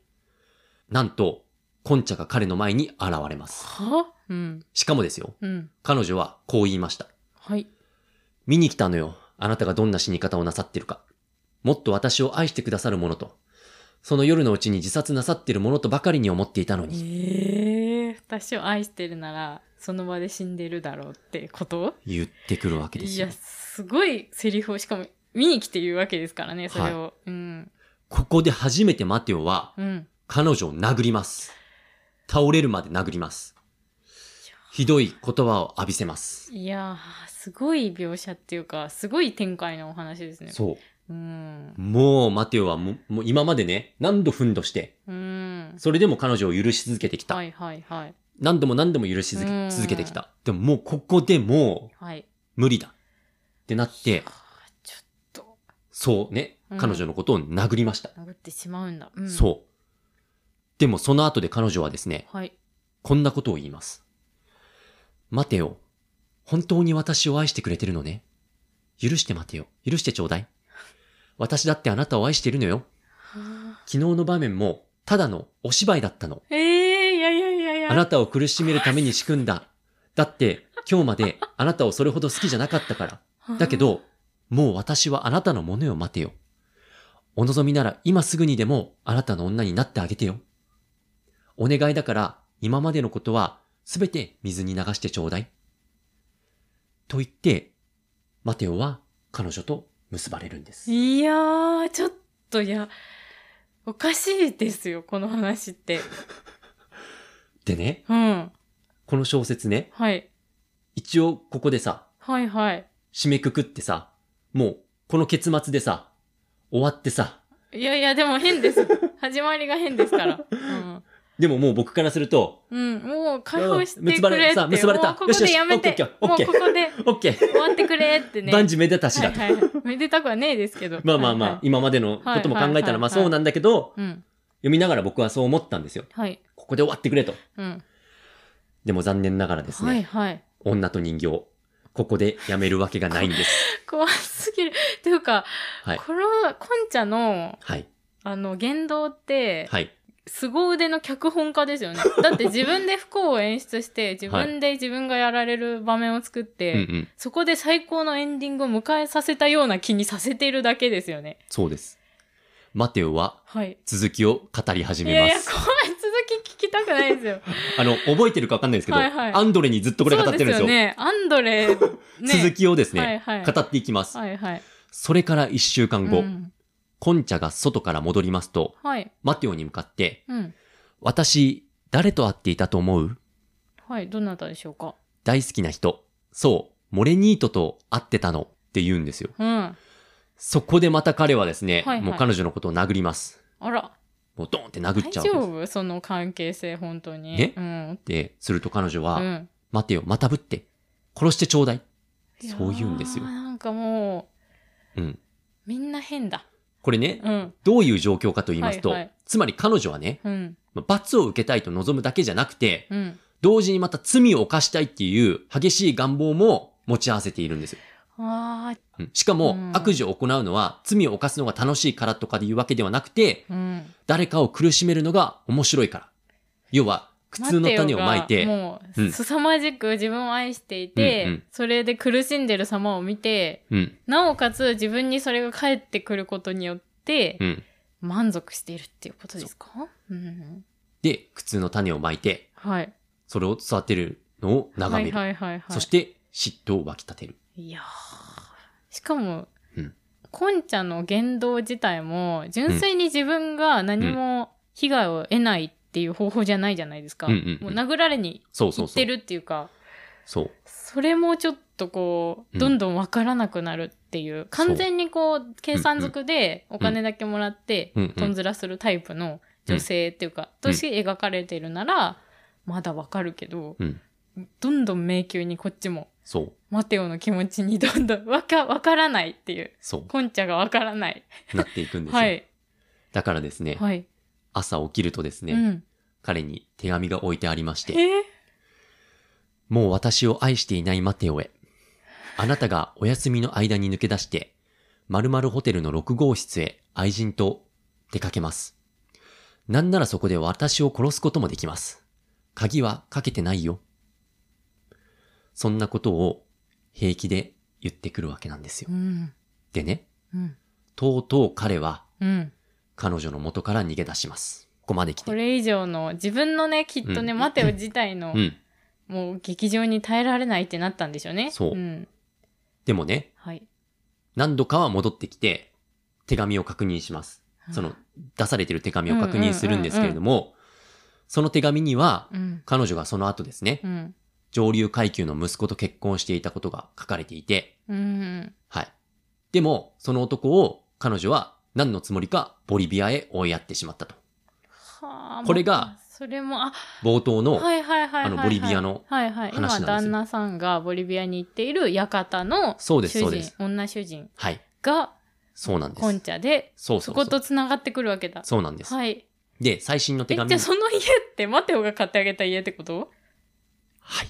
[SPEAKER 2] なんと、コンチャが彼の前に現れます。
[SPEAKER 1] はうん。
[SPEAKER 2] しかもですよ、
[SPEAKER 1] うん。
[SPEAKER 2] 彼女はこう言いました。
[SPEAKER 1] はい。
[SPEAKER 2] 見に来たのよ。あなたがどんな死に方をなさってるか。もっと私を愛してくださるものと、その夜のうちに自殺なさってるものとばかりに思っていたのに、
[SPEAKER 1] ええ私を愛してるなら、その場で死んでるだろうってこと
[SPEAKER 2] 言ってくるわけで
[SPEAKER 1] い
[SPEAKER 2] すよ
[SPEAKER 1] や、。すごいセリフを、しかも、見に来て言うわけですからね、それを。うん。
[SPEAKER 2] ここで初めてマテオは、
[SPEAKER 1] うん。
[SPEAKER 2] 彼女を殴ります。倒れるまで殴ります。ひどい言葉を浴びせます。
[SPEAKER 1] いやー、すごい描写っていうか、すごい展開のお話ですね。。
[SPEAKER 2] そう
[SPEAKER 1] ん
[SPEAKER 2] う。。もう、マテオはもう、もう今までね、何度奮闘して、
[SPEAKER 1] うん。
[SPEAKER 2] それでも彼女を許し続けてきた。
[SPEAKER 1] はいはいはい。
[SPEAKER 2] 何度も何度も許し続
[SPEAKER 1] う
[SPEAKER 2] け
[SPEAKER 1] ん
[SPEAKER 2] 続けてきた。でももうここでも
[SPEAKER 1] はい。
[SPEAKER 2] う無理だってなって、
[SPEAKER 1] あーちょっと、
[SPEAKER 2] そうね
[SPEAKER 1] う、ん
[SPEAKER 2] 彼女のことを殴りました。
[SPEAKER 1] 殴ってしまうんだ。うん、う。
[SPEAKER 2] そう。でもその後で彼女はですね、
[SPEAKER 1] はい。
[SPEAKER 2] こんなことを言います。待てよ。本当に私を愛してくれてるのね。許して待てよ。許してちょうだい。私だってあなたを愛してるのよ。昨日の場面も、ただのお芝居だったの。
[SPEAKER 1] ええいやいやいやいや。
[SPEAKER 2] あなたを苦しめるために仕組んだ。だって、今日まであなたをそれほど好きじゃなかったから。だけど、もう私はあなたのものよ、待てよ。お望みなら今すぐにでもあなたの女になってあげてよ。お願いだから今までのことはすべて水に流してちょうだい。と言って、マテオは彼女と結ばれるんです。
[SPEAKER 1] いやー、ちょっと、いや、おかしいですよ、この話って。
[SPEAKER 2] でね、
[SPEAKER 1] うん。
[SPEAKER 2] この小説ね、
[SPEAKER 1] はい。
[SPEAKER 2] 一応ここでさ、
[SPEAKER 1] はいはい。
[SPEAKER 2] 締めくくってさ、もうこの結末でさ、終わってさ、
[SPEAKER 1] いやいや、でも変
[SPEAKER 2] [laughs]
[SPEAKER 1] です。始まりが変ですから。うん。
[SPEAKER 2] でももう僕からすると、
[SPEAKER 1] うん、もう解放してくれって。
[SPEAKER 2] 結ばれさあ結ばれた
[SPEAKER 1] もうこ
[SPEAKER 2] よ
[SPEAKER 1] こ
[SPEAKER 2] しよし
[SPEAKER 1] でやめて。
[SPEAKER 2] オ
[SPEAKER 1] も
[SPEAKER 2] ッケ
[SPEAKER 1] う
[SPEAKER 2] ー
[SPEAKER 1] ここで
[SPEAKER 2] オッケー、
[SPEAKER 1] 終わってくれっ
[SPEAKER 2] [laughs]
[SPEAKER 1] てね。
[SPEAKER 2] 万事めでたしだ
[SPEAKER 1] はい
[SPEAKER 2] と。
[SPEAKER 1] はい。めでたくはねえですけど。
[SPEAKER 2] まあまあまあ、
[SPEAKER 1] はい
[SPEAKER 2] 今までのことも考えたらまあ
[SPEAKER 1] はいはいはいはい
[SPEAKER 2] そうなんだけど、
[SPEAKER 1] はい。うん。
[SPEAKER 2] 読みながら僕はそう思ったんですよ。
[SPEAKER 1] はい。
[SPEAKER 2] ここで終わってくれと。
[SPEAKER 1] うん。
[SPEAKER 2] でも残念ながらですね、
[SPEAKER 1] はいはい。
[SPEAKER 2] 女と人形、ここでやめるわけがないんです。
[SPEAKER 1] 怖すぎる。というか、
[SPEAKER 2] はい
[SPEAKER 1] この、こんちゃの、
[SPEAKER 2] はい。
[SPEAKER 1] あの、言動って、
[SPEAKER 2] はい。
[SPEAKER 1] 凄腕の脚本家ですよね。だって自分で不幸を演出して、自分で自分がやられる場面を作って、
[SPEAKER 2] うんうん。
[SPEAKER 1] そこで最高のエンディングを迎えさせたような気にさせているだけですよね。
[SPEAKER 2] そうです。マテオは
[SPEAKER 1] はい。
[SPEAKER 2] 続きを語り始
[SPEAKER 1] い
[SPEAKER 2] め
[SPEAKER 1] やい
[SPEAKER 2] ま [laughs]
[SPEAKER 1] や、
[SPEAKER 2] す。
[SPEAKER 1] 怖い。続き聞きたくないですよ。
[SPEAKER 2] あの、覚えてるかわかんないですけど、
[SPEAKER 1] はいはい
[SPEAKER 2] アンドレにずっとこれ語ってるんです
[SPEAKER 1] そ
[SPEAKER 2] よ。
[SPEAKER 1] うですよね。アンドレ、ね。
[SPEAKER 2] [laughs] 続きをですね、
[SPEAKER 1] はいはい
[SPEAKER 2] 語っていきます。
[SPEAKER 1] はいはい。
[SPEAKER 2] それから一週間後、
[SPEAKER 1] うん
[SPEAKER 2] コンチャが外から戻りますと、
[SPEAKER 1] はい。
[SPEAKER 2] マテオに向かって、
[SPEAKER 1] うん。
[SPEAKER 2] 私、誰と会っていたと思う
[SPEAKER 1] はい。どなたでしょうか。
[SPEAKER 2] 大好きな人。そう、モレニートと会ってたのって言うんですよ。
[SPEAKER 1] うん。
[SPEAKER 2] そこでまた彼はですね、
[SPEAKER 1] はいはい
[SPEAKER 2] もう彼女のことを殴ります。
[SPEAKER 1] あら、
[SPEAKER 2] もうドーンって殴っ
[SPEAKER 1] 大
[SPEAKER 2] ちゃ
[SPEAKER 1] 丈
[SPEAKER 2] うんです。
[SPEAKER 1] 夫その関係性、本当に。
[SPEAKER 2] ね
[SPEAKER 1] うん。
[SPEAKER 2] で、すると彼女は、
[SPEAKER 1] うん、
[SPEAKER 2] 待てよ、またぶって、殺してちょうだい。そう言うんですよ
[SPEAKER 1] いやーなんかも
[SPEAKER 2] うん。
[SPEAKER 1] う、みんな変だ。
[SPEAKER 2] これね、
[SPEAKER 1] うん。
[SPEAKER 2] どういう状況かと言いますと、
[SPEAKER 1] はいはい
[SPEAKER 2] つまり彼女はね、
[SPEAKER 1] うん。
[SPEAKER 2] まあ罰を受けたいと望むだけじゃなくて、
[SPEAKER 1] うん。
[SPEAKER 2] 同時にまた罪を犯したいっていう激しい願望も持ち合わせているんですよ。
[SPEAKER 1] あ
[SPEAKER 2] うんしかも、
[SPEAKER 1] うん
[SPEAKER 2] 悪事を行うのは罪を犯すのが楽しいからとかで言うわけではなくて、
[SPEAKER 1] あ、うん。
[SPEAKER 2] 誰かを苦しめるのが面白いから。要は、苦痛の種をまいて、
[SPEAKER 1] 待よがも
[SPEAKER 2] うん
[SPEAKER 1] う、凄まじく自分を愛していて、
[SPEAKER 2] うんうん
[SPEAKER 1] それで苦しんでる様を見て、
[SPEAKER 2] うん、
[SPEAKER 1] なおかつ自分にそれが返ってくることによって
[SPEAKER 2] う、ん。
[SPEAKER 1] 満足しているっていうことですかうん。
[SPEAKER 2] で、苦痛の種をまいて、
[SPEAKER 1] はい。
[SPEAKER 2] それを育てるのを眺める。
[SPEAKER 1] はいはいはいはい。
[SPEAKER 2] そして、嫉妬を湧き立てる。
[SPEAKER 1] いやーしかも、
[SPEAKER 2] うん
[SPEAKER 1] コンちゃんの言動自体も、純粋に自分が何も被害を得ないっていう方法じゃないじゃないですか。
[SPEAKER 2] うんうんうん
[SPEAKER 1] もう殴られに
[SPEAKER 2] そうそ
[SPEAKER 1] 行
[SPEAKER 2] う
[SPEAKER 1] っ
[SPEAKER 2] そ
[SPEAKER 1] て
[SPEAKER 2] う。
[SPEAKER 1] るっていうか、
[SPEAKER 2] そう。
[SPEAKER 1] それもちょっとこ
[SPEAKER 2] う
[SPEAKER 1] う、
[SPEAKER 2] ん
[SPEAKER 1] どんどんわからなくなるっていう、完全にこう、計算づくでお金だけもらって
[SPEAKER 2] うんうん、
[SPEAKER 1] とんずらするタイプの女性っていうか、
[SPEAKER 2] うん
[SPEAKER 1] として描かれてるなら、まだわかるけど、
[SPEAKER 2] うん、
[SPEAKER 1] どんどん迷宮にこっちも
[SPEAKER 2] そう、
[SPEAKER 1] マテオの気持ちにどんどん [laughs] わか、わからないっていう。
[SPEAKER 2] そ
[SPEAKER 1] コンチャがわからない。
[SPEAKER 2] う、なっていくんですよ。
[SPEAKER 1] はい。
[SPEAKER 2] だからですね、
[SPEAKER 1] はい。
[SPEAKER 2] 朝起きるとですね、
[SPEAKER 1] うん。
[SPEAKER 2] 彼に手紙が置いてありまし
[SPEAKER 1] え
[SPEAKER 2] て、もう私を愛していないマテオへ。あなたがお休みの間に抜け出して、〇〇ホテルの6号室へ愛人と出かけます。なんならそこで私を殺すこともできます。鍵はかけてないよ。そんなことを平気で言ってくるわけなんですよ
[SPEAKER 1] う。ん。
[SPEAKER 2] でね、
[SPEAKER 1] うん。
[SPEAKER 2] とうとう彼は
[SPEAKER 1] うん。
[SPEAKER 2] 彼女の元から逃げ出します。ここまで来て。
[SPEAKER 1] これ以上の、自分のね、きっとね、
[SPEAKER 2] うん
[SPEAKER 1] マテオ自体の、
[SPEAKER 2] うん。
[SPEAKER 1] もう劇場に耐えられないってなったんでしょうね。。
[SPEAKER 2] そうんでもね、
[SPEAKER 1] はい。
[SPEAKER 2] 何度かは戻ってきて、手紙を確認します。その、出されてる手紙を確認するんですけれども、その手紙には、
[SPEAKER 1] うん。
[SPEAKER 2] 彼女がその後ですね
[SPEAKER 1] う、ん。
[SPEAKER 2] 上流階級の息子と結婚していたことが書かれていて、
[SPEAKER 1] うん。
[SPEAKER 2] はい。でも、その男を彼女は何のつもりかボリビアへ追いやってしまったと。
[SPEAKER 1] はあ。
[SPEAKER 2] これが
[SPEAKER 1] まあ、それも、あ、
[SPEAKER 2] 冒頭の、
[SPEAKER 1] はいはいはいはいはい。
[SPEAKER 2] あのボリビアの
[SPEAKER 1] はいはい。
[SPEAKER 2] 話なんで
[SPEAKER 1] 今、
[SPEAKER 2] すよ
[SPEAKER 1] 旦那さんがボリビアに行っている館の
[SPEAKER 2] そう
[SPEAKER 1] 主
[SPEAKER 2] です、そうで
[SPEAKER 1] 人
[SPEAKER 2] す。、
[SPEAKER 1] 女主人
[SPEAKER 2] はい。
[SPEAKER 1] が、
[SPEAKER 2] そうなんです。
[SPEAKER 1] コンチャで、
[SPEAKER 2] そうそ
[SPEAKER 1] そう
[SPEAKER 2] そ
[SPEAKER 1] こ
[SPEAKER 2] う。
[SPEAKER 1] と繋がってくるわけだ。
[SPEAKER 2] そうなんです。
[SPEAKER 1] はい。
[SPEAKER 2] で、最新の手
[SPEAKER 1] え、
[SPEAKER 2] 紙
[SPEAKER 1] じゃ
[SPEAKER 2] に
[SPEAKER 1] あその家ってマテオが買ってあげた家ってこと
[SPEAKER 2] はい。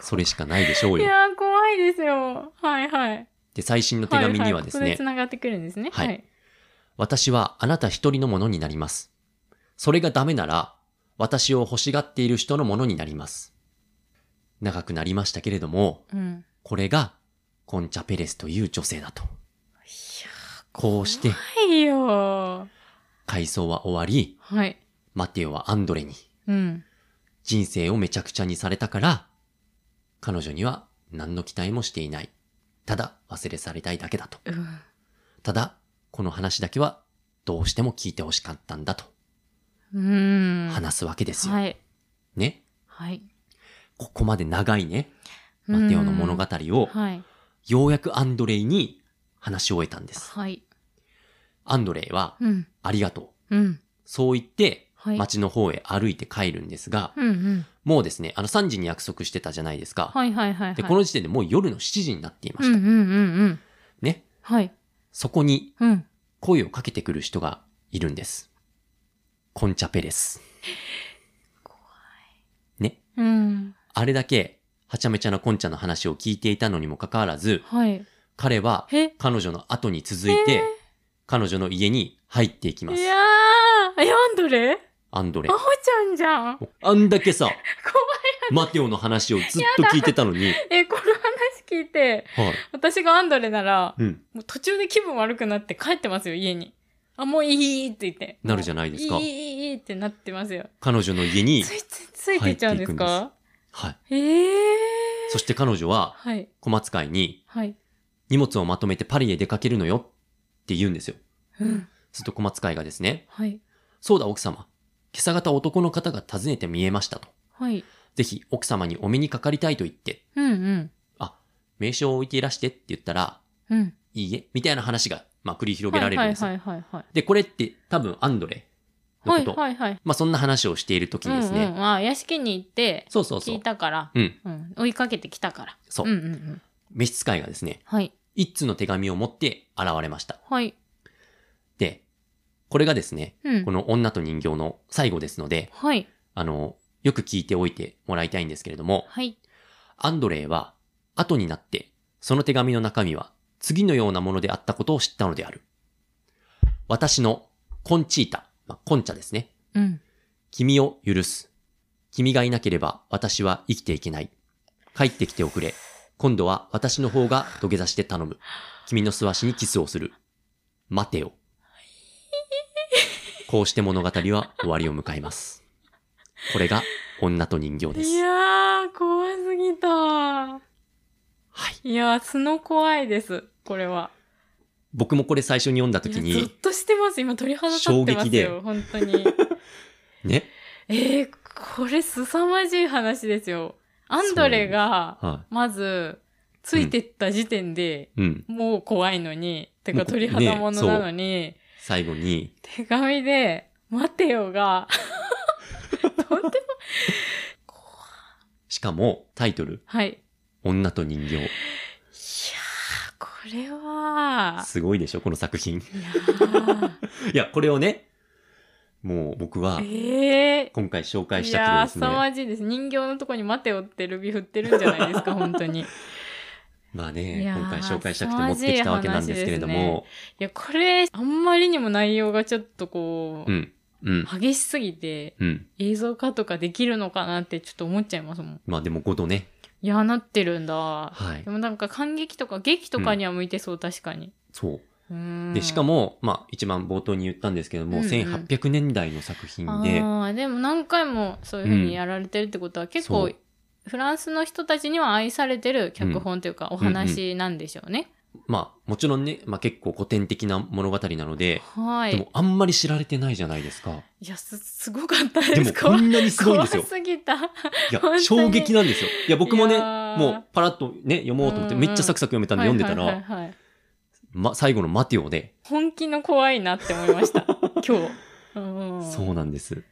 [SPEAKER 2] それしかないでしょう
[SPEAKER 1] い
[SPEAKER 2] よ。
[SPEAKER 1] やー、怖いですよ。はいはい。
[SPEAKER 2] で、最新の手紙にはですね、
[SPEAKER 1] いいここで繋がってくるんですね。
[SPEAKER 2] はい。私はあなた一人のものになります。それがダメなら、私を欲しがっている人のものになります。長くなりましたけれども、
[SPEAKER 1] うん。
[SPEAKER 2] これが、コンチャペレスという女性だと。
[SPEAKER 1] いや
[SPEAKER 2] こうして、
[SPEAKER 1] ー、怖いよー。
[SPEAKER 2] 回想は終わり、
[SPEAKER 1] はい。
[SPEAKER 2] マテオはアンドレに、
[SPEAKER 1] うん。
[SPEAKER 2] 人生をめちゃくちゃにされたから、彼女には何の期待もしていない。ただ、忘れされたいだけだと。
[SPEAKER 1] うん。
[SPEAKER 2] ただ、この話だけは、どうしても聞いてほしかったんだと、
[SPEAKER 1] うん。
[SPEAKER 2] 話すわけですよ。
[SPEAKER 1] はい。
[SPEAKER 2] ね。
[SPEAKER 1] はい。
[SPEAKER 2] ここまで長いね、マテオの物語を
[SPEAKER 1] うん。、はい。
[SPEAKER 2] ようやくアンドレイに話し終えたんです。
[SPEAKER 1] はい。
[SPEAKER 2] アンドレイは、
[SPEAKER 1] うん。
[SPEAKER 2] ありがとう。
[SPEAKER 1] うん。
[SPEAKER 2] そう言って、
[SPEAKER 1] はい。
[SPEAKER 2] 街の方へ歩いて帰るんですが、
[SPEAKER 1] うんうん。
[SPEAKER 2] もうですね、あの3時に約束してたじゃないですか。
[SPEAKER 1] はいはいはいはい。
[SPEAKER 2] で、この時点でもう夜の7時になっていま
[SPEAKER 1] うん
[SPEAKER 2] し
[SPEAKER 1] う
[SPEAKER 2] た。
[SPEAKER 1] んうんうん。
[SPEAKER 2] ね。
[SPEAKER 1] はい。
[SPEAKER 2] そこに
[SPEAKER 1] うん。
[SPEAKER 2] 声をかけてくる人がいるんです。コンチャペレス。ね。
[SPEAKER 1] うん。
[SPEAKER 2] あれだけ、はちゃめちゃなコンチャの話を聞いていたのにもかかわらず、
[SPEAKER 1] はい。
[SPEAKER 2] 彼は
[SPEAKER 1] え
[SPEAKER 2] 彼女の後に続いて、彼女の家に入っていき
[SPEAKER 1] い
[SPEAKER 2] ます。
[SPEAKER 1] やーえ、アンドレ
[SPEAKER 2] アンドレ
[SPEAKER 1] ア。ホちゃんじゃん。怖い。
[SPEAKER 2] あんだけさ、マテオの話をずっと聞いてたの
[SPEAKER 1] [laughs]
[SPEAKER 2] に、
[SPEAKER 1] え、この話聞いて、
[SPEAKER 2] はい。
[SPEAKER 1] 私がアンドレなら、
[SPEAKER 2] うん。
[SPEAKER 1] もう途中で気分悪くなって帰ってますよ、家に。あ、もういいって言って。
[SPEAKER 2] なるじゃないですか
[SPEAKER 1] いいいいいいってなってますよ。
[SPEAKER 2] 彼女の家に
[SPEAKER 1] つ、いつついてっちゃうんです
[SPEAKER 2] 入
[SPEAKER 1] か
[SPEAKER 2] はい。
[SPEAKER 1] ええー。
[SPEAKER 2] そして彼女は、
[SPEAKER 1] はい、
[SPEAKER 2] 小松会に、
[SPEAKER 1] はい。
[SPEAKER 2] 荷物をまとめてパリへ出かけるのよって言うんですよ。
[SPEAKER 1] うん。
[SPEAKER 2] すると小松会がですね、
[SPEAKER 1] はい。
[SPEAKER 2] そうだ奥様、今朝方男の方が訪ねて見えましたと。
[SPEAKER 1] はい。
[SPEAKER 2] ぜひ奥様にお目にかかりたいと言って、
[SPEAKER 1] うんうん。
[SPEAKER 2] 名称を置いていらしてって言ったら、
[SPEAKER 1] うん。
[SPEAKER 2] いいえ、みたいな話が、まあ、繰り広げられるんですよ。
[SPEAKER 1] はいはいはいはい
[SPEAKER 2] で、これって多分アンドレの
[SPEAKER 1] は
[SPEAKER 2] こ
[SPEAKER 1] い。
[SPEAKER 2] と。
[SPEAKER 1] はいはいはい。
[SPEAKER 2] まあ、そんな話をしている時にですね、
[SPEAKER 1] うんうん、あ屋敷に行って
[SPEAKER 2] そうそうそ
[SPEAKER 1] 聞
[SPEAKER 2] う
[SPEAKER 1] い。たから、
[SPEAKER 2] うん、
[SPEAKER 1] うん、追いかけてきたから。
[SPEAKER 2] そう。
[SPEAKER 1] うんうんうん。
[SPEAKER 2] 召使いがですね、
[SPEAKER 1] はい。
[SPEAKER 2] 一通の手紙を持って現れました。
[SPEAKER 1] はい。
[SPEAKER 2] で、これがですね、
[SPEAKER 1] うん
[SPEAKER 2] こ。の女と人形の最後ですので、
[SPEAKER 1] はい。
[SPEAKER 2] あの、よく聞いておいてもらいたいんですけれども、
[SPEAKER 1] はい。
[SPEAKER 2] アンドレイは、後になって、その手紙の中身は、次のようなものであったことを知ったのである。私の、コンチータ、まあ、コンチャですね。
[SPEAKER 1] うん。
[SPEAKER 2] 君を許す。君がいなければ、私は生きていけない。帰ってきておくれ。今度は私の方が土下座して頼む。君の素足にキスをする。待てよ。こうして物語は終わりを迎えます。これが、女と人形です。
[SPEAKER 1] いやー、怖すぎた。
[SPEAKER 2] はい。
[SPEAKER 1] いやー、素の怖いです。これは。
[SPEAKER 2] 僕もこれ最初に読んだ時
[SPEAKER 1] いやゾッ
[SPEAKER 2] に、
[SPEAKER 1] としてます。今鳥肌立ってます
[SPEAKER 2] 衝
[SPEAKER 1] よ。本当に。
[SPEAKER 2] ね。
[SPEAKER 1] えー、これ凄まじい話ですよ。アンドレが、
[SPEAKER 2] は
[SPEAKER 1] まず、ついてった時点で、
[SPEAKER 2] い。うん。
[SPEAKER 1] もう怖いのに、て
[SPEAKER 2] も
[SPEAKER 1] か
[SPEAKER 2] うこ
[SPEAKER 1] 鳥肌ものなのに、
[SPEAKER 2] 最後に、
[SPEAKER 1] 手紙で、待てよが、とんでも、
[SPEAKER 2] しかもタイトル、
[SPEAKER 1] はい。いや
[SPEAKER 2] 女と人形。
[SPEAKER 1] ー、これは、
[SPEAKER 2] すごいでしょ、この作品。
[SPEAKER 1] いやー、
[SPEAKER 2] いや、これをね、もう僕は
[SPEAKER 1] え
[SPEAKER 2] 今回紹
[SPEAKER 1] ー、
[SPEAKER 2] 介
[SPEAKER 1] い
[SPEAKER 2] したくて
[SPEAKER 1] やー、
[SPEAKER 2] ですね
[SPEAKER 1] 凄。まじいです。人形のとこに待てよってルビ振ってるんじゃない
[SPEAKER 2] [laughs]
[SPEAKER 1] ですか、本当に。い
[SPEAKER 2] まあ
[SPEAKER 1] い
[SPEAKER 2] ね、
[SPEAKER 1] やー
[SPEAKER 2] 今回紹介したくて持ってきたわけなんですけれども、
[SPEAKER 1] や、これ、あんまりにも内容がちょっとこう、
[SPEAKER 2] うん。うん。
[SPEAKER 1] 激しすぎて、
[SPEAKER 2] うん。
[SPEAKER 1] 映像化とかできるのかなってちょっと思っちゃいますもん。
[SPEAKER 2] まあでも5度ね。
[SPEAKER 1] いや、なってるんだ。
[SPEAKER 2] はい
[SPEAKER 1] で。もなんか感激とか劇とかには向いてそう、確かに。
[SPEAKER 2] そうう。
[SPEAKER 1] ん。
[SPEAKER 2] で、しかも、まあ一番冒頭に言ったんですけども、
[SPEAKER 1] うんうん
[SPEAKER 2] 1800年代の作品
[SPEAKER 1] あ
[SPEAKER 2] で、
[SPEAKER 1] ーでも何回もそういうふうにやられてるってことは、結
[SPEAKER 2] そ
[SPEAKER 1] 構
[SPEAKER 2] う
[SPEAKER 1] フランスの人たちには愛されてる脚本というかお話なんでしょうね。
[SPEAKER 2] まあもちろんね、まあ結構古典的な物語なので、
[SPEAKER 1] は
[SPEAKER 2] で
[SPEAKER 1] い
[SPEAKER 2] も。あんまり知られてないじゃないですか。
[SPEAKER 1] いやす、すごかった
[SPEAKER 2] で
[SPEAKER 1] [laughs] で
[SPEAKER 2] も
[SPEAKER 1] す。
[SPEAKER 2] こ
[SPEAKER 1] 怖
[SPEAKER 2] んなにすごいんですよ。
[SPEAKER 1] 怖すぎた。
[SPEAKER 2] いや
[SPEAKER 1] 本当、に
[SPEAKER 2] 衝撃なんですよ。いや、僕も
[SPEAKER 1] い
[SPEAKER 2] ね、
[SPEAKER 1] やー
[SPEAKER 2] もうパラッとね、読もうと思って、
[SPEAKER 1] うんうん
[SPEAKER 2] めっちゃサクサク読めたんで読んでた
[SPEAKER 1] はいはい
[SPEAKER 2] ら、
[SPEAKER 1] はいはい
[SPEAKER 2] ま、最後の待てよで、
[SPEAKER 1] 本気の怖いなって思いました。今日。うん
[SPEAKER 2] そうなんです。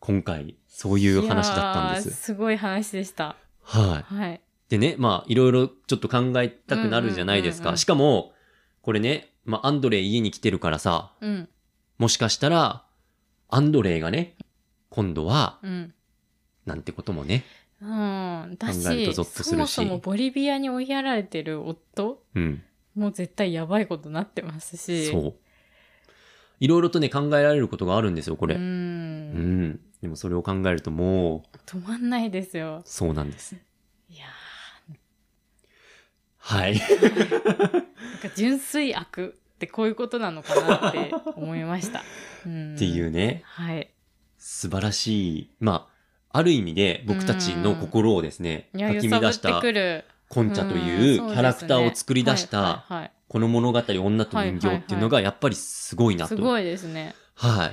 [SPEAKER 2] 今回、そういう話だったんで
[SPEAKER 1] いや
[SPEAKER 2] す。
[SPEAKER 1] ーすごい話でした。
[SPEAKER 2] はい。
[SPEAKER 1] はい。
[SPEAKER 2] でね、まあ、いろいろちょっと考えたくなるじゃないです
[SPEAKER 1] うんうんうんう
[SPEAKER 2] か。
[SPEAKER 1] ん
[SPEAKER 2] しかも、これね、まあ、アンドレイ家に来てるからさ、
[SPEAKER 1] うん。
[SPEAKER 2] もしかしたら、アンドレイがね、今度は、
[SPEAKER 1] うん。
[SPEAKER 2] なんてこともね、
[SPEAKER 1] うん。だ
[SPEAKER 2] 考える
[SPEAKER 1] し、
[SPEAKER 2] とゾッとするし
[SPEAKER 1] そもそもボリビアに追いやられてる夫
[SPEAKER 2] うん、
[SPEAKER 1] もう絶対やばいことになってますし。
[SPEAKER 2] そう。いろいろとね、考えられることがあるんですよ、これ。
[SPEAKER 1] う。
[SPEAKER 2] うんん。でもそれを考えるともう、
[SPEAKER 1] 止まんないですよ。
[SPEAKER 2] そうなんです。
[SPEAKER 1] いや
[SPEAKER 2] はい。
[SPEAKER 1] ーなんか純粋悪ってこういうことなのかなって思い
[SPEAKER 2] [laughs]
[SPEAKER 1] ました。うん、。
[SPEAKER 2] っていううね、
[SPEAKER 1] はい。
[SPEAKER 2] 素晴らしい、まあ、ある意味で僕たちの心をですね、
[SPEAKER 1] いや、
[SPEAKER 2] か
[SPEAKER 1] 揺
[SPEAKER 2] き
[SPEAKER 1] さぶ
[SPEAKER 2] 乱
[SPEAKER 1] っ
[SPEAKER 2] してた、
[SPEAKER 1] くる。
[SPEAKER 2] コンチャというキ
[SPEAKER 1] ん
[SPEAKER 2] ャラクターを作り出し
[SPEAKER 1] そう
[SPEAKER 2] た、
[SPEAKER 1] ですねはいはい
[SPEAKER 2] この物語女と人形っていうのがやっぱりすごい
[SPEAKER 1] はい
[SPEAKER 2] な
[SPEAKER 1] す
[SPEAKER 2] と。
[SPEAKER 1] ごいですね。
[SPEAKER 2] は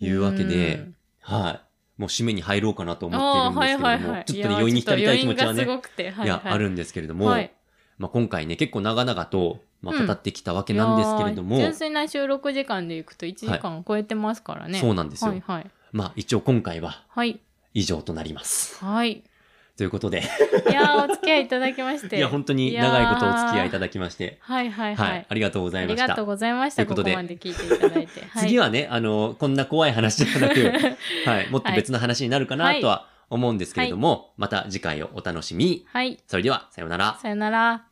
[SPEAKER 2] い。いうわけ
[SPEAKER 1] う
[SPEAKER 2] で
[SPEAKER 1] ん、、
[SPEAKER 2] はい。もう締めに入ろうかなと思って
[SPEAKER 1] あ
[SPEAKER 2] るんですけれども、ちょっとね、余韻に浸りたい気持ちはね、
[SPEAKER 1] いやちょっと余韻がすごくて、はいい
[SPEAKER 2] や、あるんですけれども、
[SPEAKER 1] はい
[SPEAKER 2] まあ今回ね、結構長々と、ま
[SPEAKER 1] う
[SPEAKER 2] あ、
[SPEAKER 1] ん
[SPEAKER 2] 語ってきたわけなんですけれども、
[SPEAKER 1] いやー純粋な収録時間でいくと1時間超えてますからね。
[SPEAKER 2] そう
[SPEAKER 1] で
[SPEAKER 2] なんですよ。
[SPEAKER 1] はいはい。
[SPEAKER 2] まあ一応今回は
[SPEAKER 1] はい。
[SPEAKER 2] 以上となります。
[SPEAKER 1] はい。い
[SPEAKER 2] ということで、
[SPEAKER 1] やー、お付き合いいただきまし
[SPEAKER 2] [laughs] い
[SPEAKER 1] て。
[SPEAKER 2] や、本当に長いことお付き合いいただきまして、
[SPEAKER 1] はいはい
[SPEAKER 2] は、
[SPEAKER 1] はいい。
[SPEAKER 2] ありがとうござ
[SPEAKER 1] あ
[SPEAKER 2] い
[SPEAKER 1] り
[SPEAKER 2] まし
[SPEAKER 1] が
[SPEAKER 2] た。
[SPEAKER 1] とうございまし
[SPEAKER 2] とい
[SPEAKER 1] た。こ
[SPEAKER 2] うこと
[SPEAKER 1] こ
[SPEAKER 2] で
[SPEAKER 1] まで聞いていただいて。
[SPEAKER 2] [laughs] 次
[SPEAKER 1] は
[SPEAKER 2] はね、あの、こんな怖い話じゃなく、 [laughs] はい、もっと別の話になるかな
[SPEAKER 1] はい
[SPEAKER 2] とは思うんですけれども、また次回をお楽しみに。
[SPEAKER 1] い。はい。
[SPEAKER 2] それでは、さようなら。
[SPEAKER 1] さよなら。